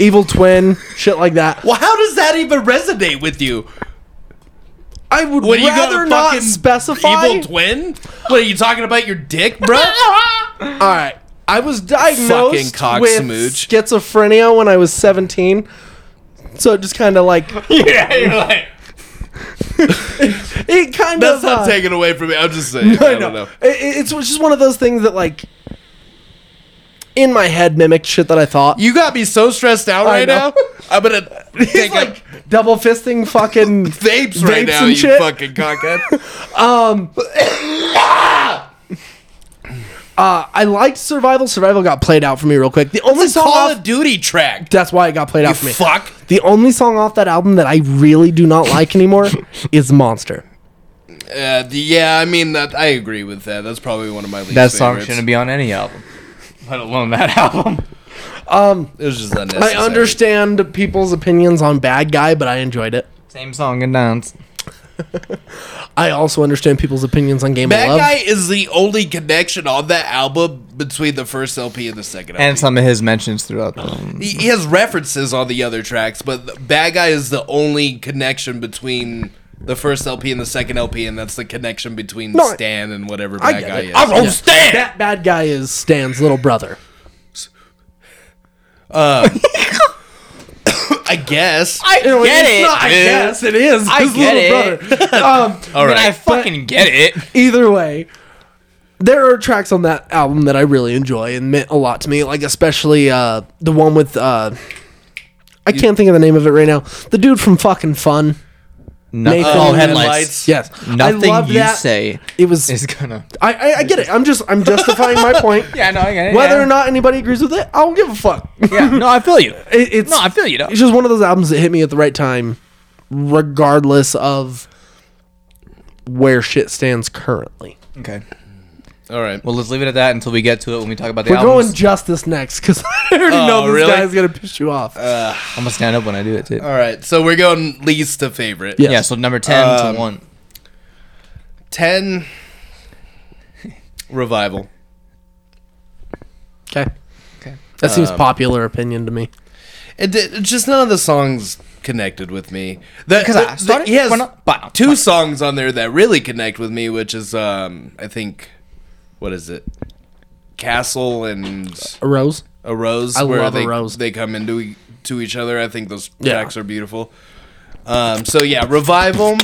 C: Evil Twin, shit like that.
D: Well, how does that even resonate with you?
C: I would
D: What are you
C: rather
D: gonna
C: not
D: fucking
C: specify.
D: Evil twin? What are you talking about? Your dick,
C: [laughs]
D: bro?
C: All right. I was
D: Fucking
C: diagnosed
D: cock
C: with
D: smooch.
C: schizophrenia when I was 17. So it just kind of
D: [laughs]
C: like
D: [laughs] yeah, you're like.
C: it kind
D: That's
C: of
D: not
C: uh, [laughs]
D: taken away from me. I'm just saying. I don't know.
C: It- it- it's just one of those things that like in my head mimicked shit that I thought.
D: You got me so stressed out
C: I
D: right
C: know.
D: now. I'm gonna
C: [laughs] He's
D: take
C: like
D: like
C: double fisting
D: [laughs]
C: fucking
D: vapes right
C: vapes
D: now.
C: and
D: You
C: shit.
D: fucking
C: [laughs]
D: cockhead.
C: uh, I liked Survival. Survival got played out for me real quick. The only song
D: Call
C: off,
D: of Duty track.
C: that's why it got played out for me.
D: Fuck.
C: The only song off that album that I really do not like
D: [laughs]
C: anymore is Monster.
D: Uh, the- yeah, I mean that. I agree with that. That's probably one of my least.
B: That song
D: favorites.
B: shouldn't be on any album. Let alone that [laughs] album.
D: It was just
C: I
D: unnecessary.
C: understand people's opinions on Bad Guy, but I enjoyed it.
B: Same song and dance.
C: I also understand people's opinions on Game
D: Bad
C: of Love.
D: guy is the only connection on that album between the first LP and the second.
B: And
D: LP.
B: some of his mentions throughout the album.
D: he, he has references on the other tracks, but the- Bad Guy is the only connection between the first LP and the second LP, and that's the connection between
C: No, I-
D: Stan and whatever
C: I
D: Bad
C: get
D: Guy
C: it.
D: is.
C: I wrote Stan. That bad guy is Stan's little brother.
D: I guess.
C: You know,
B: get
C: it's
B: it,
C: not- I
B: dude.
C: guess it is.
B: I
C: his
B: get
C: little [laughs] brother. Um,
B: All right. I fucking get it.
C: either way, there are tracks on that album that I really enjoy and meant a lot to me. Like especially uh, the one with uh, I can't think of the name of it right now. The dude from fucking Fun. Nathan
B: oh,
C: Lane.
B: headlights.
C: Yes,
B: Nothing
C: I love
B: you
C: that.
B: say
C: It was.
B: is
C: [laughs]
B: gonna.
C: I, I I get it. I'm just I'm justifying
B: [laughs]
C: my point.
B: Yeah, no, I get it.
C: Whether
B: yeah.
C: or not anybody agrees with it, I don't give a fuck.
B: Yeah, no, I feel you.
C: [laughs] It- it's
B: No, I feel you, though.
C: It's just one of those albums that hit me at the right time, regardless of where shit stands currently.
B: Okay.
D: All right.
B: Well, let's leave it at that until we get to it when we talk about the
C: We're
B: albums.
C: going justice next because [laughs] I already
D: Oh,
C: know this
D: really?
C: guy's gonna piss you off.
B: I'm gonna stand up when I do it too.
D: All right. So we're going least to favorite.
C: Yeah.
B: Yeah, so number ten
D: Um,
B: to one.
C: [laughs]
D: Ten. Revival.
C: okay. That seems popular opinion to me.
D: It, did- just none of the songs connected with me.
B: Because I started-
D: he has
B: we're not- but-
D: two songs on there that really connect with me, which is um I think what is it, Castle and
C: A rose.
D: A Rose.
C: I love
D: they,
C: A Rose.
D: They come into e- to each other. I think those
C: Yeah.
D: tracks are beautiful. Um, so yeah, revival.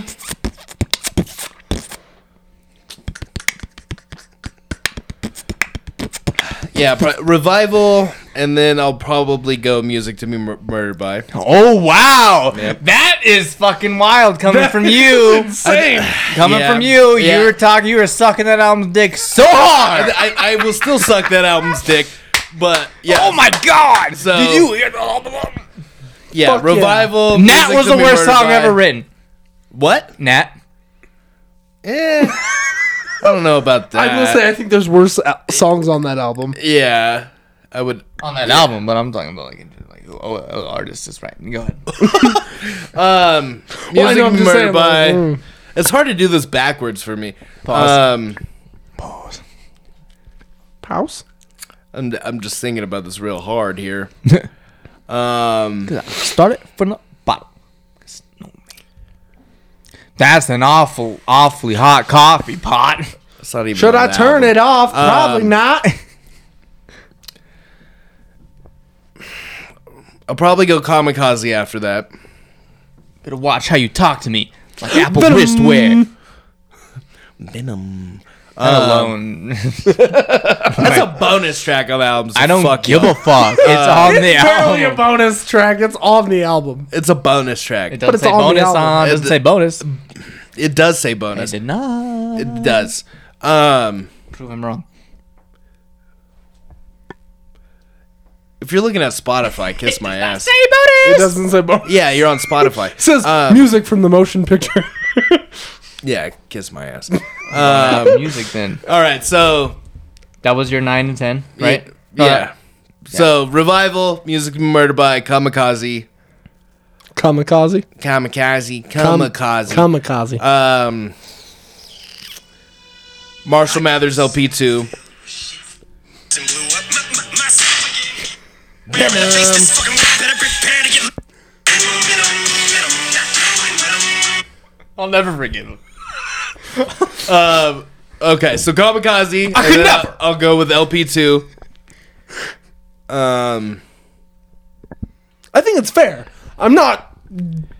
D: Yeah, pro- revival, and then I'll probably go music to be mur- murdered by.
B: Oh wow,
D: Yep.
B: that is fucking wild coming from you. [sighs] Coming
D: Yeah.
B: from you,
D: Yeah.
B: you were talking, you were sucking that album's dick so hard.
D: I, I will still suck that album's dick, but yeah.
B: Oh my god!
D: So-
B: Did you hear the album?
D: yeah,
C: fuck yeah.
D: revival.
B: And
D: Music
B: That was
D: to
B: the
D: Be
B: worst
D: Murdered
B: song
D: By.
B: ever written.
D: What?
B: Nat,
D: Eh, I don't know about that.
C: I will say I think there's worse al- songs on that album.
D: yeah, I would.
B: on that album, but I'm talking about like, like oh, oh, artist is right. Go [laughs] ahead.
D: Um, music
C: Well, I know, I'm just
D: murdered
C: saying,
D: by.
C: like, mm.
D: It's hard to do this backwards for me.
B: Pause.
D: Um,
C: House.
D: I'm, I'm just thinking about this real hard here. um,
B: Start it from the bottom. That's an awful, awfully hot coffee pot. [laughs]
D: it's not even
C: Should
D: on
C: I
D: the
C: turn
D: album.
C: it off? Probably
D: Um,
C: not.
D: I'll probably go kamikaze after that.
B: Better watch how you talk to me.
D: [gasps]
B: Like apple wrist wear.
C: mm,
D: Venom.
B: That alone.
D: That's a bonus track on the album. so
B: I don't
D: fuck
B: give
D: y'all.
B: a fuck. Uh, It's on
C: [laughs]
B: the
C: Barely a
B: album.
C: bonus track. It's on the album.
D: It's a bonus track.
B: It
D: It,
B: doesn't
C: it's
B: say
C: on the
B: bonus
C: album.
B: on. It doesn't
D: It-
B: say bonus.
D: does say
B: I
D: bonus.
B: did not.
D: It does. Um,
B: Prove him wrong. [laughs]
D: if you're looking at Spotify, kiss my
B: bonus.
D: ass.
C: It doesn't say Bone. It
D: Yeah, you're on Spotify.
C: [laughs] says
D: Um,
C: music from the motion
D: [laughs]
C: picture.
D: yeah, kiss my
C: [laughs]
D: ass.
B: Uh, music then.
D: All right, so
B: That was your nine and ten, right?
D: Yeah.
B: Uh,
D: So revival, music murder by Kamikaze,
C: Kamikaze.
D: Kamikaze,
C: Kam-
D: Kamikaze.
C: Kamikaze.
D: um, Marshall Mathers LP two.
G: and blew up my, my, my cell again. Better um, face this fucking world, better prepare to get.
B: I'll never forgive him.
D: Okay, so Kamikaze. I
C: could
D: I'll, I'll go with LP two. Um,
C: I think it's fair. I'm not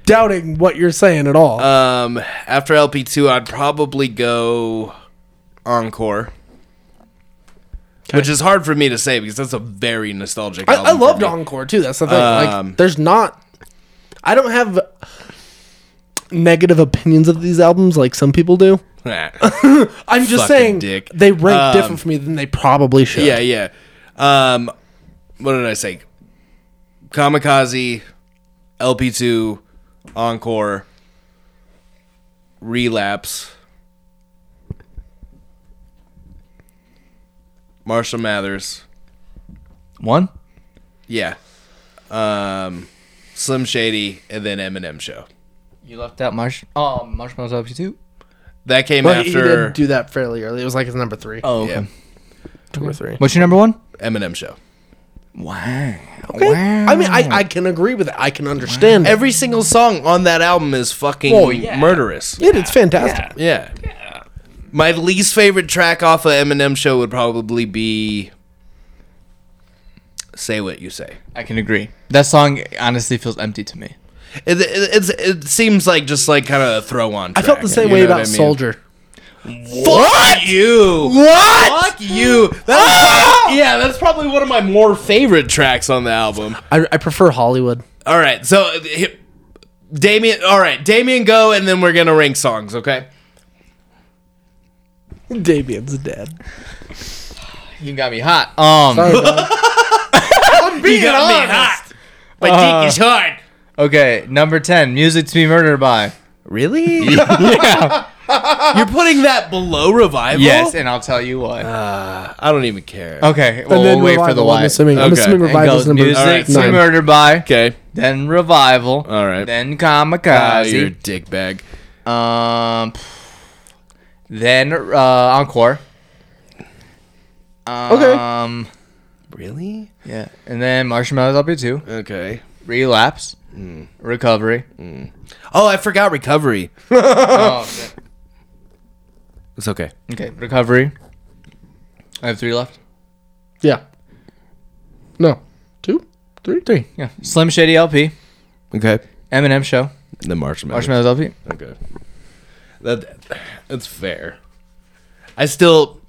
C: doubting what you're saying at all.
D: um, after LP two, I'd probably go Encore. Which is hard for me to say because that's a very nostalgic.
C: I,
D: album
C: I
D: for
C: loved
D: me.
C: Encore too. That's the thing.
D: Um,
C: like, there's not. I don't have negative opinions of these albums like some people do. [laughs] I'm just
D: Fucking
C: saying
D: dick.
C: they rank
D: Um,
C: different for me than they probably should.
D: Yeah, yeah. Um, what did I say? Kamikaze, LP2, Encore, Relapse, Marshall Mathers.
B: One.
D: Yeah. Um, Slim Shady, and then Eminem Show.
B: You left out Marsh. Oh, Marshmallows up you too.
D: That came
C: But he
D: after
C: did do that fairly early. It was like his number three.
B: Oh,
D: Yeah.
C: number three.
B: What's your number one?
D: Eminem Show.
B: Wow.
C: Okay. I mean, I, I can agree with it. I can understand it.
D: Every single song on that album is fucking
B: Oh, yeah.
D: murderous.
C: It, it's fantastic.
D: Yeah. My least favorite track off of Eminem show would probably be "Say What You Say."
B: I can agree. That song honestly feels empty to me.
D: It, it, it's, it seems like just like kind of a throw on.
C: I felt the same way about Soldier.
D: Fuck you! What? Ah! Fuck you! That was probably- yeah, that's probably one of my more favorite tracks on the album.
C: I, I prefer Hollywood.
D: All right, so uh, hi- Damien. All right, Damien, go, and then we're gonna rank songs. Okay.
C: Damien's dead.
B: You got me hot. Um.
D: You got me hot. My
C: Uh-huh.
D: dick is hard.
B: Okay, number ten. Music to be murdered by.
D: [laughs] Really? [laughs] You're putting that below revival? Oh.
B: Yes, and I'll tell you what.
D: I don't even care.
B: okay, well, we'll wait for the
C: Uh, Revival,
B: why.
C: I'm assuming, I'm
D: Okay.
C: assuming
B: It
C: Revival's
B: goes
C: number
B: music
D: Alright,
B: to be
C: nine.
B: murdered by.
D: Okay.
B: Then revival.
D: All right.
B: Then
D: Ah, you're a
B: kamikaze.
D: dick bag.
B: um. Then uh, encore.
C: Okay.
B: Um.
D: Really?
B: Yeah, and then marshmallows up here too.
D: Okay.
B: Relapse. Recovery.
D: Oh, I forgot recovery.
B: Oh, shit.
D: It's okay.
B: okay, recovery. I have three left.
C: Yeah. No. Two? Three? Three.
B: Yeah, Slim Shady LP,
D: Okay.
B: Eminem show,
D: The marshmallow.
B: marshmallows LP.
D: Okay. That that's fair. I still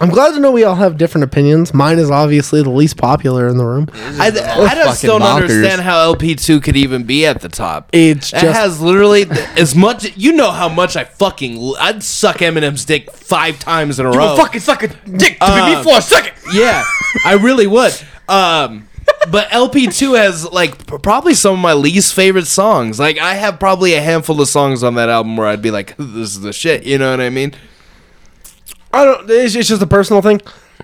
C: I'm glad to know we all have different opinions. Mine is obviously the least popular in the room.
D: I, I just
B: fucking
D: don't
B: bonkers.
D: understand how LP2 could even be at the top.
C: It's
D: That
C: just-
D: has literally th- as much you know how much I fucking l- I'd suck Eminem's dick 5 times in a row.
B: suck a dick to
D: Uh,
B: for a second.
D: Yeah, I really would. Um, but LP2 has like p- probably some of my least favorite songs. Like I have probably a handful of songs on that album where I'd be like, "This is the shit," you know what I mean?
C: I don't. It's, it's just a personal thing.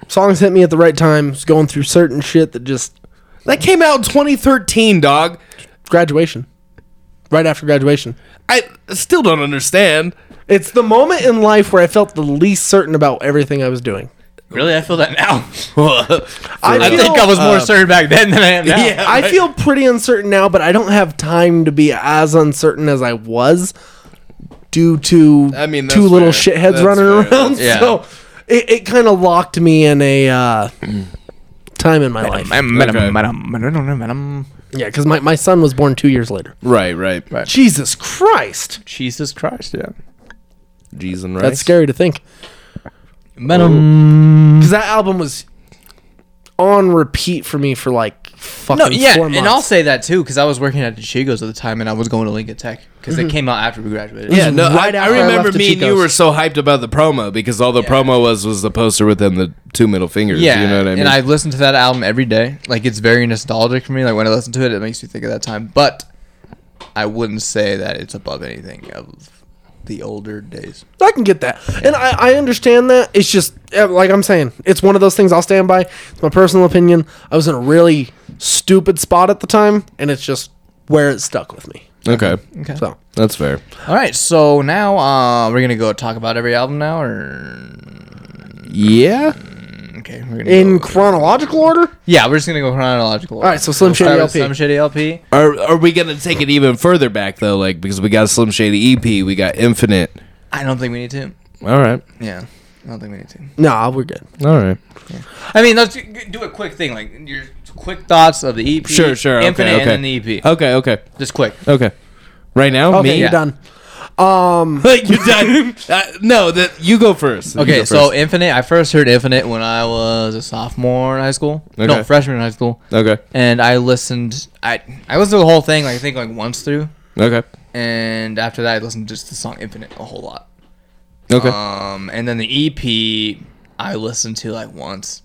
C: Songs hit me at the right times. Going through certain shit that just
D: That came out in 2013, dog.
C: graduation, right after graduation.
D: I still don't understand.
C: It's the moment in life where I felt the least certain about everything I was doing.
B: Really, I feel that [laughs] now.
C: I,
B: I
C: feel,
B: think I was more
D: uh,
B: certain back then than I am now.
D: Yeah.
C: [laughs] I feel pretty uncertain now, but I don't have time to be as uncertain as I was due to
D: I mean, that's
C: two little
D: fair.
C: shitheads
D: That's
C: running
D: fair.
C: around. [laughs]
B: That's-
C: So it, it kind of locked me in a uh, time in my life. Yeah, because my, my son was born two years later.
D: Right, right, right.
C: Jesus Christ.
B: Jesus Christ, yeah.
D: Jeez and
C: That's
D: rice.
C: scary to think.
B: Venom.
C: Because that album was on repeat for me for like fucking
B: No, yeah,
C: four months.
B: and I'll say that too because I was working at Chico's at the time, and I was going to Lincoln Tech because
C: Mm-hmm.
B: they came out after we graduated.
D: Yeah, no,
C: right
D: I,
C: after
D: I
C: I
D: remember
C: left the
D: me and you
C: Chicos.
D: were so hyped about the promo because all the promo was was the poster with them the two middle fingers.
B: yeah,
D: you know what I mean.
B: and I listen to that album every day. Like it's very nostalgic for me. Like when I listen to it, it makes me think of that time. But I wouldn't say that it's above anything of the older days.
C: I can get that, and I, I understand that. It's just eh, like I'm saying, it's one of those things I'll stand by. It's my personal opinion. I was in a really stupid spot at the time, and it's just where it stuck with me.
D: okay,
C: So
D: that's fair.
B: All right, so now uh, we're gonna go talk about every album now, or
D: Yeah,
B: okay, we're gonna
C: in
B: go.
C: chronological order,
B: yeah, we're just gonna go chronological.
C: All right, so Slim Shady
B: start with
C: LP.
B: Slim Shady LP.
D: are are we gonna take it even further back though? Like because we got Slim Shady EP, we got Infinite.
B: I don't think we need to.
D: All right,
B: Yeah, I don't think we need to.
C: nah, we're good.
D: all right.
B: I mean, let's g- do a quick thing, like your quick thoughts of the EP.
D: Sure, sure.
B: Infinite
D: okay, okay.
B: and then the E EP.
D: Okay, okay,
B: Just quick.
D: okay. Right now,
C: Okay, [laughs]
D: me. [laughs]
C: you're
B: yeah.
C: done.
D: You're done. uh, no, that you go first. You
B: Okay,
D: go
B: so
D: first.
B: Infinite. I first heard Infinite when I was a sophomore in high school.
D: Okay.
B: No, freshman in high school.
D: okay,
B: And I listened. I I listened to the whole thing. Like I think like once through.
D: okay,
B: And after that, I listened to just the song Infinite a whole lot.
D: okay.
B: Um, and then the EP I listened to like once.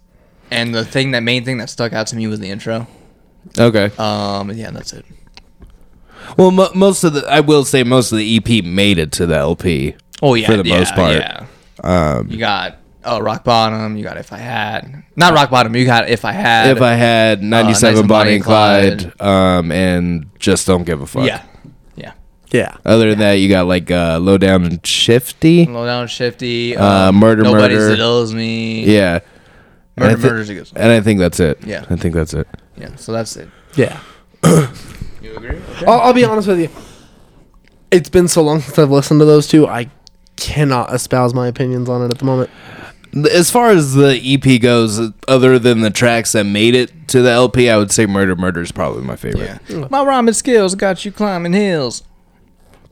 B: And the thing that main thing that stuck out to me was the intro.
D: Okay.
B: Um, yeah, that's it.
D: Well, mo most of the I will say most of the EP made it to the LP.
B: Oh yeah,
D: for the
B: yeah,
D: most part. Um,
B: Yeah. you got oh rock bottom. You got if I had not rock bottom. You got if I had.
D: If I had 97
B: Uh, Nice
D: Bonnie
B: and
D: and Clyde, um, and just don't give a fuck.
B: yeah, yeah.
C: Yeah,
D: Other than that, you got like uh, Low Down and Shifty.
B: Low down shifty. um,
D: Uh, Murder,
B: Nobody
D: Murder.
B: seduces me.
D: Yeah. And I
B: murder
D: thi-
B: murder's a good song.
D: And I think that's it.
B: Yeah.
D: I think that's it.
B: Yeah, so that's it.
C: [clears throat] yeah.
B: You agree?
C: I'll, I'll be honest with you. It's been so long since I've listened to those two. I cannot espouse my opinions on it at the moment.
D: As far as the EP goes, other than the tracks that made it to the LP, I would say Murder Murder is probably my favorite.
B: Yeah. My ramen skills got you climbing hills.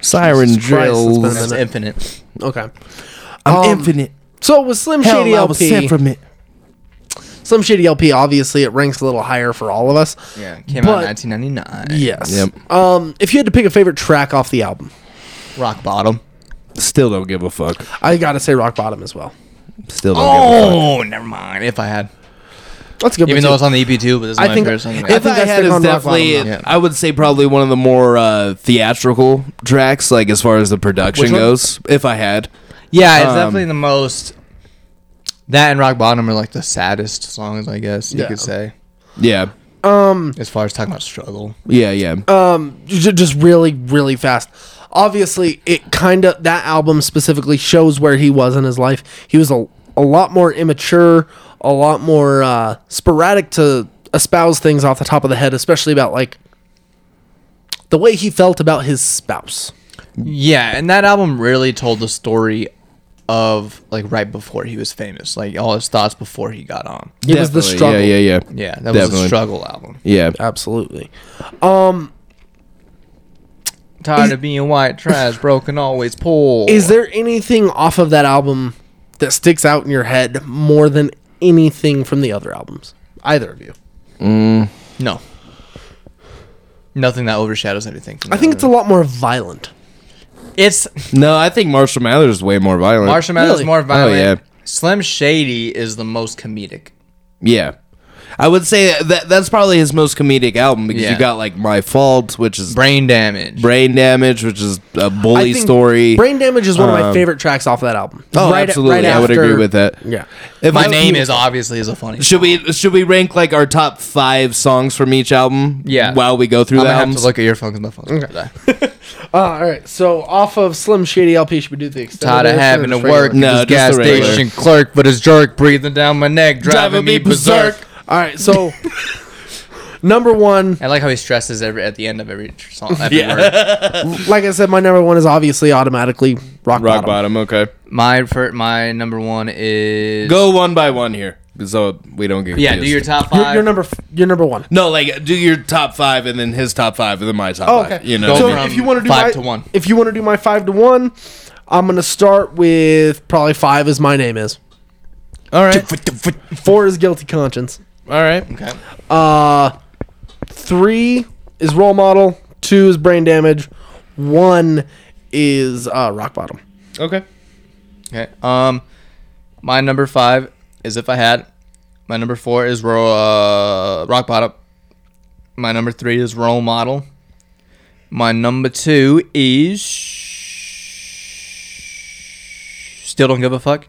D: Siren
C: Jesus Christ, it's
D: Drills.
C: been a
B: That's
C: minute.
B: infinite.
C: Okay.
D: I'm
C: Um,
D: infinite.
C: So with Slim
D: Hell,
C: Shady
D: I was
C: LP,
D: sent from it.
C: Slim Shady LP, obviously it ranks a little higher for all of us.
B: Yeah, came out
C: But-
B: in 1999.
C: Yes.
D: Yep.
C: Um, if you had to pick a favorite track off the album,
B: Rock bottom.
D: Still don't give a fuck.
C: I gotta say Rock Bottom as well.
D: Still don't give a fuck.
B: Oh, never mind. If I had,
C: That's a good. one,
B: even though
C: too.
B: it's on the EP too, but this is
C: I
B: my
C: think-
B: favorite song.
C: if
B: I
D: If
B: think-
D: I,
C: think that's
D: had
C: big
D: is
C: on Rock
D: definitely,
B: Bottom, though. Yeah.
D: I would say probably one of the more uh, theatrical tracks, like as far as the production
C: Which one?
D: goes. If I had,
B: yeah, it's
D: um,
B: definitely the most. That and Rock Bottom are like the saddest songs, I guess you
C: Yeah.
B: could say,
D: yeah,
B: as far as talking about struggle.
D: yeah, yeah,
C: J- just really, really fast. Obviously, it kind of that album specifically shows where he was in his life. He was a, a lot more immature, a lot more uh, sporadic to espouse things off the top of the head, especially about like the way he felt about his spouse.
B: Yeah, and that album really told the story of like right before he was famous, like all his thoughts before he got on.
C: It was the struggle.
D: Yeah, yeah, yeah,
B: Yeah, that was
D: Definitely.
B: a struggle album.
D: yeah.
C: Absolutely.
B: Tired of being white trash, broken, always poor.
C: Is there anything off of that album that sticks out in your head more than anything from the other albums? Either of you.
D: Mm.
B: no nothing that overshadows anything?
C: I think it's a lot more violent.
B: it's
D: No, I think Marshall Mathers is way more violent.
B: Marshall Mathers
C: Really?
B: more violent.
D: Oh, yeah.
B: Slim Shady is the most comedic.
D: yeah. I would say that that's probably his most comedic album because
B: Yeah.
D: you got like My Fault, which is
B: Brain damage.
D: brain damage, which is a bully
C: I think
D: story.
C: Brain Damage is one of my favorite tracks off of that album.
D: oh, absolutely, I would agree with that.
C: Yeah.
D: If
B: My
D: I-
B: name is obviously is a funny.
D: Should we should we rank like our top five songs from each album?
B: Yeah.
D: While we go through
B: I'm
D: the
B: gonna have
D: albums.
B: to look at your phones. My phones. Okay.
D: [laughs]
C: Uh, all right. So off of Slim Shady LP, should we do the extended?
B: Tired of
C: version or
B: having to
C: just regular?
B: work at
D: No,
B: this
D: just
B: gas
D: the regular.
B: station clerk, but his jerk breathing down my neck, driving me berserk.
C: All right. So [laughs] number one,
B: I like how he stresses every at the end of every tr- song. Every
D: [laughs]
B: word.
C: like I said, my number one is obviously automatically Rock,
D: Rock
C: Bottom.
D: bottom. Okay.
B: My for my number one is
D: Go one by one here, so we don't get.
B: Yeah, do
D: confused.
B: your top
C: You're-
B: five.
C: You're, number. f- You're number one.
D: No, like do your top five, and then his top five, and then my top
C: Oh,
D: five.
C: okay.
D: You know.
B: Go
C: So
B: from
C: if you want to do
B: five
C: my,
B: to one.
C: if you want to do my five to one, I'm gonna start with probably five is my name is.
D: all right.
C: Four is guilty conscience.
D: All right.
B: okay.
C: Uh, Three is role model. Two is brain damage. One is uh, rock bottom.
D: Okay.
B: Okay. Um, my number five is if I had. My number four is ro- uh, rock bottom. My number three is role model. My number two is still don't give a fuck,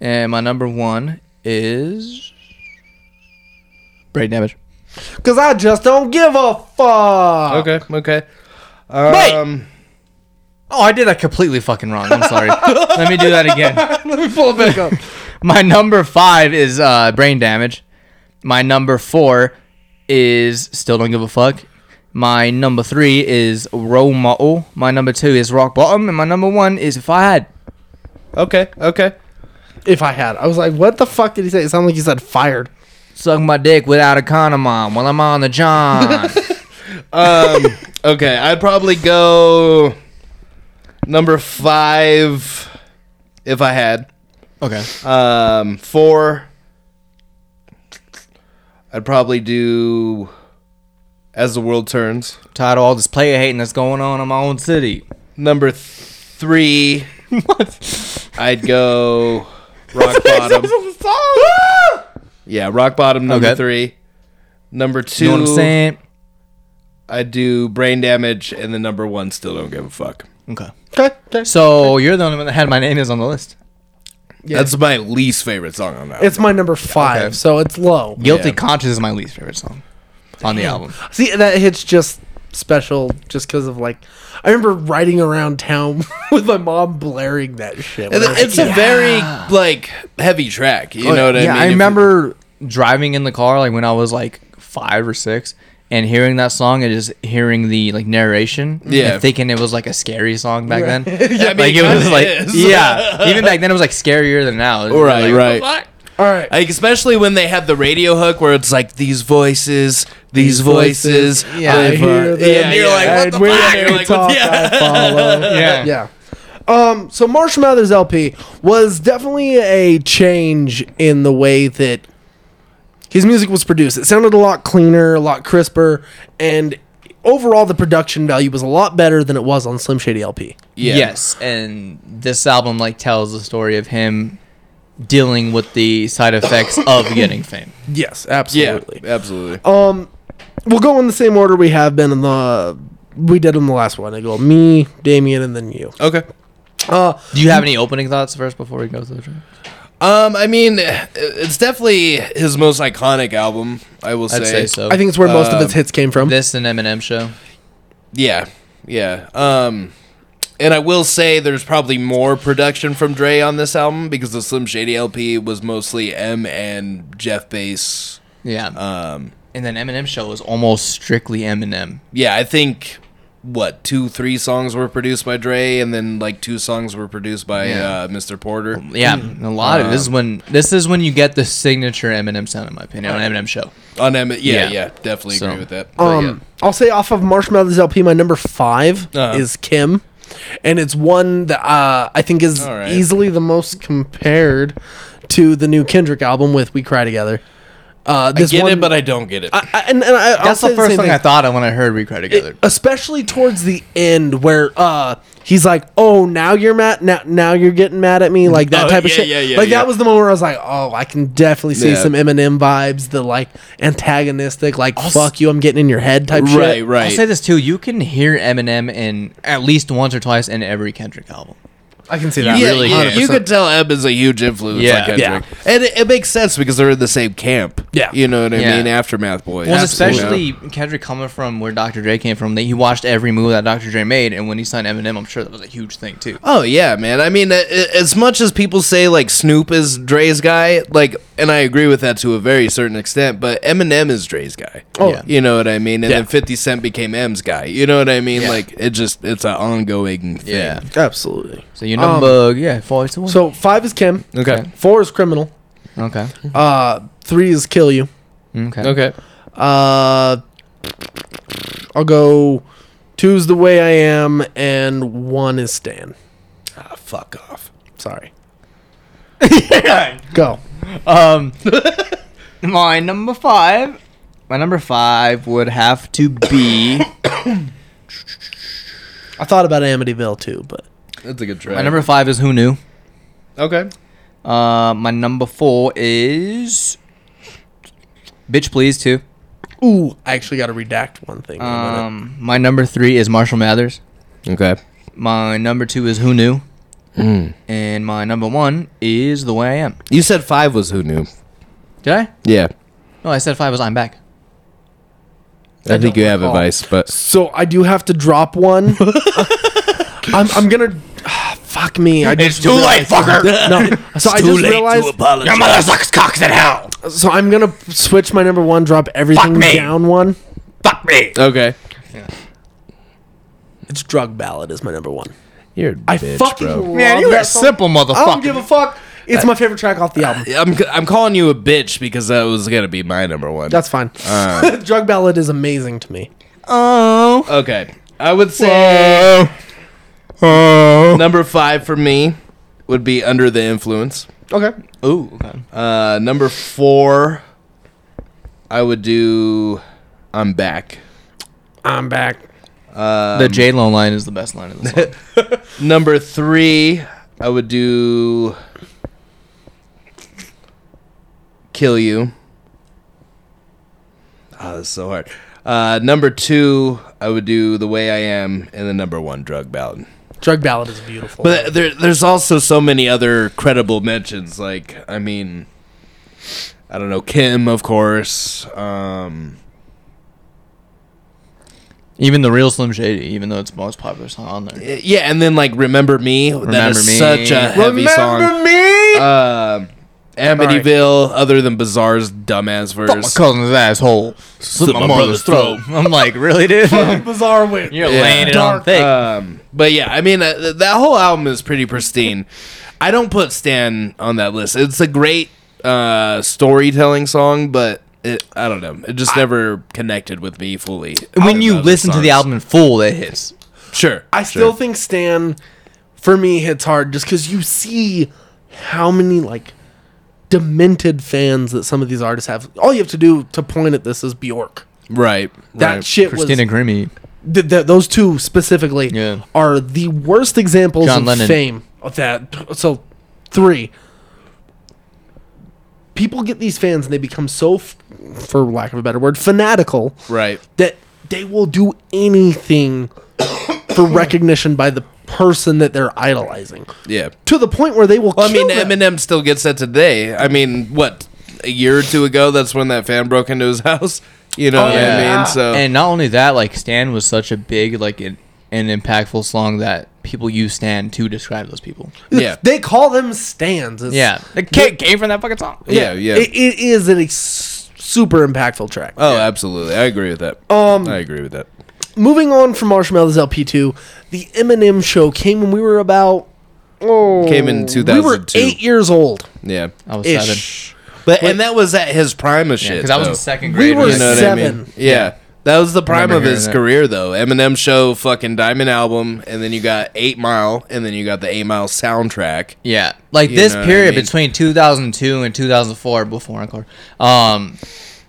B: and my number one is brain damage.
C: Cause I just don't give a fuck.
D: Okay. Okay.
C: Wait.
D: Um,
B: Oh, I did that completely fucking wrong. I'm sorry. [laughs] Let me do that again.
C: [laughs] Let me pull it back
B: [laughs]
C: up.
B: My number five is uh, brain damage. My number four is still don't give a fuck. My number three is role model. My number two is rock bottom, and my number one is if I had.
D: okay. Okay.
C: if I had, I was like, what the fuck did he say? It sounded like he said fired.
B: Suck my dick without a condom on while I'm on the john.
D: Okay. I'd probably go number five if I had.
B: okay.
D: Um, four. I'd probably do as the world turns.
B: Tired of all this player hating that's going on in my own city.
D: Number
B: [laughs]
D: th- three. I'd go rock bottom. yeah, rock bottom. Number
B: Okay.
D: three. Number two.
B: You know what I'm saying?
D: I do brain damage, and the number one still don't give a fuck.
B: Okay.
C: Okay. okay.
B: So you're the only one that had my name is on the list.
D: That's my least favorite song on
C: [laughs]
D: that.
C: It's my number five,
B: Okay.
C: so it's low.
B: Guilty Conscience is my least favorite song on the album.
C: See, that hit's just special just because of like, I remember riding around town [laughs] with my mom blaring that shit. when I was a
D: it's
C: kid.
D: a very like heavy track. You know what I
B: Oh, yeah,
D: mean?
B: I
D: If-
B: remember driving in the car like when I was like five or six and hearing that song and just hearing the like narration.
D: Yeah.
B: And thinking it was like a scary song back then.
D: I mean,
B: like it was
D: kinda
B: like
D: is.
B: Yeah. Even back then it was like scarier than now. It was
D: Right,
B: like,
D: right.
B: "What?"
C: All right.
D: Like especially when they have the radio hook where it's like these voices, these, voices.
B: Yeah.
D: I've
C: I hear
D: heard-
C: them,
D: yeah, and you're like, what
C: and
D: the
C: when
D: fuck?
C: they
D: You're like,
C: talk,
D: what- yeah.
C: I follow.
B: Yeah.
C: [laughs] yeah. Um, so Marsh Mathers LP was definitely a change in the way that his music was produced. It sounded a lot cleaner, a lot crisper, and overall the production value was a lot better than it was on Slim Shady LP.
D: Yeah.
B: Yes. And this album like tells the story of him dealing with the side effects of getting fame.
C: Yes,
D: Yeah.
C: absolutely.
D: Absolutely.
C: Um, We'll go in the same order we have been in the we did in the last one. I go me, Damien, and then you. Uh,
D: okay.
B: Do you have any opening thoughts first before we go to the track?
D: Um, I mean, it's definitely his most iconic album. I will say.
B: I'd say so.
C: I think it's where most
D: Uh,
C: of his hits came from.
B: this and Eminem show.
D: Yeah, yeah. Um, and I will say there's probably more production from Dre on this album because the Slim Shady LP was mostly M and Jeff Bass.
B: Yeah.
D: Um,
B: and then Eminem show was almost strictly Eminem.
D: Yeah, I think what two, three songs were produced by Dre, and then like two songs were produced by
B: Yeah.
D: uh, Mr. Porter.
B: Yeah, a lot of
D: Um,
B: this is when this is when you get the signature Eminem sound, in my opinion, on Eminem show.
D: On M, yeah, yeah,
B: Yeah.
D: definitely
B: So,
D: agree with that. But
C: Um, I'll say off of Marshmallow's LP, my number 5
D: Uh-huh.
C: is Kim, and it's one that uh, I think is
D: All right.
C: easily the most compared to the new Kendrick album with "We Cry Together." Uh,
D: yeah.
C: this
D: get
C: one,
D: it, but I don't get it.
C: I, I- and, and I, I'll
B: That's
C: say
B: the first
C: same
B: thing I thought of when I heard "We Cry Together."
C: especially towards the end where uh he's like oh now you're mad now now you're getting mad at me like that
D: Oh,
C: type of
D: yeah,
C: shit
D: yeah, yeah,
C: like
D: yeah.
C: that was the moment where i was like oh i can definitely see
D: Yeah.
C: some eminem vibes the like antagonistic like fuck you i'm getting in your head type
D: right,
C: shit
D: right.
B: I'll say this too: you can hear Eminem in at least once or twice in every Kendrick album.
C: i can see that
D: yeah,
B: really
D: yeah,
B: can.
D: you could tell Ebb is a huge influence
B: Yeah.
D: on Kendrick, and it, it makes sense because they're in the same camp.
C: Yeah.
D: you know what I
B: Yeah.
D: mean. Aftermath boys,
B: Well,
D: Absolutely.
B: especially Kendrick coming from where Dr. Dre came from, that he watched every move that Dr. Dre made, and when he signed Eminem, I'm sure that was a huge thing too.
D: Oh yeah, man. I mean, a- a- as much as people say like Snoop is Dre's guy, like, and I agree with that to a very certain extent, but Eminem is Dre's guy.
C: Oh.
B: Yeah.
D: you know what I mean. And then Fifty Cent became M's guy. You know what I mean? Like, it just it's an ongoing thing.
B: Yeah.
C: absolutely
B: So you number
D: Um,
B: yeah, four to one.
C: so five is kim
D: Okay.
C: four is criminal
B: okay.
C: uh three is kill you
B: Okay.
D: Okay.
C: uh i'll go two's the way i am and one is stan
D: Ah, fuck off.
C: [laughs] sorry go
D: [laughs]
B: My number Um, five my number five would have to be
C: I thought about Amityville too, but
D: That's a good track.
B: my number five is Who Knew.
D: okay.
B: Uh, my number four is Bitch Please too.
C: ooh, I actually got to redact one thing. Um,
B: Um, my number three is Marshall Mathers.
D: Okay.
B: My number two is Who Knew.
D: Hmm.
B: And my number one is The Way I Am.
D: You said five was who knew.
B: Did I?
D: Yeah.
B: No, I said five was I'm back.
D: I, think you have advice, but
C: so I do have to drop [laughs] one. I'm, I'm gonna. ah, fuck me. I just
G: Too late, fucker.
C: no. So I
G: Too
C: just
G: late
C: realized.
G: to apologize. Your mother sucks cocks in hell.
C: So I'm gonna switch my number one. Drop everything
G: me.
C: down one.
G: Fuck me.
D: okay.
C: It's drug ballad is my number one.
D: You're a
C: I
D: bitch,
C: fucking
D: bro.
C: love
F: Man, you
C: that
F: a
C: song.
F: simple
C: I don't
F: motherfucker.
C: give a fuck. Uh, It's my favorite track off the album.
D: I'm I'm calling you a bitch because that was gonna be my number one.
C: That's fine. [laughs] drug ballad is amazing to me.
B: Oh.
D: okay. I would say Oh. [laughs] number five for me would be under the influence.
C: Okay.
B: Ooh, okay.
D: Uh, number four, I would do. I'm back.
C: I'm back.
B: the
D: Um,
B: J Lo line is the best line of the
D: [laughs]
B: song.
D: Number three, I would do. Kill you. Oh, that's so hard. Uh, number two, I would do the way I am, and the number one drug ballad.
C: Drug ballad is beautiful.
D: But there, there's also so many other credible mentions. Like, I mean, I don't know, Kim, of course. Um,
B: even the real Slim Shady, even though it's the most popular song on there.
D: yeah, and then like "Remember Me." that
B: Remember
D: is
B: Me.
D: such a heavy song.
C: me.
D: Um, Amityville, other than Bizarre's dumbass verse.
B: cousin's asshole. Slit
D: my brother's
B: I'm like, really,
D: [laughs]
B: dude?
C: Bizarre win.
B: You're laying it on thick.
C: Uh,
D: Um, but yeah, I mean uh, th- that whole album is pretty pristine. I don't put Stan on that list. It's a great uh, storytelling song, but it, I don't know. It just never connected with me fully.
B: when you
D: Other
B: listen to the
D: songs.
B: album in full, it hits.
D: sure,
C: I still think Stan, for me, hits hard just because you see how many like demented fans that some of these artists have. All you have to do to point at this is Bjork.
D: right.
C: That
D: right.
C: shit
B: Christina
C: was
B: Grimmie.
C: th- th- those two specifically
B: Yeah.
C: are the worst examples
B: John
C: of
B: Lennon.
C: fame of that. So three. People get these fans and they become so, f- for lack of a better word, fanatical
D: right.
C: that they will do anything
D: [coughs]
C: for recognition by the person that they're idolizing
D: Yeah.
C: to the point where they will.
D: Well, I
C: kill
D: mean,
C: them. [laughs]
D: Eminem still gets that today. I mean, what a year or two ago, that's when that fan broke into his [laughs] house. You know what I mean? So
B: And not only that, like Stan was such a big, like an, an impactful song that people use Stan to describe those people.
D: yeah,
C: they call them stands. It's-
B: Yeah, the kick came from that fucking song.
D: yeah, yeah.
C: It, it is a ex- super impactful track.
D: Oh, absolutely. I agree with that. Um, I agree with that.
C: Moving on from Marshmallow's LP two, the Eminem show came when we were about oh
D: Came in
C: we were
D: 2002.
C: eight years old
D: Yeah.
B: I was seven
C: ish.
D: Oh, But and that was at his prime of shit.
B: because I was
D: though.
B: in second grade.
C: were
B: when
D: You know
B: that-
D: what I mean?
C: seven.
D: Yeah. That was the prime of
B: remember
D: his
B: hearing that.
D: career though. Eminem show, fucking Diamond album, and then you got 8 Mile, and then you got the 8 Mile soundtrack.
B: Yeah, like
D: You
B: this
D: know what I
B: period
D: mean?
B: between 2002 and 2004 before Encore. Um,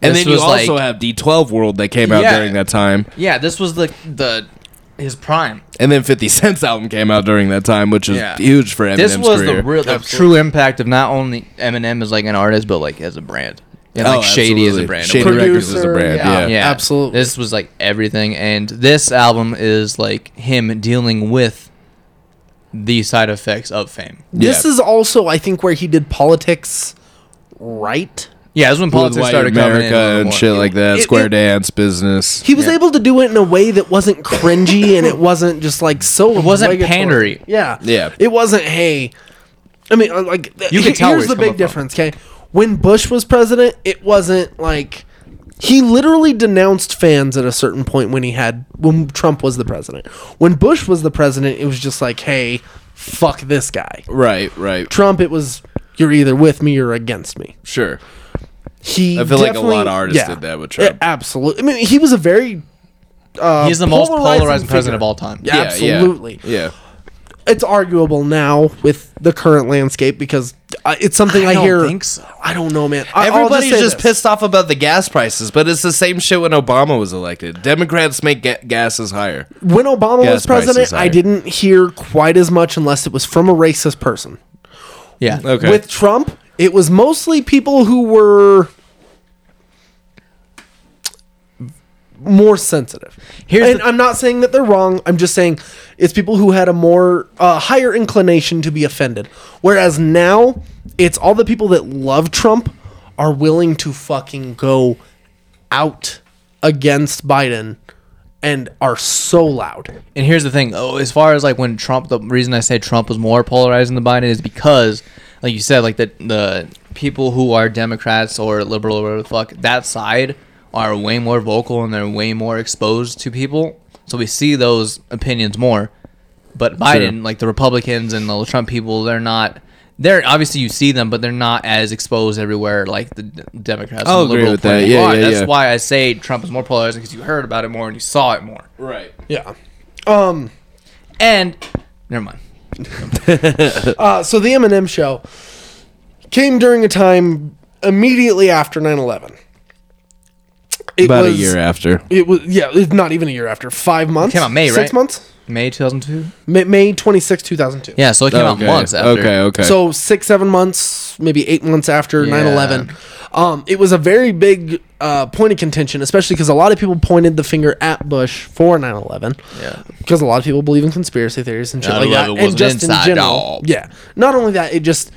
D: And
B: this
D: then you
B: was,
D: also
B: like-
D: have D12 World that came out
B: Yeah.
D: during that time.
B: yeah, this was the the his prime.
D: And then 50 Cent's album came out during that time, which is
B: Yeah.
D: huge for Eminem's
B: this was
D: career.
B: the real, the true impact of not only Eminem as like an artist, but like as a brand. And
D: Oh,
B: like Shady as
D: absolutely.
B: a brand.
D: Shady
B: Like,
D: Records is a
C: Producer,
D: brand.
C: yeah.
D: Yeah.
B: yeah,
C: Absolutely.
B: This was like everything, and this album is like him dealing with the side effects of fame.
C: This is also, I think, where he did politics right.
B: Yeah, that's when
D: With
B: politics
D: White
B: started coming in.
D: America
B: a little
D: and
B: more.
D: shit like that,
C: It-
D: square
C: it-
D: dance business.
C: He was able to do it in a way that wasn't
D: [laughs]
C: cringy and it wasn't just like so. It
B: wasn't pandery.
C: Yeah,
D: Yeah.
C: It wasn't. Hey, I mean, uh, like th-
B: You could
C: he-
B: tell where
C: Here's the
B: he's
C: big
B: coming from.
C: difference. Okay, when Bush was president, it wasn't like he literally denounced fans at a certain point when he had when Trump was the president. When Bush was the president, it was just like, hey, fuck this guy.
D: Right, right.
C: Trump, it was you're either with me or against me
D: Sure.
C: he
D: I feel like a
C: definitely-
D: lot of artists did that with Trump.
C: Yeah, absolutely. I mean, he was a very
B: He's the most
C: Uh, polarizing
B: polarized
C: figure.
B: president of all time.
C: Absolutely.
D: Yeah. yeah.
C: it's arguable now with the current landscape because uh, it's something I,
D: don't
C: hear.
D: think so.
C: I don't know, man. I, I'll
D: Everybody's
C: say
D: just,
C: this.
D: pissed off about the gas prices, but it's the same shit when Obama was elected. Democrats make ga- gases higher.
C: When Obama
D: Gas
C: was president,
D: prices
C: I
D: higher.
C: didn't hear quite as much unless it was from a racist person.
B: Yeah.
D: Okay.
C: With Trump, it was mostly people who were more sensitive.
B: Here's
C: and
B: the-
C: I'm not saying that they're wrong. I'm just saying it's people who had a more uh, higher inclination to be offended. Whereas now, it's all the people that love Trump are willing to fucking go out against Biden and are so loud.
B: And here's the thing. Oh, as far as like when Trump, the reason I say Trump was more polarizing than Biden is because, like you said, like the the people who are Democrats or liberal or whatever the fuck that side are way more vocal and they're way more exposed to people. So we see those opinions more. But Biden, like the Republicans and the Trump people, they're not. They're obviously you see them, but they're not as exposed everywhere like the D- Democrats.
D: I'll
B: and the
D: agree
B: liberal
D: with that.
B: party
D: Yeah,
B: are.
D: yeah,
B: That's
D: yeah.
B: why I say Trump is more polarizing because you heard about it more and you saw it more.
D: Right.
C: Yeah. Um
B: And never mind.
C: Uh, so the Eminem show came during a time immediately after 9/11. It
D: About
C: was-
D: a year after.
C: It was yeah, it's not even a year after. Five months.
B: came out May,
C: six
B: right?
C: months.
B: May 2002.
C: May, May 26, 2002.
B: Yeah, so it came out months after.
D: Okay, okay.
C: So six, seven months, maybe eight months after 9/11. Um, it was a very big uh, point of contention, especially because a lot of people pointed the finger at Bush for 9/11.
B: Yeah.
C: Because a lot of people believe in conspiracy theories and shit like that,
B: 9/11 was
C: and
B: an
C: just in
B: inside
C: general.
B: job.
C: Yeah. Not only that, it just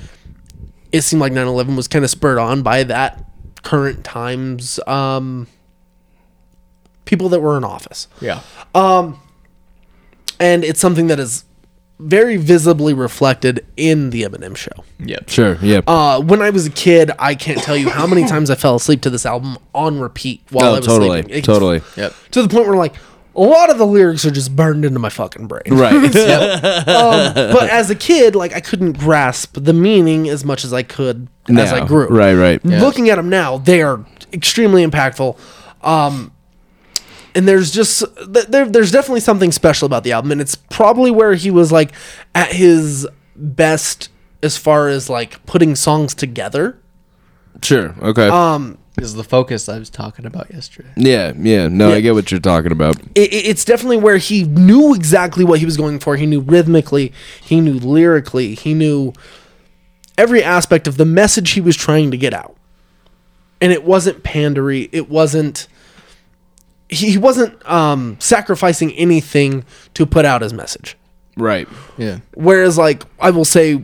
C: it seemed like 9/11 was kind of spurred on by that current times um, people that were in office
B: Yeah.
C: and it's something that is very visibly reflected in the Eminem show.
B: Yep.
D: sure, yeah.
C: Uh, when I was a kid, I can't tell you how many times I fell asleep to this album on repeat while I
D: oh,
C: was
D: totally.
C: sleeping. It-
D: Totally.
B: Yep.
C: To the point where like a lot of the lyrics are just burned into my fucking brain. [laughs]
D: [laughs] Right.
C: Um, but as a kid, like I couldn't grasp the meaning as much as I could as I
D: Now.
C: grew.
D: Right, right.
C: Looking at them now, they are extremely impactful. Um, and there's just th- there, there's definitely something special about the album, and it's probably where he was like at his best as far as like putting songs together.
D: Sure. Okay.
C: Um,
B: This is the focus I was talking about yesterday.
D: yeah, yeah. No, I get what you're talking about.
C: It, it- it's definitely where he knew exactly what he was going for. He knew rhythmically, he knew lyrically, he knew every aspect of the message he was trying to get out. And it wasn't pandery. It wasn't. He he wasn't um, sacrificing anything to put out his message.
D: Right.
B: Yeah.
C: Whereas, like, I will say,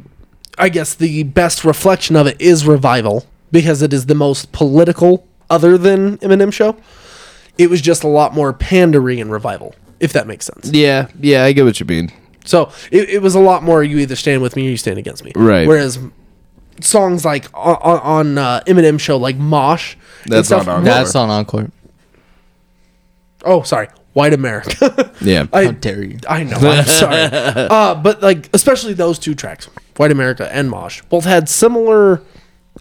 C: I guess the best reflection of it is Revival because it is the most political, other than Eminem Show. It was just a lot more pandering in Revival, if that makes sense.
D: Yeah, yeah, I get what you mean.
C: So it, it was a lot more you either stand with me or you stand against me.
D: Right.
C: Whereas songs like on, on uh, Eminem Show, like Mosh, and
D: That's
C: stuff-
D: not on-
B: That's on Encore.
C: Oh, sorry. White America. [laughs]
D: Yeah.
C: I,
B: How dare you?
C: I know. I'm sorry. Uh, but like, especially those two tracks, White America and Mosh, both had similar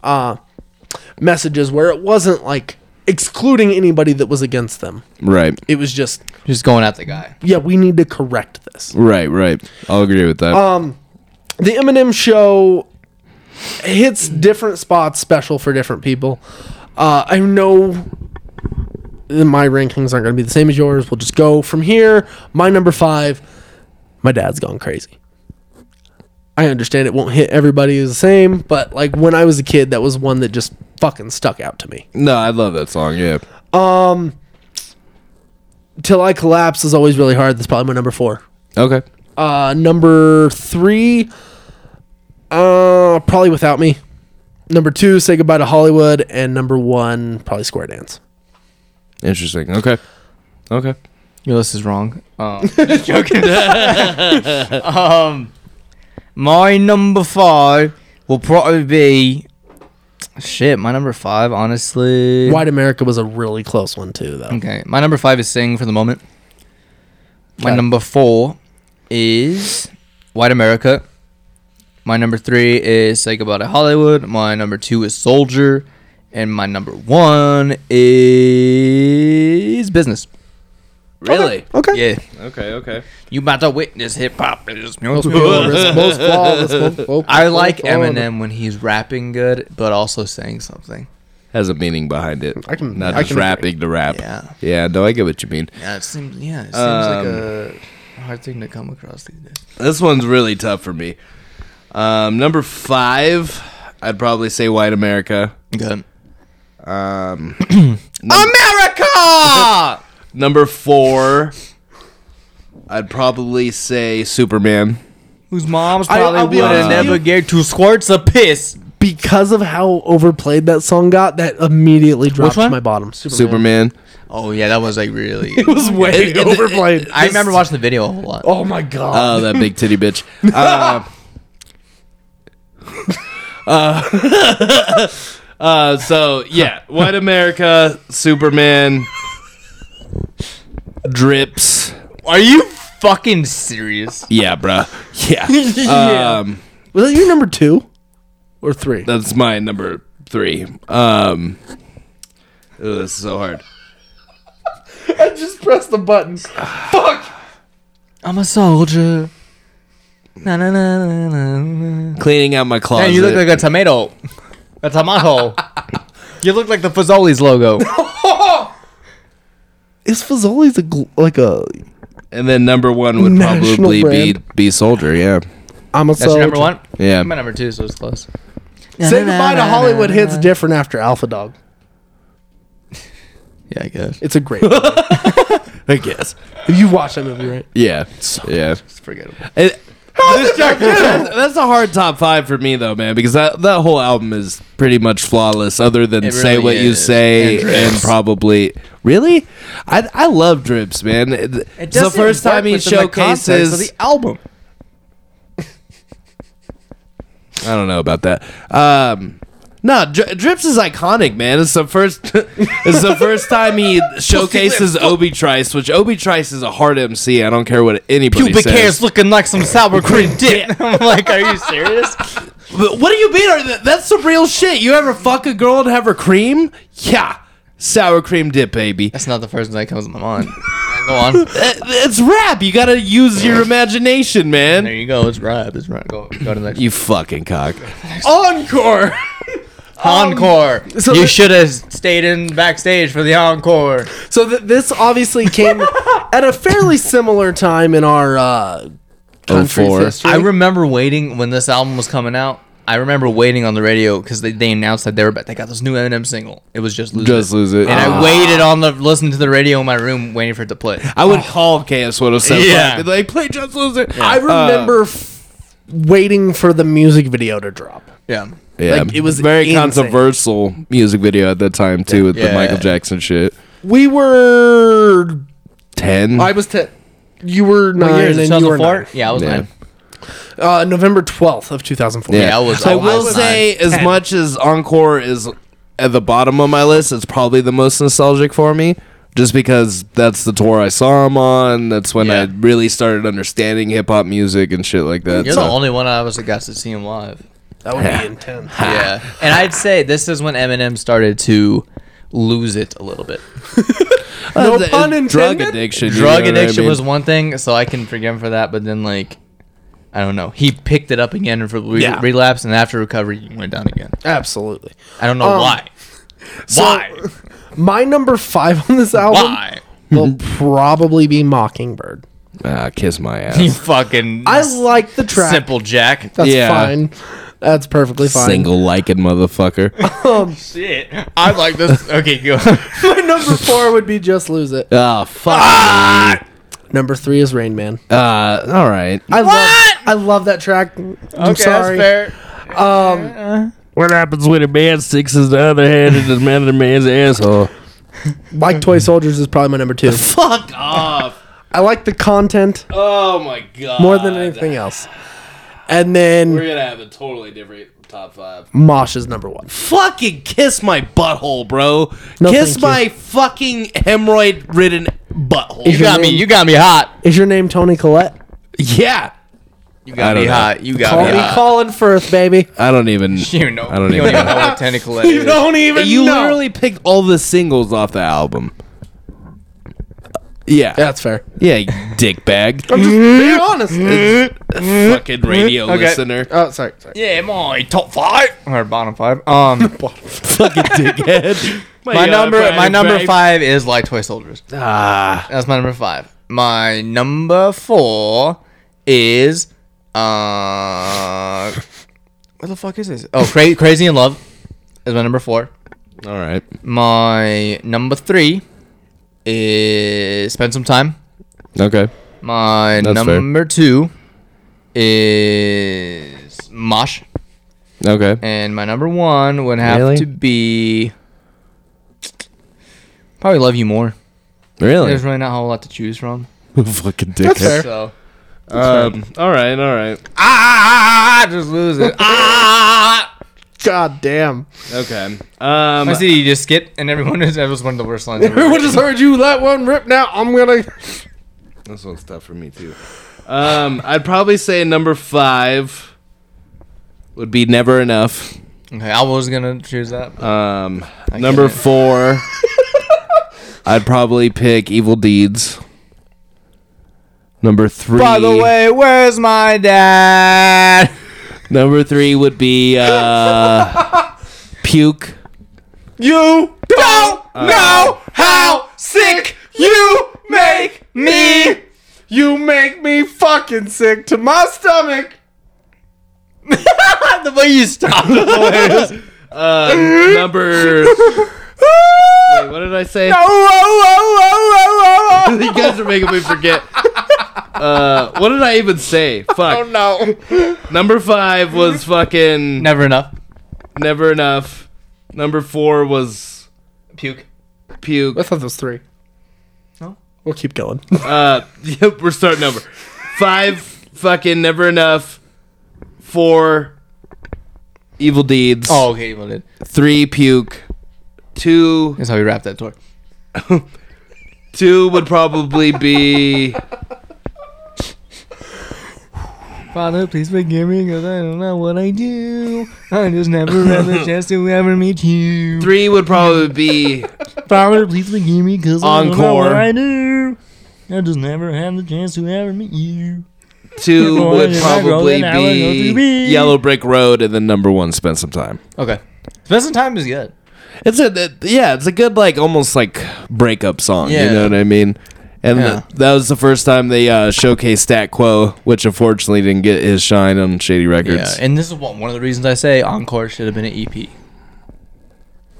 C: uh, messages where it wasn't like excluding anybody that was against them.
D: right.
C: It was just,
B: Just going at the guy.
C: yeah, we need to correct this.
D: Right, right. I'll agree with that.
C: Um, The Eminem show hits different spots, special for different people. Uh, I know that my rankings aren't going to be the same as yours. We'll just go from here. My number five, my dad's gone crazy. I understand it won't hit everybody the same, but like when I was a kid, that was one that just fucking stuck out to me.
D: no, I love that song. Yeah.
C: Till I collapse is always really hard. That's probably my number four.
D: Okay.
C: Uh, number three, uh, probably without me. Number two, say goodbye to Hollywood, and number one, probably Square Dance.
D: Interesting. Okay. Okay.
B: Your list is wrong. Um, [laughs] just joking. um, my number five will probably be. Shit, my number five, honestly.
C: White America was a really close one too, though.
B: Okay, my number five is Sing for the moment. My number four is White America. My number three is Say Goodbye to Hollywood. My number two is Soldier. And my number one is Business. Really?
C: Okay.
B: Yeah.
D: Okay, okay.
B: You about to witness hip hop. [laughs]
C: most flawless, most vocal-
B: I like
C: most flawless.
B: Eminem when he's rapping good, but also saying something.
D: Has a meaning behind it.
C: I can-
D: not
C: I
D: just
C: can agree.
D: rapping to rap.
B: Yeah.
D: Yeah, no, I get what you mean.
B: Yeah, it seems. Yeah, it seems like
D: Um,
B: a hard thing to come across these days.
D: This one's really tough for me. Um, number five, I'd probably say White America.
B: Good.
D: [clears throat] Um, America. [laughs] number four, I'd probably say Superman.
B: Whose mom's
C: probably
B: probably would
C: would've
B: have
C: never
B: never gave two squirts of piss.
C: because of how overplayed that song got, that immediately dropped
B: one?
C: my bottom. Superman.
D: Superman.
B: Oh yeah, that was like [laughs]
C: [laughs]
B: really.
C: It was way
D: It- it-
C: overplayed.
B: I remember watching the video a whole lot.
C: Oh my god.
D: Oh, that big [laughs] titty bitch. Um, [laughs] uh, [laughs] uh, so yeah, White America, Superman, drips.
B: Are you fucking serious?
D: Yeah, bruh.
C: [laughs]
D: [laughs] Yeah. Um,
C: Was that your number two or three?
D: That's my number three. Um, ooh, this is so hard.
C: Just press the button.
B: I'm a soldier. Na na na na na.
D: Cleaning out my closet.
B: And you look like a tomato. A tomato. [laughs] you look like the Fazoli's logo.
C: Is Fazoli's a gl- like a?
D: and then number one would
C: National
D: probably be
C: brand.
D: be soldier. Yeah,
C: I'm a
B: That's your number one.
D: yeah.
B: My number two, so it's close.
C: Say goodbye to Hollywood hits different after Alpha Dog.
B: Yeah, I guess.
C: It's a
B: [laughs]
C: great. movie. [laughs]
D: I guess.
C: you watched that movie, right?
D: Yeah, yeah.
B: It's forgettable.
D: It- this- that's, that's a hard top five for me though, man, because that that whole album is pretty much flawless. Other than
B: It
D: say
B: really
D: what you
B: is.
D: say
B: And
D: and,
B: Drips.
D: probably really, I I love drips, man. It- it's the first time he showcases
B: album.
D: I don't know about that. Um, no, Dri- Drips is iconic, man. It's the first. [laughs] it's the first time [laughs] he showcases Obi Trice, which Obi Trice is a hard MC. I don't care what anybody
B: Pubic
D: says.
B: hair's looking like some sour [laughs] cream dick. I'm like, are you serious?
D: But what do you mean? Are th- that's some real shit. You ever fuck a girl and have her cream? Yeah, sour cream dip, [laughs] baby. Uh,
B: That's not the first thing that comes to my mind. [laughs] Go on.
D: That- It's rap. You gotta use your imagination,
B: There
D: man.
B: you go. It's right. It's right. Go, go to the next.
D: You fucking cock.
C: Encore.
B: encore.
C: Um, so
B: you
C: the-
B: should have stayed in backstage for the encore.
C: So th- this obviously
B: [laughs]
C: came at a fairly similar time in our uh, country's
D: 04.
C: history.
B: I remember waiting when this album was coming out. I remember waiting on the radio because they, they announced that they were they got this new Eminem single. It was just lose
D: Just Ah.
B: it.
D: lose it. Uh,
B: And I waited on the listening to the radio in my room waiting for it to play.
D: I would call KS 107.
B: Yeah.
D: Yeah. Like, play Just Lose It.
C: I
B: uh.
C: remember f- waiting for the music video to drop.
B: Yeah.
D: Yeah,
C: Like, it was
D: very
C: insane.
D: controversial music video at that time too, with
B: Yeah.
D: the Michael Jackson shit.
C: We were.
D: Ten.
C: I was ten. You were
B: What year
C: nine,
B: is it?
C: and you were
B: 2004?
C: nine.
B: Yeah, I was
D: Yeah.
B: nine.
C: Uh, November twelfth of two thousand four.
D: yeah.
B: I was-
D: I
B: I
D: will
B: was
D: say, as much as Encore is at the bottom of my list, it's probably the most nostalgic for me. Just because that's the tour I saw him on. That's when
B: Yeah.
D: I really started understanding hip hop music and shit like that.
B: You're
D: so-
B: the only one I was that got to see him live.
C: That would be intense.
B: Yeah. And I'd say this is when Eminem started to lose it a little bit.
D: Uh,
C: No
D: the-
C: pun
D: Drug
C: intended.
D: addiction. you
B: Drug
D: know what I
B: addiction
D: mean?
B: was one thing, so I can forgive him for that, but then like I don't know. He picked it up again for re-
C: Yeah.
B: relapse, and after recovery, he went down again.
C: Absolutely.
B: I don't know
C: Um,
B: why.
C: So,
B: Why?
C: My number five on this album
B: Why?
C: will probably be Mockingbird.
D: Ah,
B: [laughs]
D: kiss my
B: You
D: ass.
B: fucking
C: I like the track.
B: simple Jack.
C: That's
D: Yeah.
C: fine. That's perfectly fine.
D: Single
B: [laughs]
D: liking motherfucker.
B: Shit. I like this. Okay, go.
C: My [laughs] number four would be Just Lose It.
D: Ah, fuck. Ah!
C: Number three is Rain Man.
D: Uh, all right.
C: I love I love that track. I'm sorry.
B: fair.
D: What happens when a man sticks his other hand in another man's asshole?
C: Like Toy Soldiers is probably my number two.
D: [laughs] [laughs] Fuck off!
C: I like the content
D: Oh my god!
C: more than anything else. And then
D: we're gonna have a totally different top five.
C: Mosh is number one.
D: Fucking kiss my butthole, bro!
C: No,
D: kiss
C: thank
D: my fucking hemorrhoid-ridden
B: You
D: butthole.
C: your
B: got me.
C: name-
B: You got me hot.
C: Is your name Tony Collette?
D: [laughs] yeah.
B: You
D: I
B: got
D: don't
B: me
D: know.
B: hot. You got
C: Call
B: me
C: me
B: hot.
C: Colin Firth, baby.
D: I don't [laughs] even.
B: You know.
D: I don't
B: you
D: even. [laughs]
B: don't even know what tentacle that is.
C: even
D: you literally picked all the singles off the album. Yeah.
C: Yeah, that's fair.
D: Yeah, you dickbag. [laughs]
C: I'm just being honest. It's-
D: fucking radio listener.
C: oh, sorry. sorry.
B: Yeah, my top five or bottom five. Um, [laughs]
D: fucking dickhead.
B: my number, my number five is like toy soldiers.
D: Ah.
B: That's my number five. My number four is uh, [laughs] what the fuck is this? Oh, cra- crazy in love is my number four.
D: All right.
B: My number three is spend some time.
D: Okay.
B: My
D: That's fair.
B: number two is mosh,
D: Okay.
B: and my number one would have
D: Really?
B: to be probably love you more.
D: Really?
B: There's really not a whole lot to choose from.
D: [laughs] fucking dickhead.
B: So
D: Um, all right. All right.
B: ah, just lose it. ah,
C: God damn.
D: Okay. Um.
B: I see you just skip, and everyone is that was one of the worst lines. ever. [laughs]
C: Everyone just heard you let one rip. Now I'm gonna.
D: This one's tough for me too. Um, I'd probably say number five would be never enough.
B: Okay, I was gonna choose that. but-
D: Um, number
B: can't.
D: four, [laughs] I'd probably pick evil deeds. Number three.
B: By the way, where's my dad?
D: [laughs] number three would be uh,
B: [laughs]
D: puke.
C: You
B: Don't
D: Uh,
B: know how sick you make me.
C: you make me fucking sick to my stomach.
B: [laughs] the way you stop.
D: Uh, number. Wait, what did I say? [laughs] you guys are making me forget. Uh, what did I even say? Fuck.
C: No.
D: Number five was fucking
B: Never enough.
D: never enough. Number four was
B: Puke.
D: puke.
C: I thought that was three.
B: No.
C: We'll keep going.
D: Uh, [laughs] yep, we're starting over. Five fucking never enough. Four evil deeds.
B: Oh, okay, well did.
D: Three puke. Two
B: That's how we wrap that tour.
D: two would probably be
B: Father, please forgive me because I don't know what I do. I just never had [laughs] the chance to ever meet you.
D: three would probably be
B: Father, please forgive me because I don't know what
D: Encore.
B: I do. I just never had the chance to ever meet you. [laughs]
D: two
B: Rolling
D: would
B: and I roll
D: probably
B: and I will go
D: be
B: to be.
D: Yellow Brick Road and then number one spend some time.
B: Okay. Spend some time is good.
D: It's a it- yeah, it's a good like almost like breakup song.
B: Yeah.
D: You know what I mean? And
B: Yeah.
D: th- that was the first time they uh, showcased Stat Quo, which unfortunately didn't get his shine on Shady
B: Yeah,
D: Records. Yeah,
B: and this is one one of the reasons I say Encore should have been an E EP.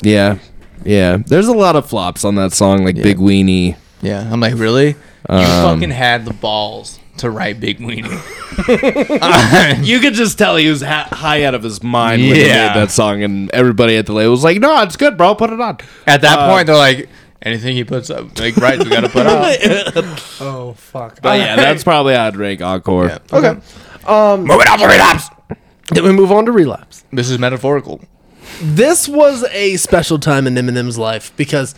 D: yeah, There's a lot of flops on that song, like Big Weenie.
B: Yeah, I'm like, really? Um, you fucking had the balls to write Big [laughs] Weenie.
D: You could just tell he was ha- high out of his mind when he
B: Yeah.
D: made that song, and everybody at the label was like, "No, it's good, bro. Put it on."
B: At that point, they're like, anything he puts up, like, right, we gotta put [laughs] up.
C: Oh fuck.
D: But yeah, that's probably how I'd rank Encore.
C: Okay. Um.
B: Moving on to relapse.
C: [laughs] Then we move on to relapse.
B: This is metaphorical.
C: This was a special time in Eminem's life because,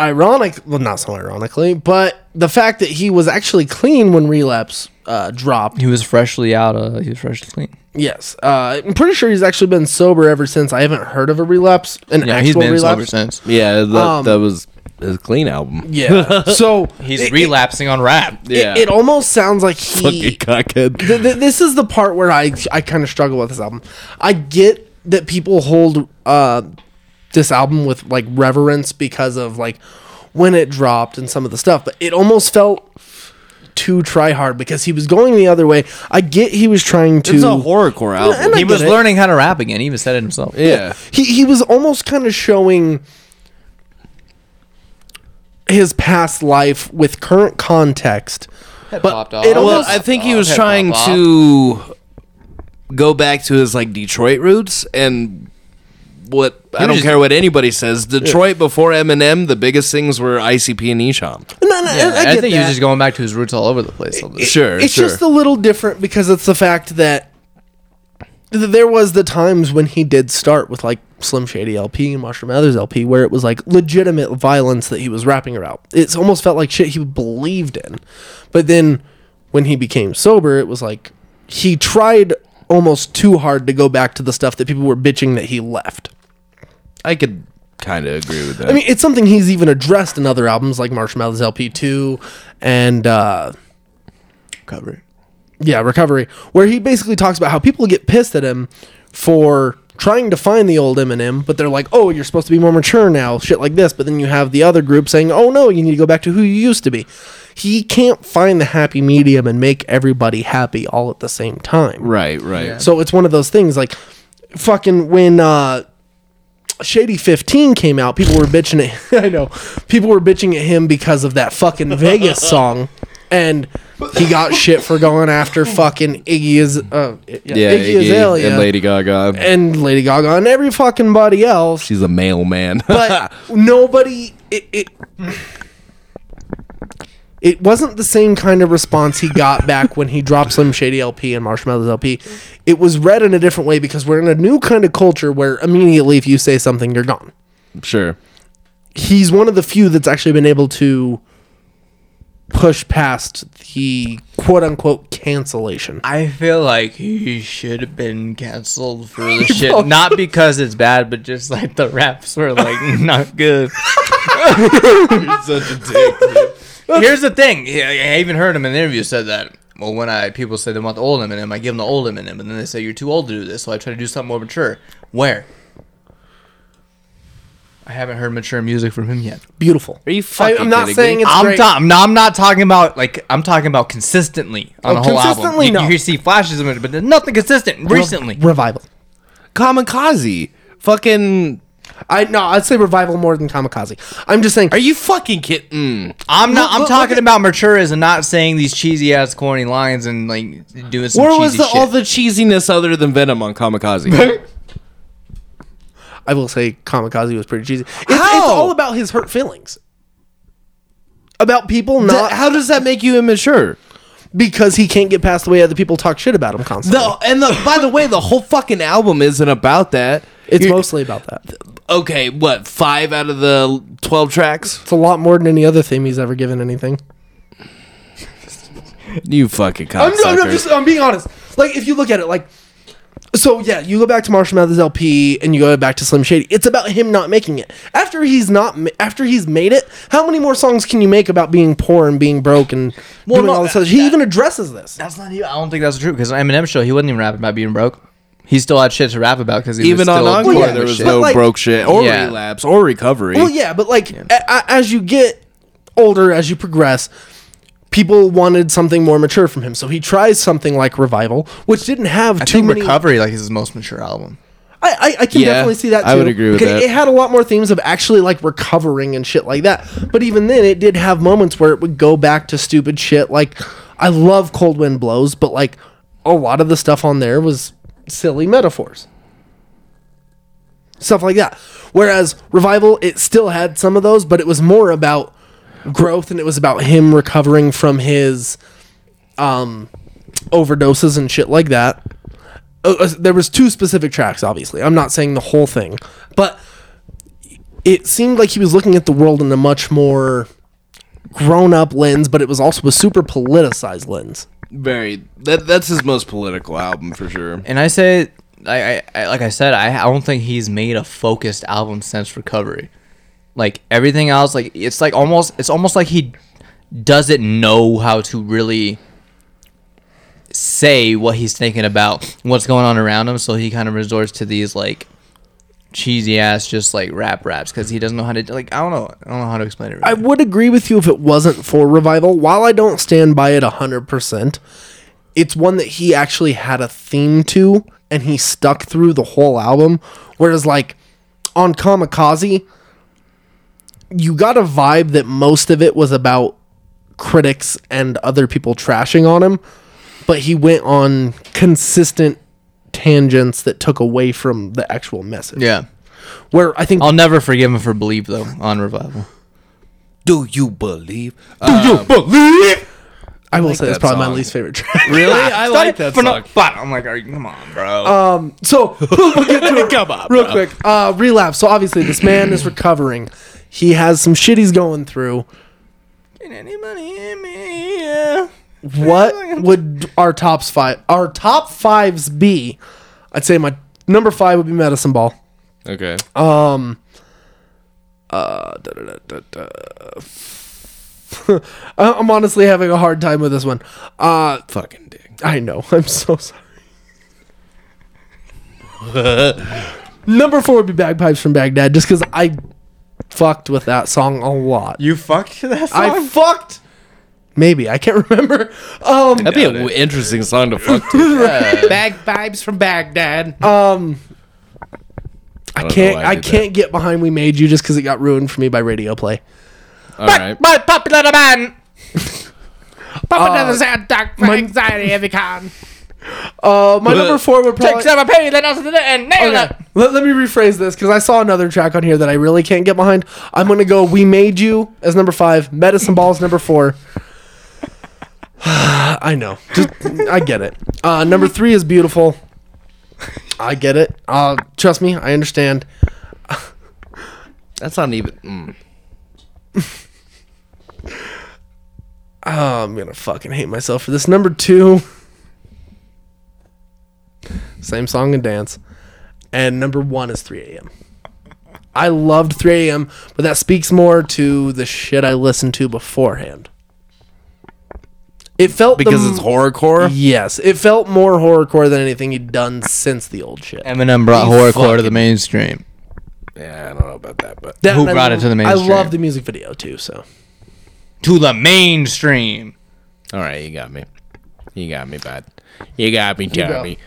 C: ironic, well, not so ironically, but the fact that he was actually clean when relapse uh, dropped.
B: He was freshly out. Uh, he was freshly clean.
C: Yes, uh, I'm pretty sure he's actually been sober ever since. I haven't heard of a relapse, an
B: Yeah,
C: actual
B: he's been
C: relapse.
B: sober since.
D: Yeah, that,
C: Um,
D: that was his clean album.
B: [laughs]
D: [laughs]
C: Yeah. so
B: He's
C: it,
B: relapsing on rap.
D: Yeah,
C: it, it almost sounds like he.
D: fucking cockhead.
C: th- th- this is the part where I I kind of struggle with this album. I get that people hold uh, this album with like reverence because of like when it dropped and some of the stuff, but it almost felt too try hard because he was going the other way. I get he was trying to.
D: It's a horrorcore album.
C: And I
B: He was
C: get it.
B: learning how to rap again. He even said it himself.
D: Yeah.
C: He he was almost kind of showing his past life with current context.
B: Head
C: But
B: popped
C: it
B: off.
D: Well,
C: almost-
D: I think he
B: Pop,
D: was
B: pop,
D: trying
B: pop.
D: to go back to his like Detroit roots and what I
B: was
D: don't
B: just-
D: care what anybody says. Detroit before Eminem, the biggest things were ICP and Esham.
C: No, no,
B: Yeah,
C: I, I
B: I,
C: get
B: think he was
C: that.
B: just going back to his roots all over the place. All this.
D: Sure,
C: it's
D: sure.
C: just a little different because it's the fact that th- there was the times when he did start with like Slim Shady LP and Mushroom Others LP where it was like legitimate violence that he was rapping about. It's almost felt like shit he believed in. But then when he became sober, it was like he tried almost too hard to go back to the stuff that people were bitching that he left.
D: I could kind of agree with that.
C: I mean, it's something he's even addressed in other albums like Marshmallows LP two, and uh,
B: Cover.
C: yeah, Recovery, where he basically talks about how people get pissed at him for trying to find the old Eminem, but they're like, "Oh, you're supposed to be more mature now," shit like this. But then you have the other group saying, "Oh no, you need to go back to who you used to be." He can't find the happy medium and make everybody happy all at the same time.
D: right, right.
C: So it's one of those things like fucking when uh Shady 15 came out, people were bitching at [laughs] I know. People were bitching at him because of that fucking Vegas song and he got shit for going after fucking Iggy Az- uh, yeah,
D: yeah,
C: Iggy,
D: Iggy
C: Azalea
D: and Lady Gaga.
C: and Lady Gaga and every fucking body else,
D: She's a mailman.
C: but nobody it, it it wasn't the same kind of response he got back when he dropped Slim Shady LP and Marshmallows LP. It was read in a different way because we're in a new kind of culture where immediately if you say something, you're gone.
D: [laughs] sure.
C: He's one of the few that's actually been able to push past the quote unquote cancellation.
B: I feel like he should have been canceled for the shit. Not because it's bad, but just like the raps were like [laughs] not good.
D: Such a dick.
B: [laughs] Here's the thing. Yeah, I even heard him in an interview said that. Well, when I people say they want the old Eminem, I give them the old Eminem, and then they say you're too old to do this, so I try to do something more mature. Where? I haven't heard mature music from him yet.
C: Beautiful.
D: Are you
C: I,
D: fucking
C: I'm not
D: kidding
C: saying
D: me?
C: it's
B: I'm,
C: great.
B: ta- no, I'm not talking about like I'm talking about consistently on
C: Oh,
B: a whole album.
C: consistently,
B: You,
C: no.
B: you see flashes of it, but there's nothing consistent recently.
C: Revival.
D: Kamikaze. Fucking.
C: I no, I'd say revival more than kamikaze. I'm just saying
D: Are you fucking kidding?
B: I'm not. I'm
C: look-
B: talking
C: look at-
B: about maturism, and not saying these cheesy ass corny lines and like doing some.
D: Where
B: cheesy
D: was the,
B: shit.
D: all the cheesiness other than Venom
C: [laughs]
D: on Kamikaze?
C: I will say Kamikaze was pretty cheesy. It's, it's
D: How?
C: all about his hurt feelings. About people not
D: How does that make you immature?
C: because he can't get past the way other people talk shit about him constantly.
D: The, and the, by the way, the whole fucking album isn't about that.
C: it's
D: You're-
C: mostly about that.
D: okay. What five out of the twelve tracks?
C: It's a lot more than any other theme he's ever given anything.
D: You fucking
C: I'm,
D: cocksucker.
C: no, no, I'm just I'm being honest. Like if you look at it, like so yeah, you go back to Marshmallow's LP and you go back to Slim Shady. It's about him not making it. After he's not, ma- after he's made it, how many more songs can you make about being poor and being broke and doing
B: no,
C: all this
B: that-
C: other? He
B: that-
C: even addresses this.
B: That's not. even- I don't think that's true because Eminem show he wasn't even rapping about being broke. He still had shit to rap about because he was
D: Even on
B: still
D: Encore,
B: doing
C: Well, yeah,
B: the
D: there was
B: shit.
D: no
C: But, like-
D: broke shit or
B: Yeah.
D: relapse or recovery.
C: Well, yeah, but like a- a- as you get older, as you progress, people wanted something more mature from him. So he tries something like Revival, which didn't have
B: I
C: too
B: think
C: many.
B: recovery like is his most mature album.
C: I, I, I can
D: Yeah,
C: definitely see that. Too,
D: I would agree with
C: because
D: that.
C: It had a lot more themes of actually like recovering and shit like that. But even then, it did have moments where it would go back to stupid shit. Like I love Cold Wind Blows, but like a lot of the stuff on there was silly metaphors. Stuff like that. Whereas Revival, it still had some of those, but it was more about growth and it was about him recovering from his um overdoses and shit like that uh, uh, there was two specific tracks obviously i'm not saying the whole thing but it seemed like he was looking at the world in a much more grown up lens but it was also a super politicized lens
D: very. That, that's his most political album for sure.
B: And I say, I, I, I like I said, I, I don't think he's made a focused album since Recovery. Like everything else, like it's like almost, it's almost like he doesn't know how to really say what he's thinking about, what's going on around him. So he kind of resorts to these like cheesy ass, just like rap raps because he doesn't know how to like. I don't know, I don't know how to explain it. Really.
C: i would agree with you if it wasn't for revival while i don't stand by it 100% it's one that he actually had a theme to and he stuck through the whole album whereas like on kamikaze you got a vibe that most of it was about critics and other people trashing on him, but he went on consistent tangents that took away from the actual message.
B: yeah,
C: Where I think
B: I'll never forgive him for Believe though on Revival.
D: Do you believe?
C: I will say
D: um, that
C: that's probably my
D: song.
C: least favorite track.
D: Really? I like that
B: For no-
D: song.
B: but I'm like, are you, come on, bro.
C: [laughs] So we'll get to it real quick. Uh, relapse. So obviously this man is recovering. He has some shit he's going through.
B: anybody hear me? Yeah.
C: What would our tops five our top fives be? I'd say my number five would be Medicine Ball.
D: Okay.
C: Um, Uh, da, da, da, da, da. [laughs] I- I'm honestly having a hard time with this one. Uh,
D: Fucking dick.
C: I know. [laughs] I'm so sorry. Number four would be Bagpipes from Baghdad, just because I fucked with that song a lot.
D: You fucked that
C: I fucked. Maybe I can't [laughs] remember. Um,
D: That'd be an interesting song to fuck
C: [laughs]
D: to.
C: Bagpipes from Baghdad. Um, I,
D: don't know
C: can't.
D: why I
C: I,
D: did that.
C: can't get behind "We Made You" just because it got ruined for me by radio play.
D: All right.
F: My popular demand. [laughs]
C: Uh,
F: Oh. My anxiety every kind.
C: uh, my number four would probably.
F: Take some of pain, let us do it, and nail
C: Okay.
F: it.
C: Let, let me rephrase this because I saw another track on here that I really can't get behind. I'm gonna go "We Made You" as number five, "Medicine Balls" number four. [sighs] I know, just I get it. Uh, number three is "Beautiful." I get it. Uh, trust me, I understand.
D: That's not even. Mm.
C: Oh, I'm gonna fucking hate myself for this. Number two, same song and dance, and number one is 3 a.m. I loved 3 a.m., but that speaks more to the shit I listened to beforehand. It felt the
D: Because
C: m-
D: it's horrorcore.
C: Yes, it felt more horrorcore than anything he'd done since the old shit.
B: Eminem brought horrorcore to the mainstream.
D: Yeah, I don't know about that, but
C: That-
B: who
C: and I
B: brought it
C: love-
B: to the
C: I
B: mainstream?
C: love the music video too. So
B: To the mainstream.
D: all right, you got me. You got me bad. You got me,
C: go.
D: Tommy.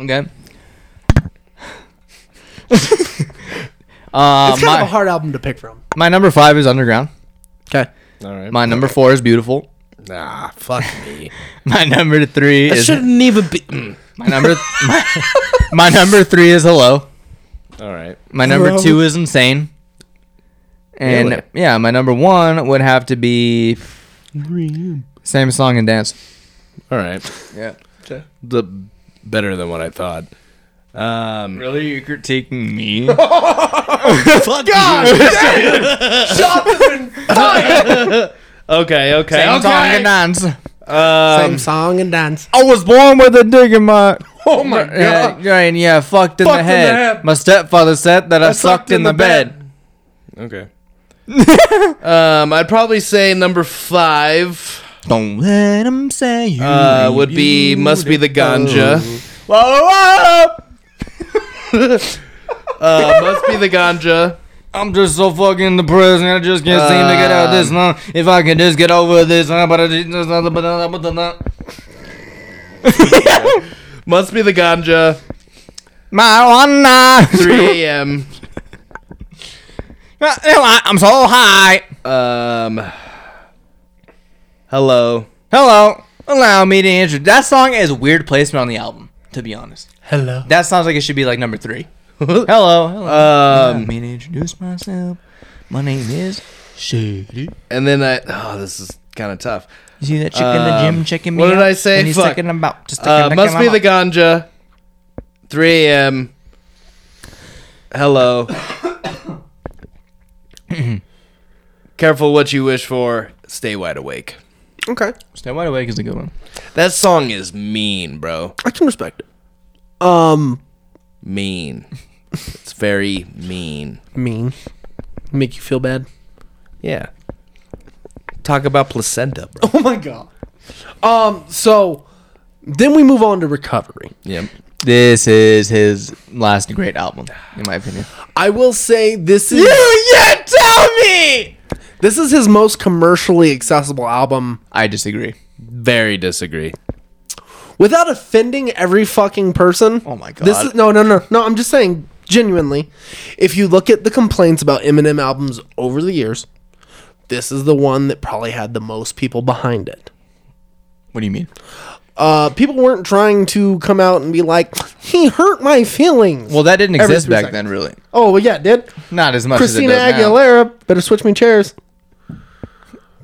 B: Okay.
C: it's kind of a
B: Uh, my,
C: hard album to pick from.
B: my number five is Underground.
C: Okay,
D: All right.
B: My number four is Beautiful.
D: Nah, fuck me.
B: [laughs] My number three
D: It
B: is
D: shouldn't even be. Mm.
B: my number. My, [laughs] my number three is Hello.
D: All right.
B: My number two is Insane. And
D: Really?
B: yeah, my number one would have to be same song and dance.
D: All right.
B: Yeah.
D: The better than what I thought. Um,
B: Really, you critiquing [laughs] me?
D: fuck God. okay, okay.
B: Same song and dance. Um,
C: same song and dance.
B: I was born with a dig in my.
D: [laughs] Oh my god.
B: Yeah, right, yeah, fucked in
D: Fucked
B: the
D: in the
B: head.
D: head.
B: My stepfather said that I, sucked, in, the, bed.
D: Okay. [laughs] um, I'd probably say number five
B: Don't let him say you.
D: uh, would be must be the ganja.
B: Whoa, whoa!
D: Uh, must be the ganja.
B: I'm just so fucking depressed, and I just can't seem to get out of this. Now. If I can just get over this, uh, but I just but uh, but uh,
D: Must be the ganja.
B: marijuana. [laughs]
D: 3 a.m.
B: I'm so high.
D: Um, hello.
B: Hello, allow me to introduce. That song is weird placement on the album. To be honest,
C: Hello.
B: that sounds like it should be like number three. hello, hello. Allow
D: Um,
B: me to introduce myself. My name is Shady.
D: And then I. Oh, this is kind of tough.
B: You see that chick in the
D: Um,
B: gym checking me
D: what did
B: out?
D: I say?
B: And he's
D: Fuck.
B: checking about. Just
D: Uh,
B: sticking
D: must
B: my
D: be the
B: mouth.
D: ganja. 3 a.m. Hello. [coughs] Careful what you wish for. Stay wide awake.
C: Okay,
B: Stay wide awake is a good one.
D: That song is mean, bro.
C: I can respect it. Um,
D: Mean. It's very mean.
C: mean make you feel
B: [laughs]
C: bad
D: Yeah. Talk about placenta, bro.
C: oh my god um so then we move on to recovery
D: [laughs] yep.
B: This is his last great album, in my opinion.
C: i will say this is
B: yeah, tell me.
C: this is his most commercially accessible album
B: I disagree.
D: Very disagree.
C: without offending every fucking person
B: Oh my
C: this
B: God.
C: is no no no no i'm just saying genuinely if you look at the complaints about eminem albums over the years this is the one that probably had the most people behind it
B: What do you mean?
C: uh, people weren't trying to come out and be like he hurt my feelings
B: Well, that didn't
C: Every
B: exist
C: three
B: back
C: seconds.
B: then, really.
C: oh well, yeah it did
B: Not as much
C: Christina
B: as it does
C: Aguilera better switch me chairs.
B: now.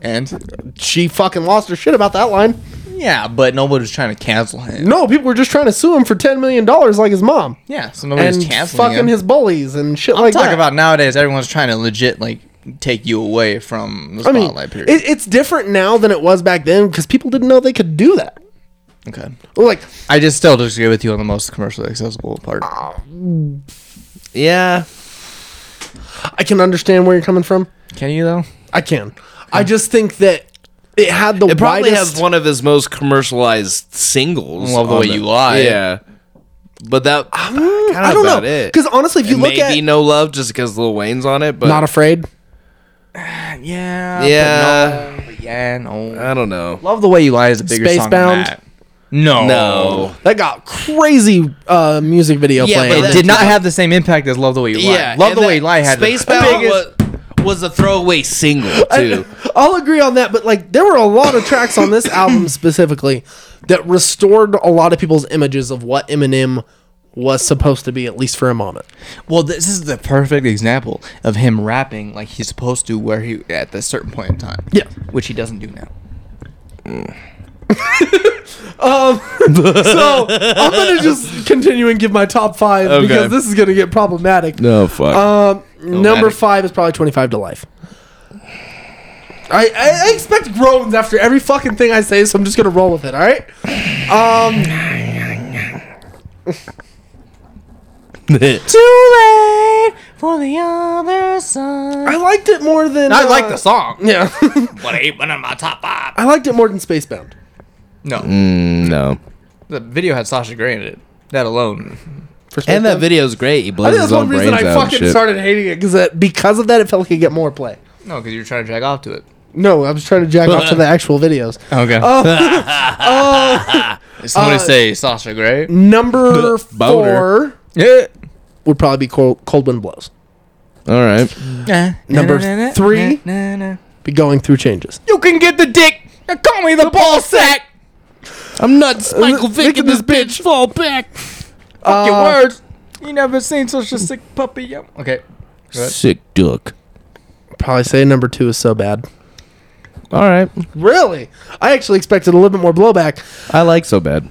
B: And
C: She fucking lost her shit about that line.
B: yeah, but nobody was trying to cancel him.
C: No, people were just trying to sue him for ten million dollars, like his mom,
B: Yeah, so nobody's
C: and
B: canceling
C: fucking
B: him.
C: his bullies and shit like
B: Talk
C: that.
B: about nowadays, everyone's trying to legit like take you away from the
C: I mean,
B: spotlight. period.
C: it, it's different now than it was back then because people didn't know they could do that.
B: okay.
C: Like,
B: I just still disagree with you on the most commercially accessible part.
D: Yeah.
C: I can understand where you're coming from.
B: Can you though?
C: I can. I just think that it had the
D: It probably
C: widest.
D: has one of his most commercialized singles.
B: Love the
D: on
B: Way You Lie.
D: Yeah, but that
C: Mm, I
D: I
C: don't know
D: about it.
C: because honestly, if you
D: And
C: look
D: maybe
C: at
D: no love just because Lil Wayne's on it, but
C: not afraid,
B: Uh, Yeah. but
D: Yeah.
B: no, yeah. No.
D: I don't know.
B: Love the way you lie is a bigger
C: Space
B: song
C: Bound?
B: than that. No.
D: No.
C: that got crazy uh, music video
D: Yeah,
C: playing.
D: but
B: It
D: that-
B: did not have the same impact as Love the Way You Lie. Love
D: and
B: the
D: that
B: Way You Lie had [laughs]
D: Space
B: the
D: Bound
B: biggest-
D: was, was a throwaway single too.
C: I'll agree on that, but like there were a lot of tracks on this album specifically that restored a lot of people's images of what Eminem was supposed to be, at least for a moment.
B: Well, this is the perfect example of him rapping like he's supposed to, where he at a certain point in time.
C: Yeah.
B: which he doesn't do now.
C: So I'm gonna just continue and give my top five
D: Okay.
C: because this is gonna get problematic.
D: No fuck.
C: Um, number
D: Matic.
C: five is probably 25 to life. I, I I expect groans after every fucking thing I say, so I'm just gonna roll with it. All right. Um,
B: Too late for the other side.
C: I liked it more than
B: I
C: uh,
B: like the song,
C: Yeah,
B: but it ain't one of my top five.
C: [laughs] I liked it more than Spacebound.
B: No,
D: [laughs] no.
B: the video had Sasha Grey in it. That alone.
C: For Spacebound.
D: And that video's great. He
C: I
D: blows
C: think
D: his
C: that's one
D: own
C: reason
D: brains
C: I
D: out. and
C: fucking
D: shit.
C: started hating it because that because of that it felt like it get more play.
B: No, because you're trying to drag off to it.
C: No, I was trying to jack off to the
D: uh,
C: actual
D: [laughs]
C: videos.
B: Okay.
C: Uh,
B: Somebody say Sasha Grey.
C: number
D: [laughs] Boner.
C: four
B: Yeah.
C: would probably be cold, cold wind blows.
D: All right.
C: Number three. Be going through changes.
B: You can get the dick. Now call me the, ball sack.
D: I'm nuts, Michael
C: Vick and
D: Vick and
C: this
D: this bitch fall back.
B: Fuck your
C: Uh,
B: words. You never seen such a sick puppy. Yo. Okay.
D: Sick duck.
C: Probably say number two is so bad.
D: All right.
C: Really? I actually expected a little bit more blowback.
D: I like so bad.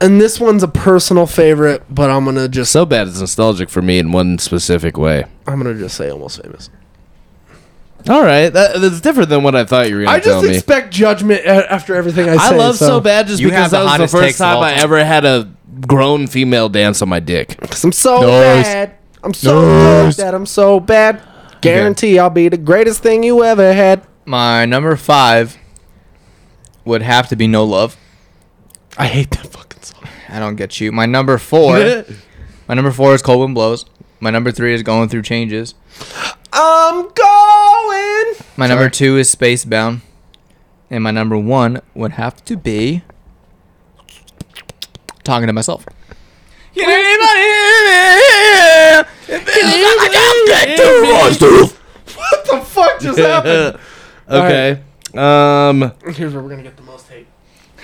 C: And this one's a personal favorite, but I'm gonna just
D: So bad is nostalgic for me in one specific way.
C: I'm gonna just say almost famous.
D: All right, that, that's different than what I thought you were going
C: I
D: to tell
C: just
D: me.
C: expect judgment a- after everything I say.
D: I love so, bad just
B: You have
D: because
B: the
D: that was the
B: hottest
D: first
B: takes of
D: time
B: all
D: I
B: time.
D: ever had a grown female dance on my dick.
C: 'Cause I'm so
D: Nice.
C: bad. I'm so bad that I'm so bad. Guarantee I'll be the greatest thing you ever had.
B: My number five would have to be No Love.
C: I hate that fucking song.
B: I don't get you. My number four. my number four is Cold Wind Blows. My number three is Going Through Changes.
C: [laughs] I'm going.
B: My number two is Spacebound. And my number one would have to be talking to myself. Can anybody hear me? It feels like I'm getting too much.
C: [laughs] What the fuck just happened?
D: okay. Um,
C: [laughs] Here's where we're gonna get the most hate.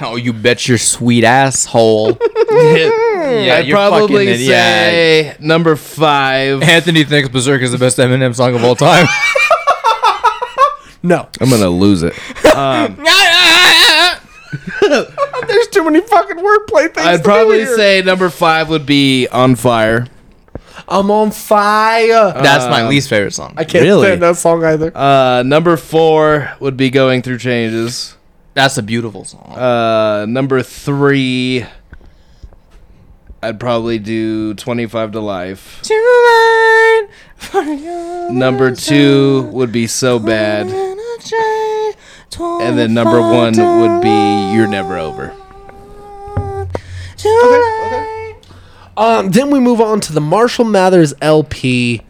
B: Oh, you bet your sweet asshole. yeah,
D: I'd probably say number
B: [laughs]
D: five.
B: Anthony thinks Berserk is the best Eminem song of all time.
C: No,
D: I'm gonna lose it.
C: there's too many fucking wordplay things.
D: I'd probably say number five would be "On Fire."
C: I'm on fire.
B: That's my least favorite song.
C: I can't
D: really?
C: stand that song either.
D: Uh, number four would be "Going Through Changes."
B: That's a beautiful song.
D: Uh, number three, I'd probably do "25 to Life." Number two would be "So Bad," and then number one would be "You're Never Over."
C: Um, then we move on to the Marshall Mathers LP.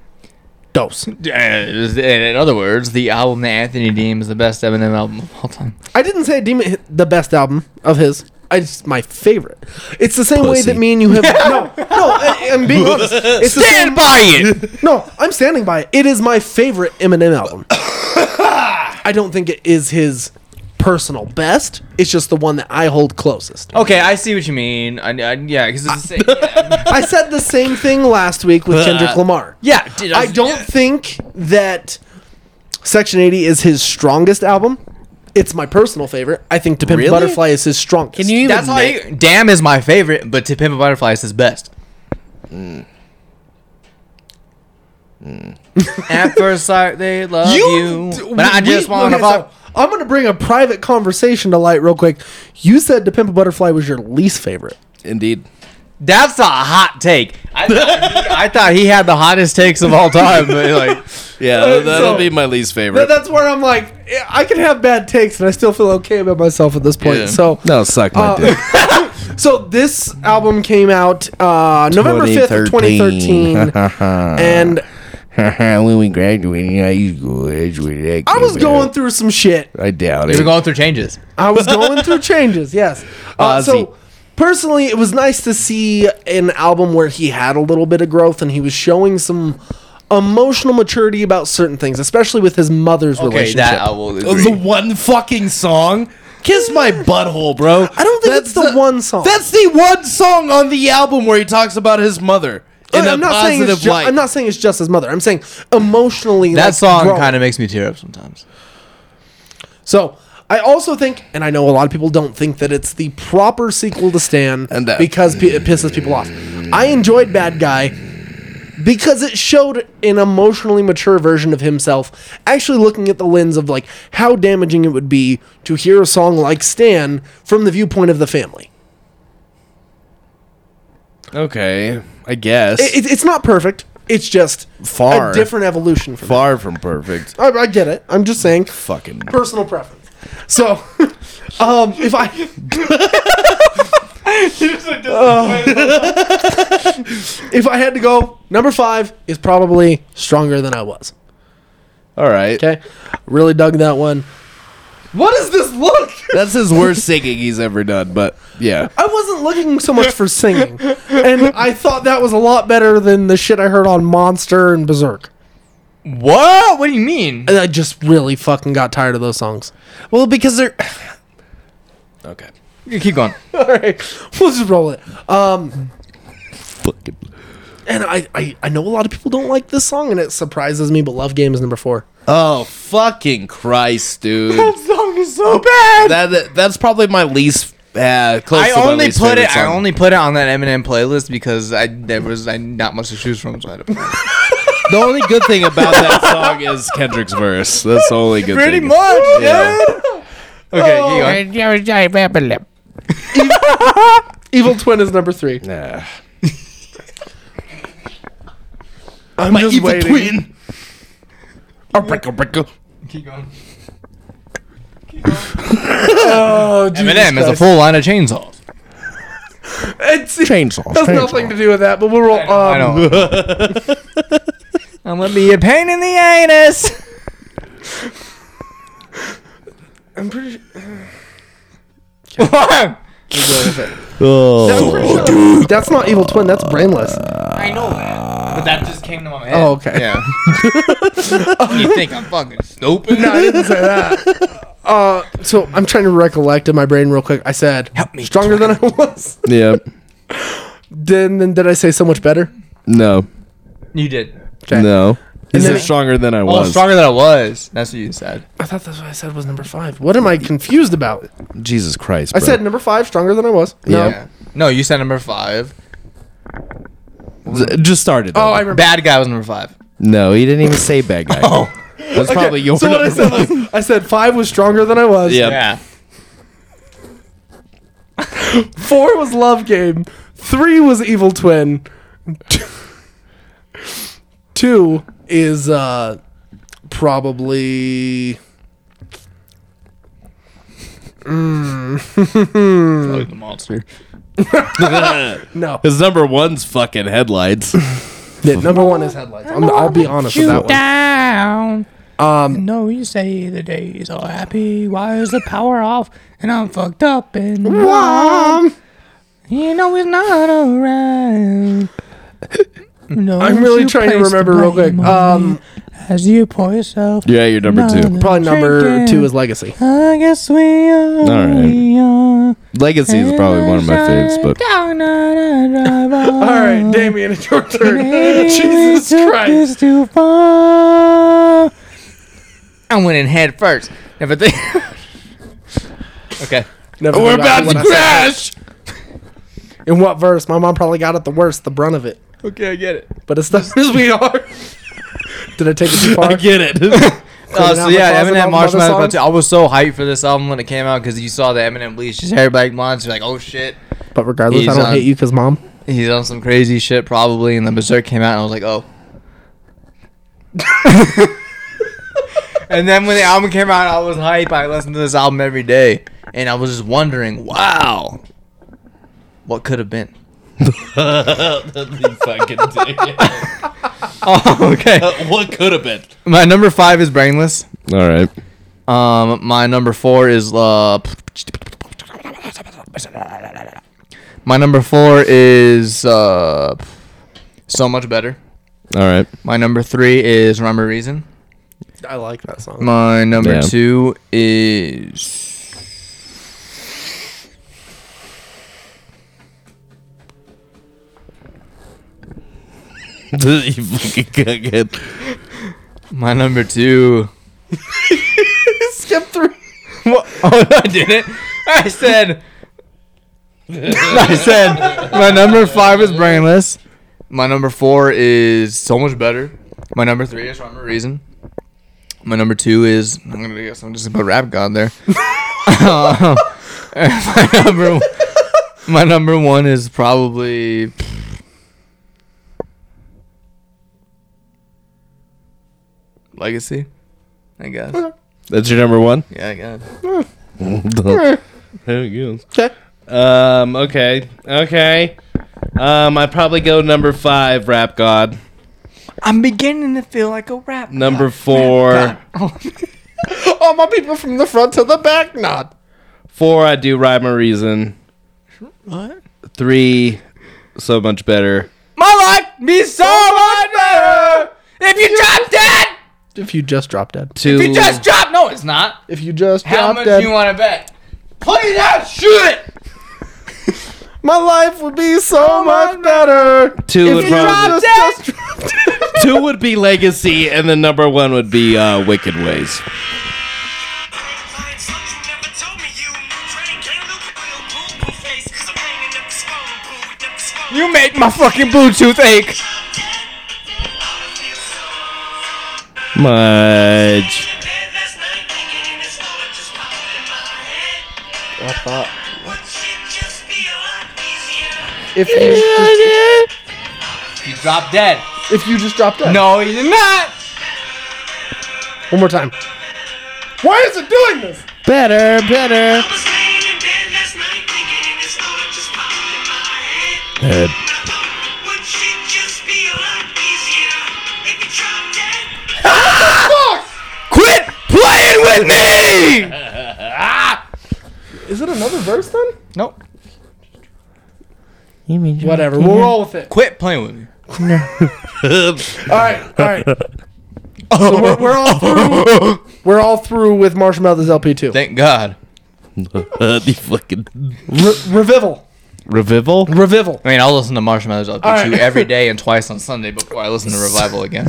C: Dose.
B: Uh, In other words, the album that Anthony deems the best Eminem album of all time.
C: I didn't say Demon hit the best album of his. I just my favorite. It's the same way
D: Pussy.
C: that me and you
D: [laughs]
C: have. no, no. I, am being honest. It's the same-
B: by it.
C: No, I'm standing by it. It is my favorite Eminem
D: [coughs]
C: album. I don't think it is his personal best. It's just the one that I hold closest.
B: [laughs] Okay, I see what you mean. I, I, yeah, because it's the same. Yeah,
C: I said the same thing last week with Kendrick Lamar.
B: yeah dude,
C: I don't think that Section 80 is his strongest album. It's my personal favorite. I think To Pimp a
D: Really?
C: Butterfly is his strongest. Can
D: you even-
B: That's why. you- Damn is my favorite, but To Pimp a Butterfly is his best. At first sight, they love you, but I just want to fuck.
C: I'm going to bring a private [laughs] conversation to light real quick. You said To Pimp a Butterfly was your least favorite.
D: Indeed.
F: That's a hot take. I thought, he, I thought he had the hottest takes of all time. But
B: [laughs]
F: like,
D: Yeah, that'll
C: Uh, So-
D: be my least favorite.
C: But that's where I'm like, eh, I can have bad takes and I still feel okay about myself at this point.
D: Yeah.
C: So,
D: no, suck my
C: Uh, [laughs]
D: dick.
C: so this album came out uh, November 5th, of [laughs] 2013. and
D: [laughs] when we graduated, I used to graduate.
C: I was going through some shit.
D: I doubt
B: We're going through changes.
C: I was going through changes, yes. Uh,
D: Ozzy.
C: so, personally, it was nice to see an album where he had a little bit of growth and he was showing some emotional maturity about certain things, especially with his mother's
B: Okay,
C: relationship.
B: that I will agree.
D: The one fucking song. Kiss my butthole, bro.
C: I don't think it's the one song.
D: That's the one song on the album where he talks about his mother in a
C: Uh, I'm not saying
D: positive
C: it's ju-
D: light.
C: I'm not saying it's just his mother. I'm saying emotionally.
B: that
C: like,
B: song
C: grow.
B: kind of makes me tear up sometimes.
C: So I also think, and I know a lot of people don't think that it's the proper sequel to Stan
D: And that-
C: because pe- it pisses people off. I enjoyed Bad Guy because it showed an emotionally mature version of himself, actually looking at the lens of like how damaging it would be to hear a song like Stan from the viewpoint of the family.
D: okay, I guess.
C: It, it- it's not perfect. It's just
D: Far.
C: a different evolution. From
D: Far from perfect.
C: I, I get it. I'm just saying.
D: Fucking.
C: personal preference. So, [laughs] um, if I [laughs] Uh, if I had to go, number five is probably stronger than I was.
D: All right.
C: Okay, really dug that one. What is this look?
D: That's his worst singing he's ever done, but yeah.
C: I wasn't looking so much for singing, and I thought that was a lot better than the shit I heard on Monster and Berserk.
B: What? What do you mean?
C: And I just really fucking got tired of those songs.
D: Well, because they're. okay.
B: Keep [laughs] going.
C: All right, [laughs] we'll just roll it.
D: Fucking.
C: And I, I, I know a lot of people don't like this song, and it surprises me. But Love Game is number four.
D: Oh, fucking Christ, dude.
C: song is so bad.
D: that, that- That's probably my least. Uh, close
B: I
D: to my
B: only
D: least
B: put
D: favorite
B: it. I
D: song.
B: only put it on that Eminem playlist because I there was I, not much to choose from. So I had to
D: The only good thing about that song is Kendrick's verse. That's the only good
B: Pretty
D: thing.
B: much,
D: Yeah.
B: [laughs] Okay,
E: Oh,
B: keep going.
C: Evil Twin is number three.
D: Nah.
C: I'm just waiting.
D: twin. A brickle brickle.
B: Keep going.
C: Oh, Jesus
B: Eminem has a
C: Christ.
B: full line of chainsaws.
C: It's, it
D: Chainsaw.
C: has nothing to do with that, but we'll roll.
B: I
C: Um,
B: don't. [laughs] I'm gonna be a pain in the [laughs] anus.
C: I'm pretty. Sure,
B: [laughs]
C: I'm
B: I
C: pretty sure that's, that's not Evil Twin. That's Brainless.
B: know that, but that just came to my head.
C: Oh, okay.
B: Yeah. [laughs] you think I'm fucking stupid?
C: No, I didn't say that. [laughs] Uh, so I'm trying to recollect in my brain real quick. I said
B: Help me,
C: stronger than I was.
D: Yeah.
C: Then, then did I say so much better?
D: No.
B: You did.
C: Okay.
D: No. Is
C: then
D: it
C: it-
D: stronger than I
B: Oh,
D: was?
B: stronger than I was. That's what you said.
C: I thought that's what I said was number five. What am I confused about?
D: Jesus Christ.
C: I
D: bro.
C: said number five, stronger than I was. No.
D: Yeah.
B: No, you said number five.
D: Z- just started.
C: Oh,
D: over.
C: I remember.
B: Bad guy was number five.
D: No, he didn't even say bad guy. [laughs] oh. That's probably your
C: So what I
D: number
C: said
D: one.
C: was, I said five was stronger than I was.
D: [laughs] Yeah.
B: Yeah.
C: Four was love game. Three was evil twin. Two is uh, probably
B: Probably the monster.
C: no.
D: His number one's fucking headlights.
C: Yeah, number one is headlights. I'm, I'll be honest with that one.
E: down.
C: Um,
E: No, you say the day is all happy. Why is the power off? And I'm fucked up and
C: Mom,
E: you know he's not around. No,
C: I'm really trying to remember real quick. Um,
E: as you pour yourself.
D: yeah, you're number two.
E: another
C: probably number
E: drinking.
C: two is legacy.
E: I guess we are.
D: right.
E: We are
D: [laughs] Legacy is probably one of my favorites, but
E: down on a
C: [laughs]
E: drive
C: All right, Damien, it's your turn. [laughs]
E: Maybe
C: Jesus
E: we took
C: Christ.
E: this too far.
B: I went in head first. Never think. [laughs] okay. Uh,
C: Never
D: we're
C: forgot
D: about
C: what
D: to
C: I said.
D: crash.
C: In what verse? My mom probably got it the worst, the brunt of it.
B: Okay, I get it.
C: But it's not [laughs] as we are. Did I take it
B: [laughs]
C: too far?
D: I get it.
B: Oh, so
C: Out my
B: yeah,
C: closet
B: Eminem
C: about
B: Marshmallow.
C: mother
B: Mathers.
C: songs?
B: I was so hyped for this album when it came out because you saw the Eminem leash his hair back once. You're like, oh shit.
C: But regardless,
B: He's
C: I don't
B: on-
C: hate you because mom.
B: He's on some crazy shit probably, and then Berserk came out, and I was like, oh. [laughs] and then when the album came out, I was hype. I listened to this album every day, and I was just wondering, wow, what could have been.
D: fucking
B: Oh, [laughs] okay.
D: what could have been?
B: My number five is Brainless.
D: All right.
B: Um, my number four is uh. My number four is uh, so much better.
D: All right.
B: My number three is Rhyme or Reason.
C: I like that song.
B: My number
D: Yeah.
B: two is
D: [laughs] you fucking cookhead.
B: my number two.
C: [laughs] Skip through.
B: What? Oh, I didn't. I said. I said my number five is brainless. My number four is so much better. My number three is Rhyme or Reason. My number two is I'm gonna guess I'm just gonna put Rap God there. [laughs] Um, and my number my number one is probably Legacy. I guess.
D: That's your number one.
B: Yeah, I guess.
D: [laughs] There you go. Um. Okay. Okay. Um. I probably go number five. Rap God.
B: I'm beginning to feel like a rap.
D: Number four.
C: All my people from the front to the back nod.
D: Four. I do Rhyme or Reason. What? Three. So much better.
B: My life be so much better if you drop dead.
C: If you just drop dead.
D: Two.
B: You just drop. No, it's not.
C: If you just
B: How
C: drop
B: much
C: dead.
B: you want to bet? Play that shit.
C: my life would be so much better.
D: two would
C: If you
D: probably.
C: just, just drop dead.
D: two would be Legacy, and the number one would be uh, Wicked Ways.
G: You
B: You make my fucking Bluetooth ache.
D: Much.
C: if, you
B: You drop dead.
C: just, if you just drop dead.
B: No, you did not.
C: One more time. Why is it doing this?
D: Better, better.
B: Quit playing with me.
C: Is it another verse then?
B: Nope.
C: Whatever. We'll roll with it.
B: Quit playing with me.
D: [laughs]
C: All right. All [laughs] right. So we're, we're all through. We're all through with Marshmallows LP two.
B: Thank God.
D: Uh, you fucking
C: Re- revival.
D: revival.
C: Revival.
B: I mean, I'll listen to Marshmallows up to
C: All right.
B: you every day [laughs] and twice on Sunday before I listen to Revival again.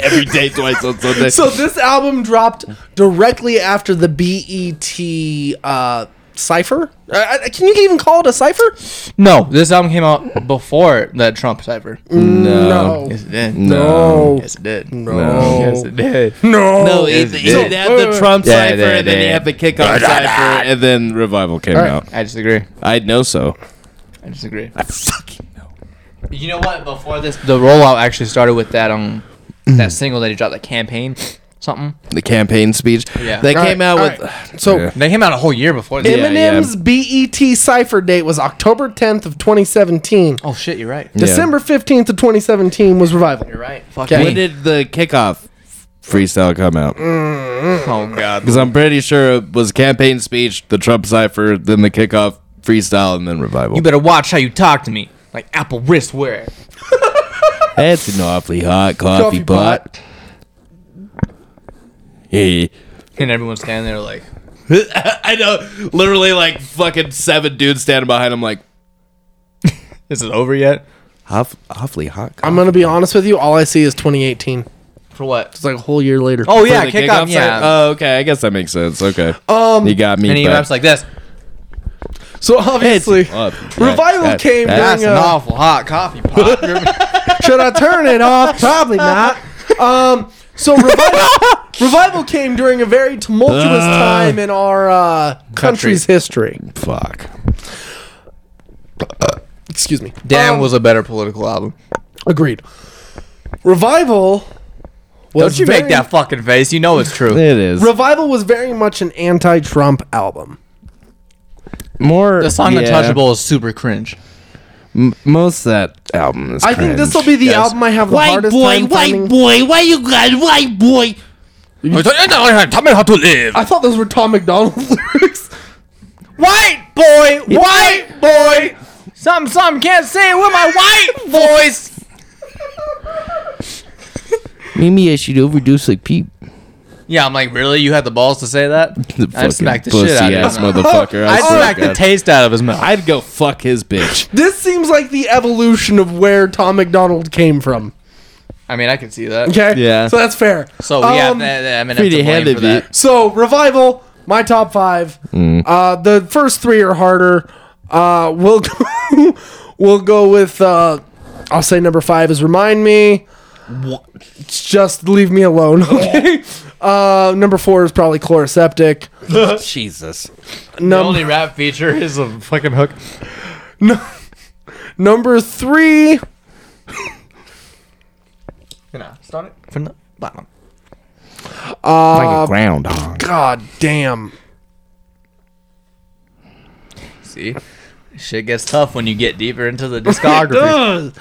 D: Every day, twice on Sunday.
C: So this album dropped directly after the BET uh, cipher. Uh, Uh, can you even call it a cipher?
B: [laughs] no, this album came out before that Trump cipher.
C: Oh.
D: no,
B: Yes, it did.
D: Mm. no,
B: Yes, it did.
C: No.
B: Yes, it did.
C: No.
D: no.
B: it-
D: It,
B: it- it
D: had the Trump
B: Yeah,
D: cipher,
B: yeah,
D: and then
B: yeah,
D: you
B: yeah.
D: had the kick on cipher, and then revival came
C: Alright.
D: out.
B: I disagree.
D: I know so.
B: I disagree. I fucking know. You know what? Before this, the rollout actually started with that um that single that he dropped, that campaign, something.
D: The campaign speech.
B: Yeah.
D: They
C: Alright,
D: came out
C: alright.
D: with.
C: So
D: Yeah.
B: They came out a whole year before this.
D: Yeah.
C: Eminem's BET cipher date was October 10th of 2017.
B: Oh shit, you're right.
C: December 15th of 2017 was Revival.
B: You're right. Fuck
C: Okay.
D: When
B: me.
D: did the kickoff freestyle come out?
B: Oh god.
D: Because I'm pretty sure it was campaign speech, the Trump cipher, then the kickoff freestyle, and then revival.
B: You better watch how you talk to me, like Apple wrist wear.
D: That's an awfully hot coffee,
C: Coffee
D: pot.
C: pot.
D: Yeah. [laughs]
B: And everyone's standing there like,
D: I know. Literally, like fucking seven dudes standing behind him, like
B: "Is it over yet?"
D: Huff, awfully hot.
C: I'm gonna be honest with you. All I see is 2018.
B: For what?
C: It's like a whole year later.
B: Oh yeah,
D: the
B: kick
D: kickoff
B: off. uh, Yeah.
D: side? Oh, okay. I guess that makes sense. Okay. Um, you got me.
B: and he
D: back.
B: raps like this.
C: so obviously,
D: Up.
C: Revival came
D: that-
B: That's an awful hot coffee pot.
C: should I turn it off? Probably not. Um, so revival, revival came during a very tumultuous time in our uh, country's history.
D: Fuck.
C: Excuse me. Um,
B: Damn was a better political album.
C: Agreed. Revival. Was
B: Don't you make
C: very-
B: that fucking face? You know it's true.
D: It is
C: Revival was very much an anti-Trump album.
D: more.
B: The song
D: yeah,
B: Untouchable is super cringe.
D: m- most of that album is.
C: I think this will be the album I have the
D: White
C: hardest
D: boy,
C: time
D: white
C: finding-
D: boy, why you got white boy?
B: Tell me how to live.
C: I thought those were Tom McDonald [laughs] lyrics.
B: White boy, white boy. Some some can't say it with my white voice.
D: Maybe I should overdo like Pete.
B: Yeah, I'm like, really? You had the balls to say that?
D: [laughs] The
B: I
D: fucking
B: smacked the
D: pussy
B: shit out [laughs]
D: ass
B: of him.
D: motherfucker. I
B: I
D: swear to
B: smacked the
D: God.
B: taste out of his mouth.
D: I'd go fuck his bitch.
C: This seems like the evolution of where Tom McDonald came from.
B: I mean, I could see that.
C: Okay,
D: Yeah.
C: So that's fair.
B: So we have
C: Um,
B: that, that Eminem
D: pretty
B: to blame
D: heavy
B: for that.
C: So revival, my top five.
B: Mm.
C: Uh, the first three are harder. Uh, we'll [laughs] go, we'll go with. Uh, I'll say number five is remind me. It's Just leave me alone, [laughs] okay? Uh, number four is probably chloroseptic.
B: [laughs]
D: Jesus.
B: The
C: Num-
B: only rap feature is a fucking hook.
C: number three,
B: start it from the bottom.
D: like a groundhog.
C: god damn.
B: See, shit gets tough when you get deeper into [laughs] the discography.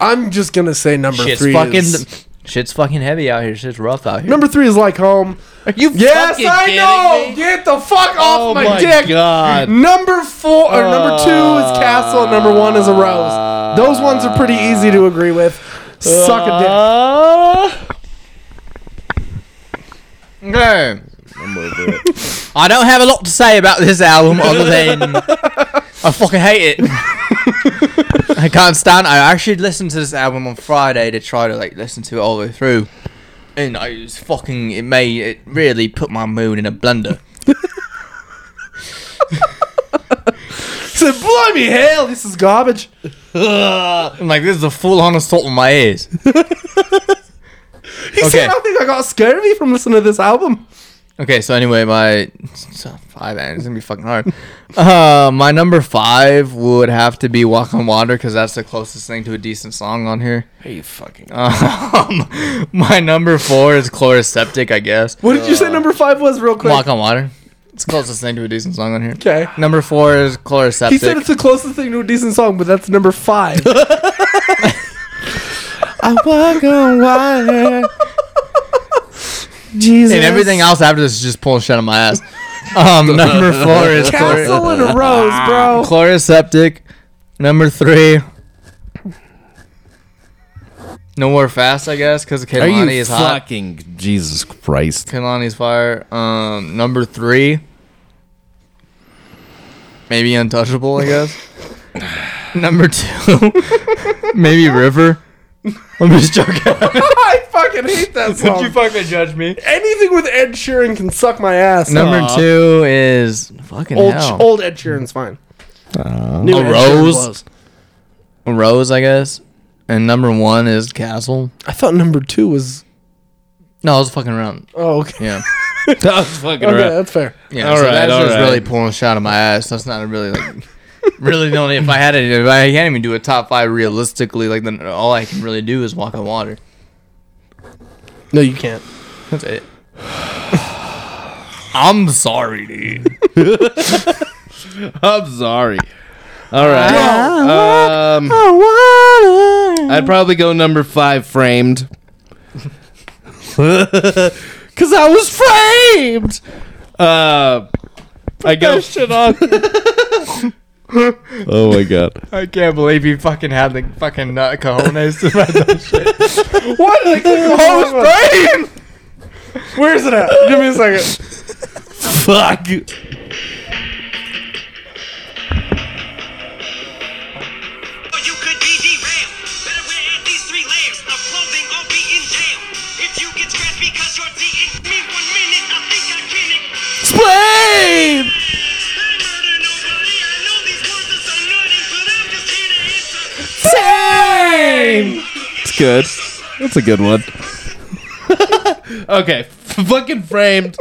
C: I'm just gonna say number
B: shit's
C: three.
B: fucking,
C: is,
B: shit's fucking heavy out here. Shit's rough out here.
C: number three is like home.
B: you
C: Yes,
B: fucking
C: I
B: kidding
C: know.
B: me?
C: Get the fuck off
B: Oh
C: my,
B: my
C: dick.
D: God.
C: Number four or number two is Castle. and Number one is a Rose. Those ones are pretty easy to agree with. Suck
D: Uh.
C: a
B: Okay. [laughs] I don't have a lot to say about this album other than I fucking hate it. I can't stand. I actually listened to this album on Friday to try to like listen to it all the way through, and I was fucking. It made it really put my mood in a blender.
C: dick. Said, blimey, hell, this is garbage.
B: I'm like, this is a full on assault on my ears.
C: He said, I think I got scurvy from listening to this album.
B: Okay, so anyway, my [laughs] so five man, it's gonna be fucking hard. Uh, my number five would have to be "Walk on Water" because that's the closest thing to a decent song on here. [laughs]
D: Are you fucking?
B: Um, my number four is "Chloroseptic," I guess.
C: What did you say number five was, real quick?
B: "Walk on Water." It's the closest thing to a decent song on here.
C: Okay.
B: Number four is "Chloroseptic."
C: He said it's the closest thing to a decent song, but that's number
D: [laughs]
C: five.
D: I walk on water. Jesus.
B: and everything else after this is just pulling shit out of my ass.
C: [laughs]
B: Um, number four is chlor-
C: Castle and a Rose, bro. [laughs]
D: [laughs]
B: "Chloroseptic." Number three. No more fast, I guess, because
D: Are you
B: Kehlani is hot.
D: fucking Jesus Christ? [laughs]
B: Kalani's Fire. Um, number three, maybe Untouchable,
C: [sighs]
B: I guess. number two, [laughs] maybe River. I'm
C: [laughs]
B: just joking.
C: I fucking hate that song.
B: fucking judge me?
C: Anything with Ed Sheeran can suck my ass.
B: Number
C: Aw.
B: two is fucking
C: old,
B: hell.
C: old Ed Sheeran's fine. New
B: A
C: Ed Sheeran
B: Rose?
C: blows.
B: Rose, I guess. And number one is Castle.
C: I thought number two was.
B: No, I was fucking around.
C: Oh, okay.
B: Yeah,
D: That was fucking
C: Okay, that's fair.
B: yeah.
D: [laughs] All
B: so
D: right,
B: that's
D: all
B: just
D: right.
B: really pulling a shot of my ass. That's not really like. Really, the only if I had it, if I can't even do a top five realistically. Like, then all I can really do is walk on water.
C: No, you [laughs] can't.
B: That's it. I'm sorry, dude.
D: I'm sorry. All right. Um, I'd probably go number five framed. [laughs] Cause I was framed. Uh, I go. [laughs] oh my god.
B: I can't believe you fucking had the fucking nut cojones to [laughs]
C: What? Like, Oh,
B: brain.
C: Where's it at? Give me a second.
D: Fuck.
G: Or you could be derailed. Better wear at least three layers of clothing or be in jail. If you get scratched because you're eating me one minute, I think I can
D: Explain.
G: I murder nobody. I know these words are so naughty, but I'm just here to answer.
D: It's good. That's a good one. [laughs] okay, f- fucking framed.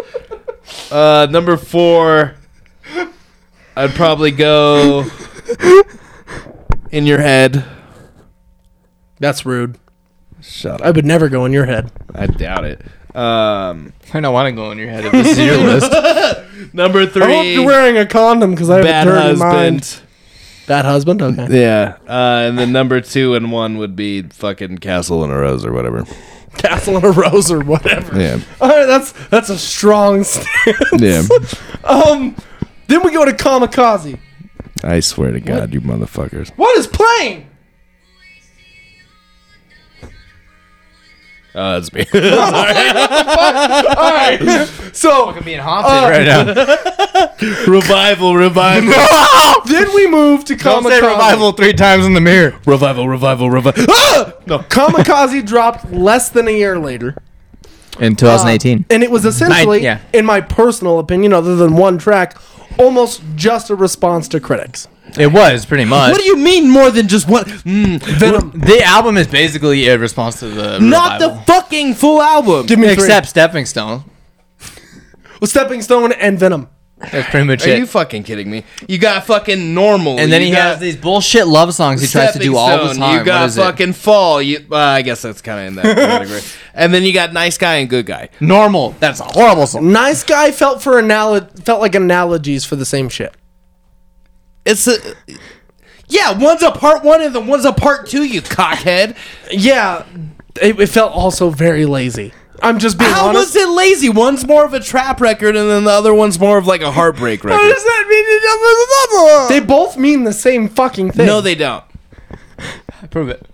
D: Uh, number four. I'd probably go in your head.
C: That's rude.
D: Shut
C: I would never go in your head.
D: I doubt it. Um,
B: I don't want to go in your [laughs] head if this is your list.
D: number three.
C: I hope you're wearing a condom because I have
D: bad
C: a dirty
D: husband.
C: mind. Bad husband. Okay.
D: Yeah, uh, and then number two and one would be fucking Castle and a Rose or whatever.
C: [laughs] Castle and a rose or whatever.
D: Yeah,
C: All right, that's that's a strong stance.
D: yeah.
C: [laughs] Um, then we go to Kamikaze.
D: I swear to God, you motherfuckers.
C: What is playing?
D: Oh, that's me. [laughs]
C: So
B: Being haunted right now.
D: revival, revival,
C: then we move to
B: Don't say
C: Kamikaze. [laughs]
B: revival three times in the mirror.
D: revival, revival, revival.
B: Ah!
C: Kamikaze dropped less than a year later.
B: In 2018.
C: And it was essentially,
B: Nine- yeah.
C: in my personal opinion, other than one track, almost just a response to critics.
B: it was pretty much.
D: What do you mean more than just what?
B: Hmm,
D: Mm,
C: Venom.
B: the album is basically a response to the
D: not the
B: revival.
D: fucking full album.
C: Give me
B: except Stepping Stone.
C: three. Stepping Stone and Venom.
B: That's pretty much
D: Are
B: it.
D: you fucking kidding me? You got fucking normal,
B: and then
D: you
B: he
D: got
B: has these bullshit love songs he tries to do
D: Stepping
B: all the
D: Stone,
B: time.
D: You got
B: what is
D: fucking fall. You, uh, I guess that's kind of in
B: [laughs]
D: that category. and then you got nice guy and good guy.
B: it? Normal. That's a horrible song.
C: Nice guy felt for anal- felt like analogies for the same shit.
D: It's a yeah. One's a part one, and then one's a part two. You cockhead.
C: Yeah, it, it felt also very lazy. I'm just being
D: How
C: honest.
D: was it lazy? One's more of a trap record, and then the other one's more of like a heartbreak [laughs] record.
B: that
C: They both mean the same fucking thing.
D: No, they don't.
B: Prove it.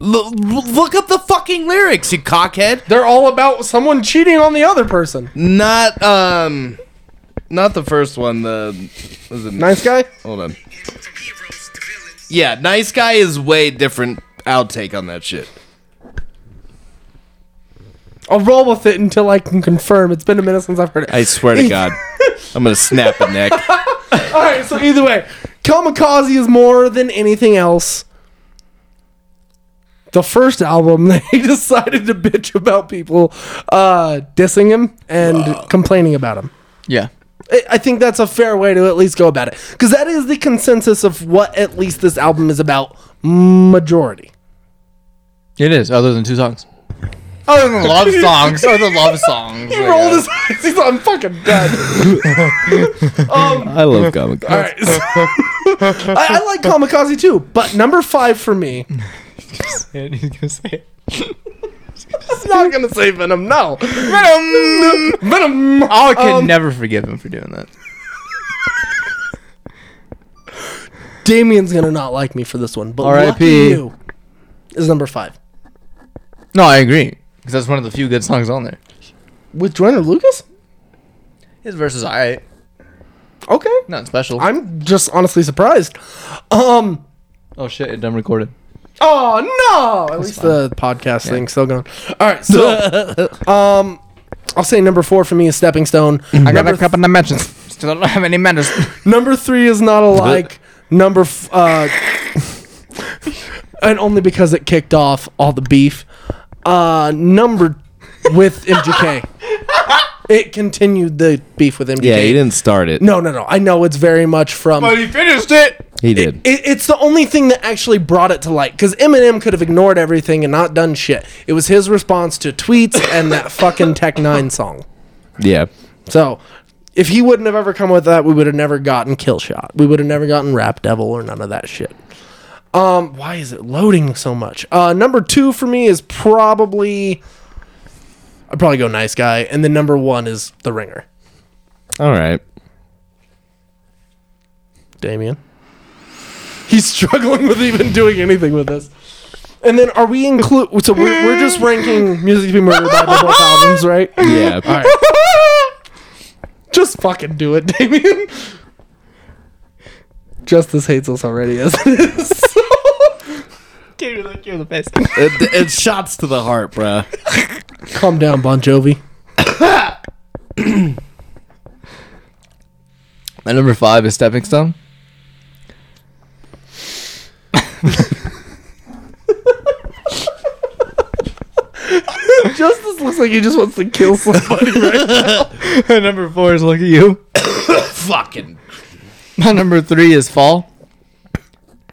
D: L- look up the fucking lyrics, you cockhead.
C: they're all about someone cheating on the other person.
D: Not um, not the first one. The was it
C: Nice guy.
D: Hold on. Yeah, nice guy is way different outtake on that shit.
C: I'll roll with it until I can confirm. It's been a minute since I've heard it.
D: I swear [laughs] to God, I'm gonna snap a neck.
C: All right, so either way, Kamikaze is more than anything else. The first album, [laughs] they decided to bitch about people uh, dissing him and complaining about him.
B: Yeah.
C: I- I think that's a fair way to at least go about it. Because that is the consensus of what at least this album is about, majority.
B: It is, other than two songs. Other than [laughs] love songs. Other than love songs.
C: He rolled his eyes. [laughs] He's like, I'm fucking dead.
D: I love comic.
C: All right. I, I like Kamikaze too, but number five for me.
B: [laughs] He's gonna say it.
C: I'm not gonna say Venom. No,
B: Um,
C: Venom. Venom.
B: I can
C: Um,
B: never forgive him for doing that.
C: Damien's gonna not like me for this one, but
B: R.I.P..
C: Lucky You is number five
B: No, I agree. Because that's one of the few good songs on there.
C: with Joyner Lucas.
B: His verse is alright.
C: Okay,
B: Nothing special.
C: I'm just honestly surprised. Um.
B: oh shit, it done recorded.
C: Oh no! At least the podcast thing's still going. All right, so um, I'll say number four for me is Stepping Stone.
B: I got
C: number,
B: a couple of mentions. [laughs] Still don't have any [laughs] mentions.
C: number three is not alike. number f- uh, and only because it kicked off all the beef. Uh, number with MGK. it continued the beef with MGK.
D: Yeah, he didn't start it.
C: No, no, no. I know it's very much from.
B: he Oh, finished it.
D: he did.
C: It, it's the only thing that actually brought it to light because Eminem could have ignored everything and not done shit. It was his response to tweets and that fucking Tech Nine song.
D: Yeah,
C: So if he wouldn't have ever come with that, we would have never gotten Kill Shot. We would have never gotten Rap Devil or none of that shit. Um, why is it loading so much? Uh, number two for me is probably I'd probably go Nice Guy, and then number one is The Ringer.
D: all right.
C: Damien. He's struggling with even doing anything with this. And then are we include? So we're, we're just ranking music to be murdered by the both albums, [laughs] right?
D: Yeah, all right.
C: [laughs] Just fucking do it, Damien. Justice hates us already as it is. [laughs]
D: It, it shots to the heart, bruh.
C: Calm down, Bon Jovi.
B: My number five is Stepping Stone.
C: Justice looks like he just wants to kill somebody.
B: My [laughs] number four is Look at You.
D: Fucking
B: My number three is Fall.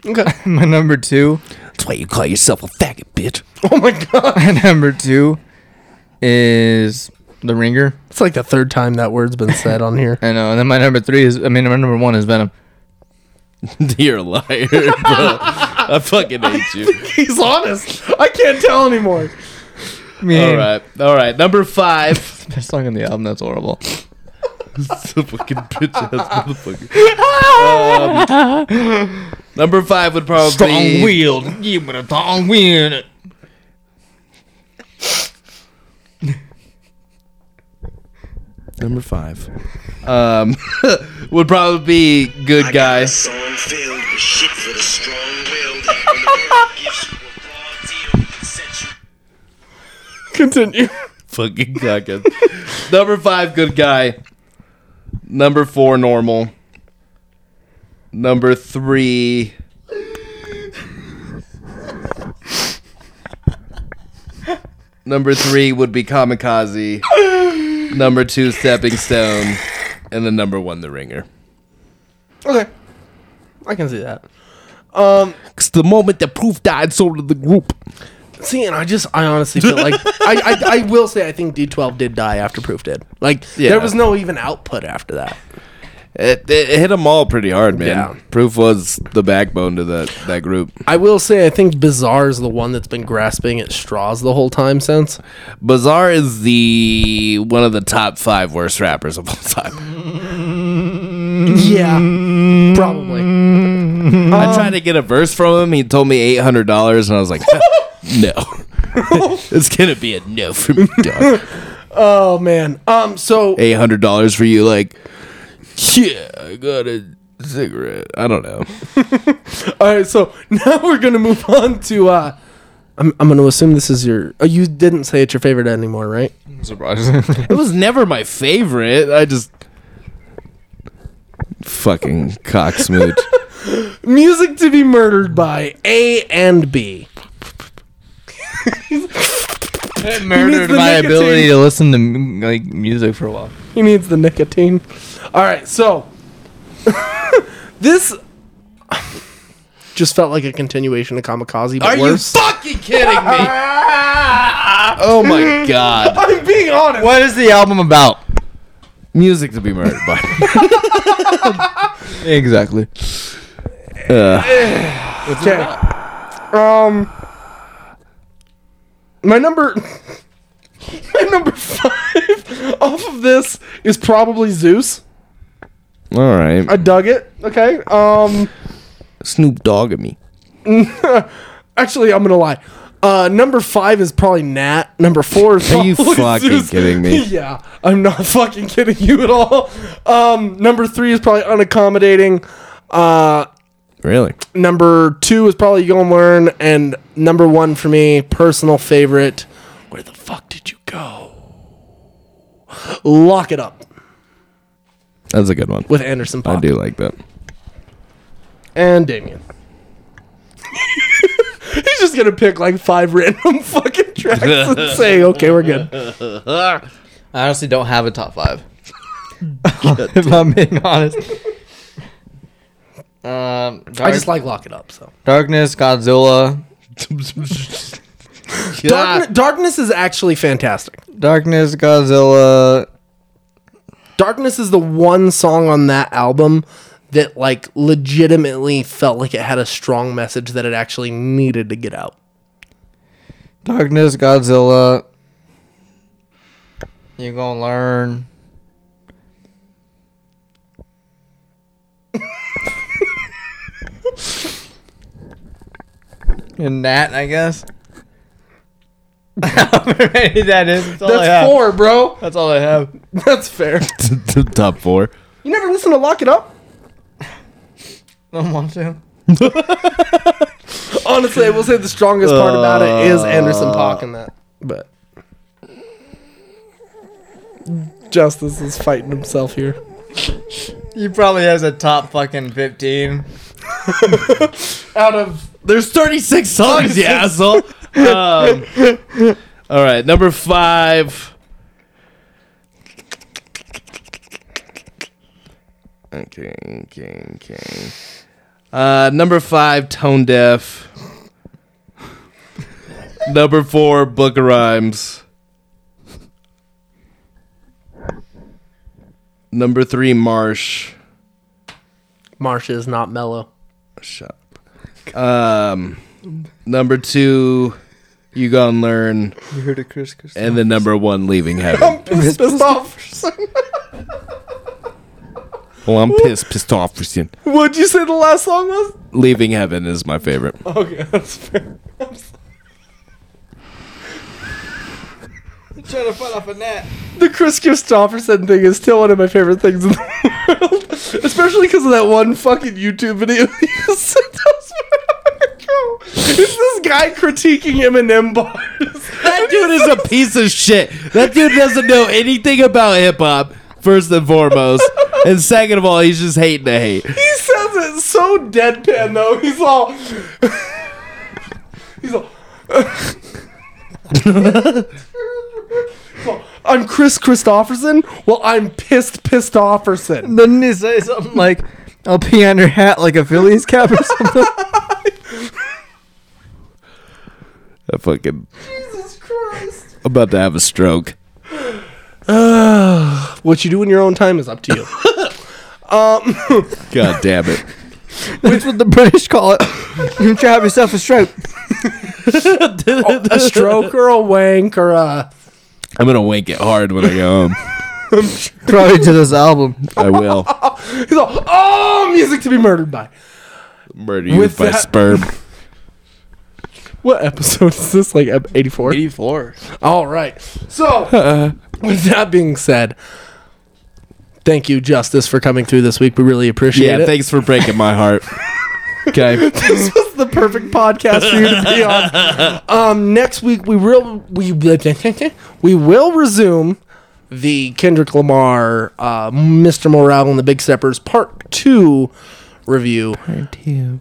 C: Okay.
F: [laughs] My number two.
D: That's why you call yourself a faggot, bitch. [laughs]
C: Oh my god.
F: My [laughs] number two is The Ringer.
C: It's like the third time that word's been said on here.
F: I know. And uh, then my number three is, I mean, my number one is Venom. [laughs]
D: You're a liar, bro. I fucking hate
B: [laughs]
D: you.
C: [laughs] He's honest. I can't tell anymore.
F: I mean,
D: All right, all right. Number five.
F: That song on the album, that's horrible.
D: [laughs] the fucking bitch ass motherfucker. Um, number five would probably
F: wheeled. You with a strong wheel.
D: number five um, [laughs] would probably be good guy.
G: Someone filled with shit for the strong-willed. When the world gives you a raw deal, it can set you
C: Continue.
D: Fucking second. number five, good guy. Number four, normal. Number three. Number three would be Kamikaze. Number two, Stepping Stone. And then number one, The Ringer.
C: Okay. I can see that.
D: Because the moment the proof died, so did the group.
C: See, and I just, I honestly feel like, I, I, I will say, I think D12 did die after Proof did. Like,
D: Yeah.
C: there was no even output after that.
D: It, it, it hit them all pretty hard, man.
C: Yeah.
D: Proof was the backbone to that, that group.
C: I will say, I think Bizarre is the one that's been grasping at straws the whole time since.
D: Bizarre is the one of the top five worst rappers of all
F: Mm-hmm.
D: time.
C: Yeah. Mm. Probably.
D: I tried to get a verse from him. He told me eight hundred dollars, and I was like, [laughs] no, it's gonna be a no for me.
C: Oh, man. Um, so,
D: Eight hundred dollars for you, like, yeah, I got a cigarette. I don't know.
C: All right, so [laughs] now we're gonna move on to. uh I'm, I'm gonna assume this is your. Oh, you didn't say it's your favorite anymore, right?
F: Surprising.
D: It was never my favorite. I just fucking
F: [laughs]
D: cocksmooch.
C: Music to be murdered by A and B.
F: Murdered
C: the
F: my
C: nicotine.
F: ability to listen to m- like music for a while.
C: He needs the nicotine. All right, so [laughs] this just felt like a continuation of Kamikaze, but
D: Are you
C: worse.
D: fucking kidding me? [laughs]
F: [laughs]
D: oh my god.
C: I'm being honest.
F: What is the album about?
D: Music to be murdered
F: [laughs]
D: by. [laughs]
F: Exactly.
D: Uh,
C: Okay. Um, my number, [laughs] my number five [laughs] off of this is probably Zeus.
D: All right.
C: I dug it. Okay. Um,
D: Snoop Dogg at me.
C: actually, I'm gonna lie. Uh, number five is probably Nat. Number four is
D: Are you
C: probably [laughs]
D: fucking
C: Zeus.
D: kidding me?
C: [laughs] yeah, I'm not fucking kidding you at all. Um, number three is probably unaccommodating. Uh,
D: Really?
C: number two is probably You'll Learn, and number one for me, personal favorite. Where the fuck did you go? Lock it up
D: That's a good one.
C: with Anderson
D: I
C: Paak
D: do like that.
C: and Damien. [laughs] He's just gonna pick like five random [laughs] fucking tracks and
D: [laughs]
C: say, "Okay, we're good."
B: I honestly don't have a top five.
C: [laughs]
F: if I'm being honest.
B: Um,
C: I
B: Dark-
C: just like lock it up. So
F: Darkness,
C: [laughs]
F: Godzilla.
C: Darkne- darkness is actually fantastic.
F: Darkness, Godzilla.
C: Darkness is the one song on that album that like legitimately felt like it had a strong message that it actually needed to get out.
F: Darkness, Godzilla. You gonna learn. [laughs] and that, I guess. [laughs] However many that is. That's all
B: Oh,
F: I have.
C: That's four, bro.
F: That's all I have.
C: [laughs] That's fair.
D: [laughs] Top four.
C: You never listen to Lock It Up?
F: Don't want to.
C: Honestly, I will say the strongest part about it is Anderson Paak in that. But Justice is fighting himself here.
F: He probably has a top fucking 15.
C: Out of
D: There's 36 songs, you asshole. Um, all right, number five. Okay, okay, okay. Uh, number five, Tone Deaf. number four, Book of Rhymes. Number three, Marsh.
C: Marsha is not mellow.
D: Shut up. Um, number two, You Gonna Learn.
B: You heard of Chris Christopher?
D: And the number one, Leaving
F: [laughs]
D: Heaven. well, I'm pissed, pissed off, Christian.
C: [laughs] What'd you say the last song was?
D: Leaving Heaven is my favorite.
C: Okay, that's fair.
F: [laughs] Trying to fall off a net.
C: The Chris Christopherson thing is still one of my favorite things in the world, especially because of that one fucking YouTube video [laughs] he sent us. It's this guy critiquing Eminem bars. [laughs]
D: That dude is a piece of shit. That dude doesn't know anything about hip hop, first and foremost. And second of all, he's just hating to hate.
C: He says it so deadpan though. He's all, [laughs] he's all. [laughs] He's all, I'm Chris Christopherson. Well, I'm pissed, pissed offerson.
F: Doesn't he say something like, I'll pee on your hat like a Phillies cap or something?
D: I fucking. Jesus Christ. I'm about to have a stroke.
C: What you do in your own time is up to you.
D: God damn it.
F: That's what the British call it. You try to have yourself a stroke.
C: a stroke or a wank or a.
D: I'm going to wink it hard when I go home.
F: Probably to this album. [laughs]
D: I will.
C: He's all, oh, music to be murdered by.
D: Murder you
C: With
D: by
C: that-
D: sperm.
C: What episode is this? Like ep- 84?
B: 84.
C: All right.
D: [laughs]
C: So,
D: Uh-uh.
C: with that being said, thank you, Justice, for coming through this week. We really appreciate
D: Yeah,
C: it.
D: thanks for breaking my [laughs] heart.
C: [laughs]
D: Okay.
C: this was the perfect podcast for you to be
D: [laughs]
C: on. Um, next week we will we [laughs] we will resume the Kendrick Lamar, uh, Mr. Morale, and the Big Steppers Part Two review. Part Two.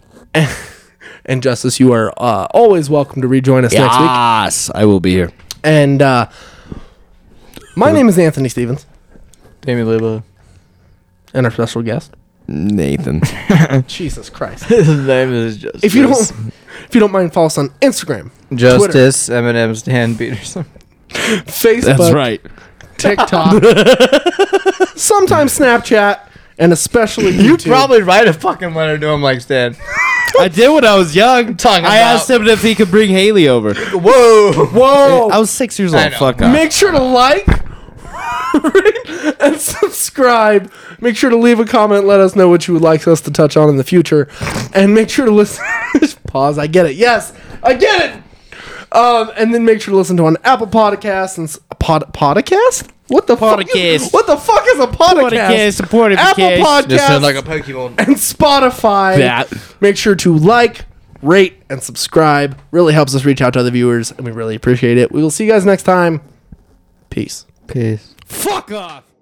C: and Justice, you are uh, always welcome to rejoin us next week.
D: Yes, I will be here.
C: And uh, my name is Anthony Stevens,
B: Damian
F: [laughs]
B: Lebo.
C: and our special guest.
D: Nathan.
C: Jesus Christ!
B: His name is Justice.
C: If you don't, if you don't mind, follow us on Instagram,
B: Justice Eminem
F: [laughs]
B: Stan Peterson.
C: Facebook.
D: That's right.
C: [laughs] TikTok, sometimes Snapchat, and especially YouTube.
B: write a fucking letter to him like Stan.
D: I did when I was young.
B: Talking
D: I
B: about-
D: asked him if he could bring Haley over.
B: Whoa.
C: Whoa!
D: Oh. I was six years
B: I
D: old.
B: know.
D: Fuck off.
C: Make sure to like [laughs] rate, and subscribe. Make sure to leave a comment. Let us know what you would like us to touch on in the future, and make sure to listen. [laughs] Pause. I get it. Yes, I get it. Um, and then make sure to listen to on Apple Podcasts and s- pod podcast. What the Fuck is,
D: Podcast.
C: what the fuck is a podcast?
D: Podcast, supportive
C: Apple
D: cast.
B: Just
C: Podcasts
B: sounds like a Pokemon.
C: [laughs] and Spotify.
D: That.
C: Make sure to like, rate, and subscribe. Really helps us reach out to other viewers, and we really appreciate it. We will see you guys next time. Peace.
B: Peace.
D: Fuck off.